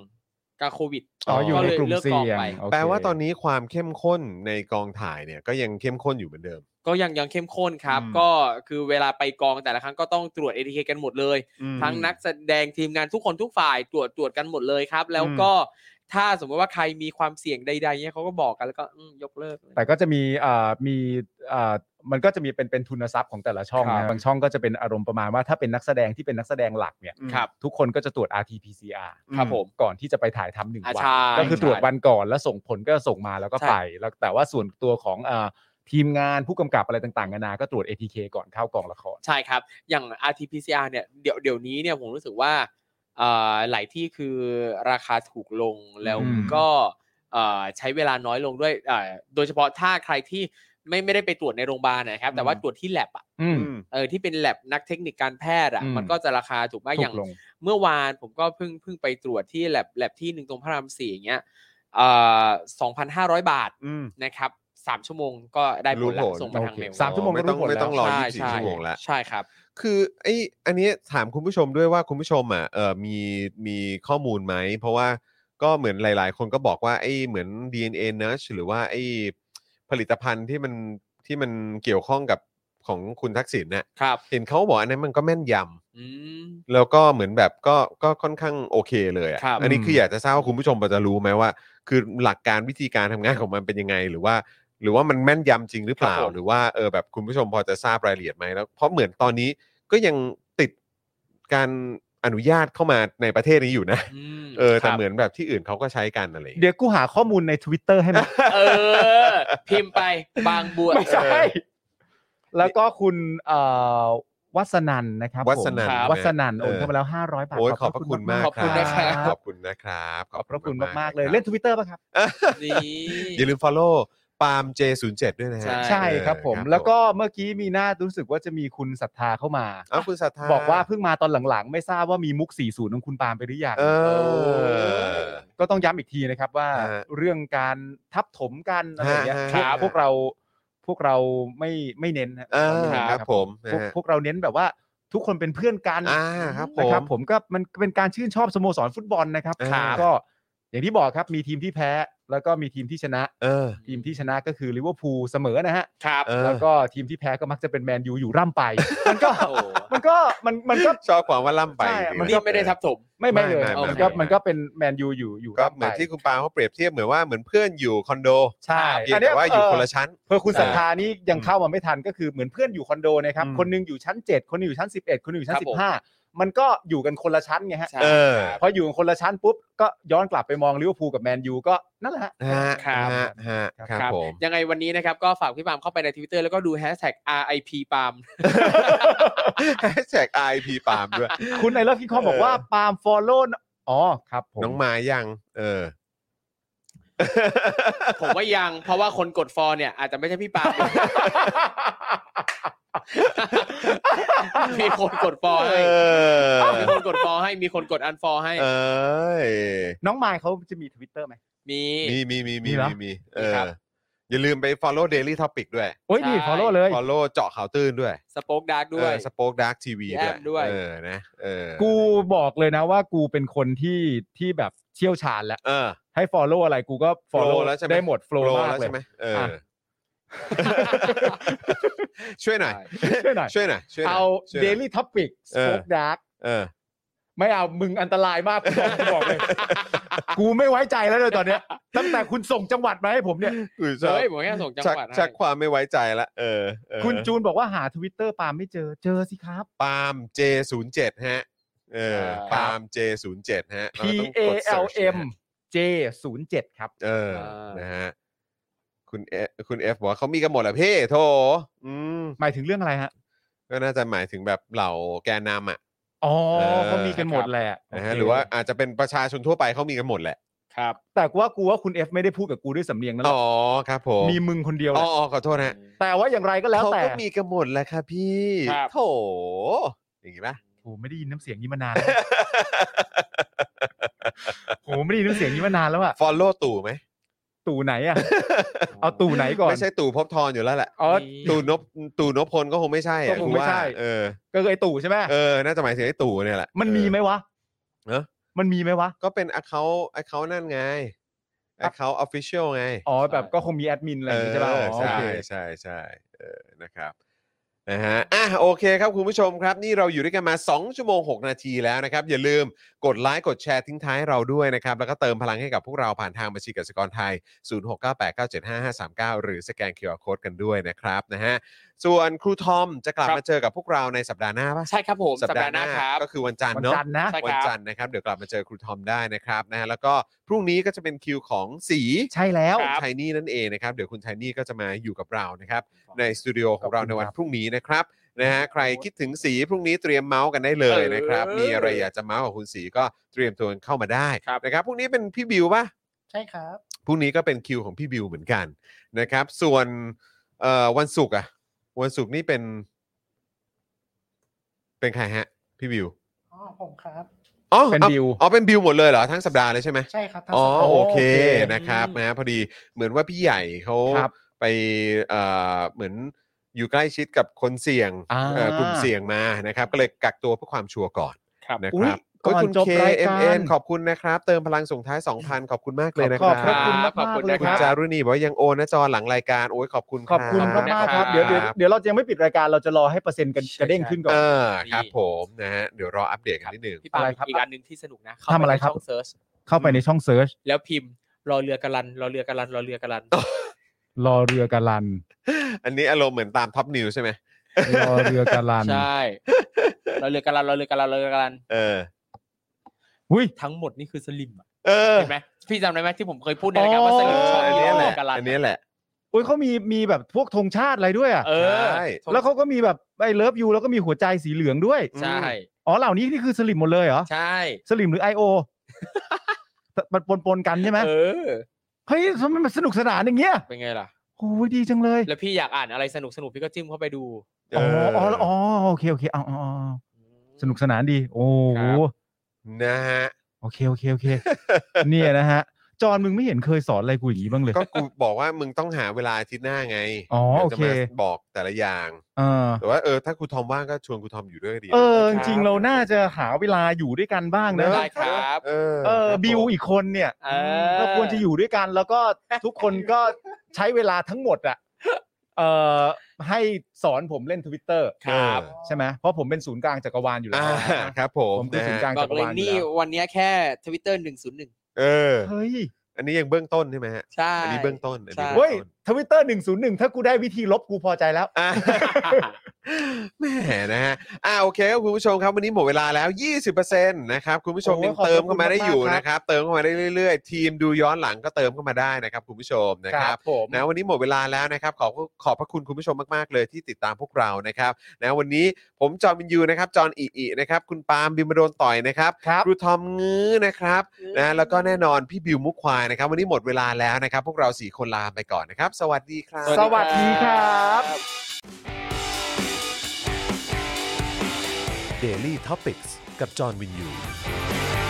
กับโควิด อ๋ออยู่ในกลุ่มเสี่ยงโเค แปลว่าตอนนี้ความเข้มข้นในกองถ่ายเนี่ยก็ยังเข้มข้นอยู่เหมือนเดิม ก็ยังยังเข้มข้นครับ อืม ก็คือเวลาไปกองแต่ละครั้งก็ต้องตรวจเอทีเคกันหมดเลย ทั้งนักแสดงทีมงานทุกคนทุกฝ่ายตรวจตรวจกันหมดเลยครับ แล้วก็ถ้าสมมติว่าใครมีความเสี่ยงใดๆเนี่ยเขาก็บอกกันแล้วก็อืมยกเลิก แต่ก็จะมีอ่ามีอ่ามันก็จะมีเป็นเป็นทุนทรัพย์ของแต่ละช่อง ครั นะ บ บางช่องก็จะเป็นอารมณ์ประมาณว่าถ้าเป็นนักแสดงที่เป็นนักแสดงหลักเนี่ย ครับ ทุกคนก็จะตรวจ RT-PCR ครับผม ก่อนที่จะไปถ่ายทำหนึ่ง อ่ะ วั ใช่ ก็คือ ใช่ ตรวจวันก่อนแล้วส่งผลก็ส่งมาแล้วก็ ใช่ ไปแล้วแต่ว่าส่วนตัวของอ่าทีมงานผู้กำกับอะไรต่างๆนานาก็ตรวจ ATK ก่อนเข้ากองละคร ใช่ครับ อย่าง RT-PCR เนี่ยเดี๋ยวเดี๋ยวนี้เนี่ยผมรู้สึกว่าเอ่อหลายที่คือราคาถูกลงแล้ว อืม ก็เอ่อใช้เวลาน้อยลงด้วยเอ่อโดยเฉพาะถ้าใครที่ไม่ไม่ได้ไปตรวจในโรงพยาบาลนะครับ แต่ว่าตรวจที่แลบอะ อืม เออที่เป็นแลบนักเทคนิคการแพทย์อะ อืม มันก็จะราคาถูกมาก ถู อย่าง กลง เมื่อวานผมก็เพิ่งเพิ่งไปตรวจที่แลบแลบที่หนึ่งตรงพระรามสี่อย่างเงี้ยสองพันห้าร้อยบาทนะครับสามชั่วโมงก็ได้ผล รู้ ละ ผล ส่งมาทาง โอเค เมล สามชั่วโมง ไม่ต้อง ก็รู้ผล ไม่ต้องร แล้ว อ24ใช่ใช่ ชั่วโมงแล้ว ใช่ครับ คือไอ้อันนี้ถามคุณผู้ชมด้วยว่าคุณผู้ชมอ่ะเออมีมีข้อมูลไหม เพราะว่าก็เหมือนหลาย ๆ คนก็บอกว่าไอ้เหมือน DNA n u r s h หรือว่าไอ้ผลิตภัณฑ์ที่มันที่มันเกี่ยวข้องกับของคุณทักษิณเนี่ย ครับ เห็นเขาบอกอันนั้นมันก็แม่นยำ อืม แล้วก็เหมือนแบบก็ก็ค่อนข้างโอเคเลยอะ ครับ อันนี้คืออยากจะทราบว่าคุณผู้ชมพอจะรู้ไหมว่า คือหลักการวิธีการทำงานของมันเป็นยังไง หรือว่า หรือว่ามันแม่นยำจริงหรือเปล่า ครับผม หรือว่าเออแบบคุณผู้ชมพอจะทราบรายละเอียดไหมแล้วเพราะเหมือนตอนนี้ก็ยังติดการอนุญาตเข้ามาในประเทศนี้อยู่นะ ม เออแต่ ครับ เหมือนแบบที่อื่นเขาก็ใช้กันอะไรอย่างเงี้ย เดี๋ยวกูหาข้อมูลใน Twitter ให้มั้ย เออ พิมพ์ไปบางบัว ไม่ใช่ แล้วก็คุณเอ่อวัสนันนะครับผม วัสนัน ครับ วัสนัน เ โอนเข้ามาแล้ว 500 บาท โอ้ยขอบพระคุณมาก ขอบคุณนะครับ ขอบคุณนะครับ ขอบพระคุณมากๆเลยเล่น ค Twitter ป่ะครับ รับ นี่ อย่าลืม follow ปาล์ม J07 ด้วยนะฮะ ใช่ ใช่ครับผม เออ แล้วก็เมื่อกี้มีหน้ารู้สึกว่าจะมีคุณศรัทธาเข้ามา เอ้าคุณสัทธา บอกว่าเพิ่งมาตอนหลังๆ ไม่ทราบว่ามีมุก 40 ของคุณปาล์มไปหรือยัง เออ ก็ต้องย้ำอีกทีนะครับว่า ฮะ เรื่องการทับถมกันอะไรอย่างเงี้ย ฮะ พควกรับ พวกเราพวกเราไม่ไม่เน้นนะ เออ ไม่เน้น ครับผมนะ พวก ฮะ พวกเราเน้นแบบว่าทุกคนเป็นเพื่อนกัน อ่าครับผ นะครับ ม ผมก็มันเป็นการชื่นชอบสโมสรฟุตบอลนะครับ ครับ ก็อย่างที่บอกครับมีทีมที่แพ้ แล้วก็มีทีมที่ชนะ เออ ทีมที่ชนะก็คือลิเวอร์พูลเสมอนะฮะ ครับ เออ แล้วก็ทีมที่แพ้ก็มักจะเป็นแมนยูอยู่ ร่ำไป มันก็ โอ้ มันก็มันมันก็ ชอบความว่าล่ำไป ใช่ จริงๆ มันก็ นี่ ะ ไม่ได้ทับถม ไม่ไม่เลย ไม่ไม่ มันก็ ไม่ มันก็เป็นแมนยูอยู่อยู่ ก็ ร่ำ เห ไป มือนที่คุณปาเขาเปรียบเทียบเหมือนว่าเหมือนเพื่อนอยู่คอนโด ใช่ เพียง เย แต่ว่าอยู่ เ คนละชั้น เพื่อคุณศรัทธานี่ยัง อืม เข้ามาไม่ทันก็คือเหมือนเพื่อนอยู่คอนโดนะครับ อืม คนหนึงอยู่ชั้น 7 คนหนึงอยู่ชั้น 11 คนหนึงอยู่ชั้ ครั น บผม 15 มันก็อยู่กันคนละชั้นไงฮะ ใช่ เออ ครับ พออยู่คนละชั้นปุ๊บ ก็ย้อนกลับไปมองลิเวอร์พูลกับแมนยูก็นั่นแหละฮะ ฮะ ครับ ฮะฮะ ครับ ครับผม ยังไงวันนี้นะครับ ก็ฝากพี่ปาล์มเข้าไปในทวิตเตอร์แล้วก็ดูแฮชแท็ก RIP ปาล์ม แฮช แท็ก IP ปาล์มด้วย คุณไอเลิฟคิงคอม เออ บอกว่า ปาล์มฟอลโล่อ๋อครับผม น้องมายัง เออ ผมว่ายังเพราะว่าคนกดฟอลเนี่ยอาจจะไม่ใช่พี่ปาล์ม มี คนกดฟอล เอ ให้ อ มีคนกดฟอลให้มีคนกดอันฟอลให้ เอย น้องมายเขาจะมีทวิตเตอร์ไหม มี มีมีมี มี มี เหรอ มีมีเออ ครับ อย่าลืมไป follow daily topic ด้วย โอ้ยนี่ ใช่ ฟอลโล่เลย follow เจาะข่าวตื้นด้วย สป็อกดาร์กด้วย สป็อคดักทีวี แอมด้วย เออนะเออ กูบอกเลยนะว่ากูเป็นคนที่ที่แบบเชี่ยวชาญแล้ว เออ ให้ฟอลโล่อะไรกูก็ฟอลโล่ Flow แล้วใช่ไหม ได้หมดโฟล์ โปร มา แล้วกเลย ใช่ไหมเออ อ่ะ ช่วยหน่อย ช่วยหน่อย ช่วยหน่อยช่วยหน่ย เอา ช่วยหน่ย Daily Topic เออ Spoke Dark เออ ไม่เอามึงอันตรายมากกูบอกกูบอก เลย กูไม่ไว้ใจแล้วเลยตอนเนี้ยตั้งแต่คุณส่งจังหวัดมาให้ผมเนี่ย อุ้ยชอบ เฮ้ยผมแค่ส่งจัง ชัก หวัดให้ ชักความไม่ไว้ใจละเออเออ คุณจูนบอกว่าหาทวิตเตอร์ปาล์มไม่เจอเจอสิครับ ปาล์ม J07 ฮะ เออ ครัปาบล์ม J07 ฮะ P เราต้อง A กด L search นะ M ฮะ J 0 7ครับ เออ อ่าน นะฮะคุณเอคุณเอฟบอกว่าเขามีกันหมดแหละพี่โถอืม หมายถึงเรื่องอะไรฮะ ก็น่าจะหมายถึงแบบเหล่าแกนนำอ่ะ อ๋อ เออ เขามีกันหมดแหละ นะฮะ โเค หรือว่าอาจจะเป็นประชาชนทั่วไปเขามีกันหมดแหละ ครับ แต่กูว่ากูว่าคุณเอฟไม่ได้พูดกับกูด้วยสำเนียงนั้นหร อ๋ อก อครับผม มีมึงคนเดียวแห อ๋อ ละ อ๋อขอโทษนะฮะ แต่ว่าอย่างไรก็แล้ว เขา แต่ ก็มีกันหมดแหละครับพี่ ครับ โถอย่างงี้ปะ โหไม่ได้ยินน้ำเสียงนี้มานานแล้ว โหไม่ได้ยินน้ำเสียงนี้มานานแล้วอะ follow ตู่ไหม ตู่ไหนอะ เอาตู่ไหนก่อน ไม่ใช่ตู่ภพบทรอยู่แล้วแหละ อ๋อ ตู่นพตู่นพพลก็คงไม่ใช่อะ ก็คงไม่ใช่ ว่าเออ ก็คือไอ้ตู่ใช่ไหม เออ น่าจะหมายถึงไอ้ตู่เนี่ยแหละ มันมีไหมวะ เออ มันมีไหมวะ ก็เป็น account account นั่นไง account official ไง อ๋อแบบก็คงมีแอดมินอะไรอย่างงี้ใช่ป่ะ เอออ๋อโอ ใช่ เค ใช่ใช่เออนะครับนะฮะอ่ะโอเคครับคุณผู้ชมครับ นี่เราอยู่ด้วยกันมา 2 ชั่วโมง 6 นาทีแล้วนะครับ อย่าลืมกดไลค์กดแชร์ทิ้งท้ายให้เราด้วยนะครับ แล้วก็เติมพลังให้กับพวกเราผ่านทางบัญชีกสิกรไทย 0698975539 หรือสแกน QR Code กันด้วยนะครับนะฮะส่วนครูทอมจะกลับ ครับ มาเจอกับพวกเราในสัปดาห์หน้าป่ะ ใช่ครับผม สัปดาห์หน้าครับ ก็คือวันจันทร์ วัน เนาะ จันทร์นะ ใช่ ครับ วัจันทร์นะครับ เดี๋ยวกลับมาเจอครูทอมได้นะครับนะฮะแล้วก็พรุ่งนี้ก็จะเป็นคิวของสี ใช่แล้ว ข ค อง รับ ไทนี่นั่นเองนะครับ เดี๋ยวคุณไทนี่ก็จะมาอยู่กับเรานะครับ ในสตูดิโอของเราในวันพรุ่งนี้นะครับนะฮะใครคิดถึงสีพรุ่งนี้เตรียมเมาส์กันได้เลยนะครับ มีอะไรอยากจะเมาส์กับคุณสีก็เตรียมตัวกันเข้ามาได้นะครับพรุ่งนี้เป็นพี่บิวปะ ใช่ครับ พรุ่งนี้ก็เป็นคิวของพี่บิวเหมือนกันนะครับ ส่วนเอ่อวันศุกร์อะวันศุกร์นี่เป็น เป็นใครฮะ พี่บิว อ๋อ ผมครับ อ๋อ เป็น อา บิว อ๋อเป็นบิวหมดเลยเหรอทั้งสัปดาห์เลยใช่ไหม ใช่ครับทั้ง อ๋อ สง โอเค โอเค นะครับนะพอดีเหมือนว่าพี่ใหญ่เขา ครับ ไปเอ่อเหมือนอยู่ใกล้ชิดกับคนเสี่ยง อ่า เอ่อกลุ่มเสี่ยงมานะครับ ก็เลยกักตัวเพื่อความชัวร์ก่อน ครับ นะ อุ๊ ค ย รับ ก่อโยนคุณ จบรายการ KMN ขอบคุณนะครับ เติมพลังส่งท้าย 2,000 ขอบคุณมากเลยนะค ข รั อ บบ พระคุณมาก ขอบคุณ ๆเลย นะ ค ณ รับ จารุณีบอกว่ายังโอนนะจอหลังรายการโอ้ยขอบคุณ ขอบคุณ รั มากมากๆคขรับอบคุณครับ เดี๋ยวเดี๋ยวเดี๋ยวเราจะยังไม่ปิดรายการเราจะรอให้เปอร์เซ็นต์กัน ใช่ กระเด้งขึ้นก่อน เออครับผมนะฮะเดี๋ยวรออัปเดตกันนิดหนึ่ง พี่ปา อะไร ล์ม ครับ อีกอันหนึ่งที่สนุกนะเข้า ทำอะไร ปใน ครับ ช่องเซิร์ช เข้าไปในช่องเซิร์ช แล้วพิมพ์ รอเรือกะลัน รอเรือกะลัน รอเรือกะลัน รอเรือการัน อันนี้อารมณ์เหมือนตามท็อปนิวใช่ไหม รอเรือการัน ใช่ รอเรือกะลัน รอเรือกะลัน รอเรือกะลัน เออ อุ้ย ทั้งหมดนี่คือสลิมอะ เออ เห็นไหมพี่จำได้ไหมที่ผมเคยพูดในรายการว่าส เอ ลิม อ ชอบ อัน กิน นี้แห ร ละ อกันลัน อันนี้แหละ โอ้ยเขามีมีแบบพวกธงชาติอะไรด้วยอ่ะ เออ ใช่ แล้วเขาก็มีแบบไอ้เลิฟยูแล้วก็มีหัวใจสีเหลืองด้วย ใช่ อ๋อเหล่านี้นี่คือสลิมหมดเลยเหรอ ใช่ สลิมหรือ I.O. มันปนปนๆกันใช่ไหม เออ เฮ้ยทำไมมันสนุกสนานอย่างเงี้ย เป็นไงล่ะ โอ้ยดีจังเลย แล้วพี่อยากอ่านอะไรสนุกสนุกๆพี่ก็จิ้มเข้าไปดู เ อ๋ออ๋ออ๋อโอเคโอเคเอาเอาเอาเอา อืม สนุกสนานดี โอ้โห ครับ นะ ฮะ โอเคโอเคโอเค เนี่ยนะฮะ จอนมึงไม่เห็นเคยสอนอะไรกูอย่างนี้บ้างเลย ก็กูบอกว่ามึงต้องหาเวลาอาทิตย์หน้าไง อ๋อ ดี๋ยวจะมา โอเค บอกแต่ละอย่าง เออ แต่ว่าเออถ้าครูทอมว่างก็ชวนครูทอมอยู่ด้วยก็ดีนะ เออจริงๆเราน่าจะหาเวลาอยู่ด้วยกันบ้างนะ ได้ครับ เออ เออ ครับผม บิวอีกคนเนี่ย เออ เราควรจะอยู่ด้วยกัน แล้วก็ทุกคนก็ใช้เวลาทั้งหมดอะเออให้สอนผมเล่นทวิตเตอร์ ครับ ใช่ไหมเพราะผมเป็นศูนย์กลางจักรวาลอยู่แล้ว อ่าครับผม ผมคือ นะ ศูน ฮะ ย์กลาง บอ จั ก กเลยวราลอยู่ นี่ แล้ว วันเนี้ยแค่ทวิตเตอร์หนึ่งศูนย์หนึ่ง เออ เฮ้ย อันนี้ยังเบื้องต้นใช่ไหมฮะ ใช่ อันนี้เบื้องต้นอันนี้ ใช่ เบื้ เฮ้ อย งต้น ทวิตเตอร์หนึ่งศูนย์หนึ่งถ้ากูได้วิธีลบกูพอใจแล้ว อ่ะ แหมนะฮะอ่าโอเคครับคุณผู้ชมครับวันนี้หมดเวลาแล้ว 20%นะครับคุณผู้ชม โอ้ย ยัง ขอบ เติม พระคุณ เข้ามาได้อยู่ มากๆคนะครัรับบ เติมเข้ามาได้เรื่อยๆ ทีมดูย้อนหลังก็เติมเข้ามาได้นะครับคุณผู้ชมนะครับ ผม นะวันนี้หมดเวลาแล้วนะครับขอบขอบพระคุณคุณผู้ชมมากๆเลยที่ติดตามพวกเรานะครับนะวันนี้ผมจอห์นวินยูนะครับจอห์นอิอินะครับคุณปาล์มบิมบโดนต่อยนะครับ ครับ ครูทอมงื้อนะครับนะแล้วก็แน่นอนพี่บิวมุกควายนะครับ วันนี้หมดเวลาแล้วนะครับ พวกเราสี่คนลาไปก่อนนะครับ สวัสดีครับ สวัสดีครับ Daily Topics กับจอห์นวินยู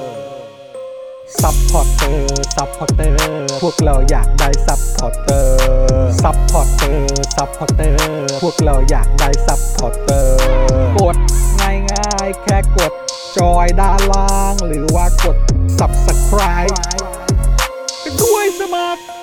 ซัพพอร์เตอร์ซัพพอร์เตอร์พวกเราอยากได้ซัพพอร์เตอร์ซัพพอร์เตอร์ซัพพอร์เตอร์พวกเราอยากได้ซัพพอร์เตอร์กดง่ายง่ายๆแค่กด จอยด้านล่างหรือว่ากด subscribe ไปด้วยสมัคร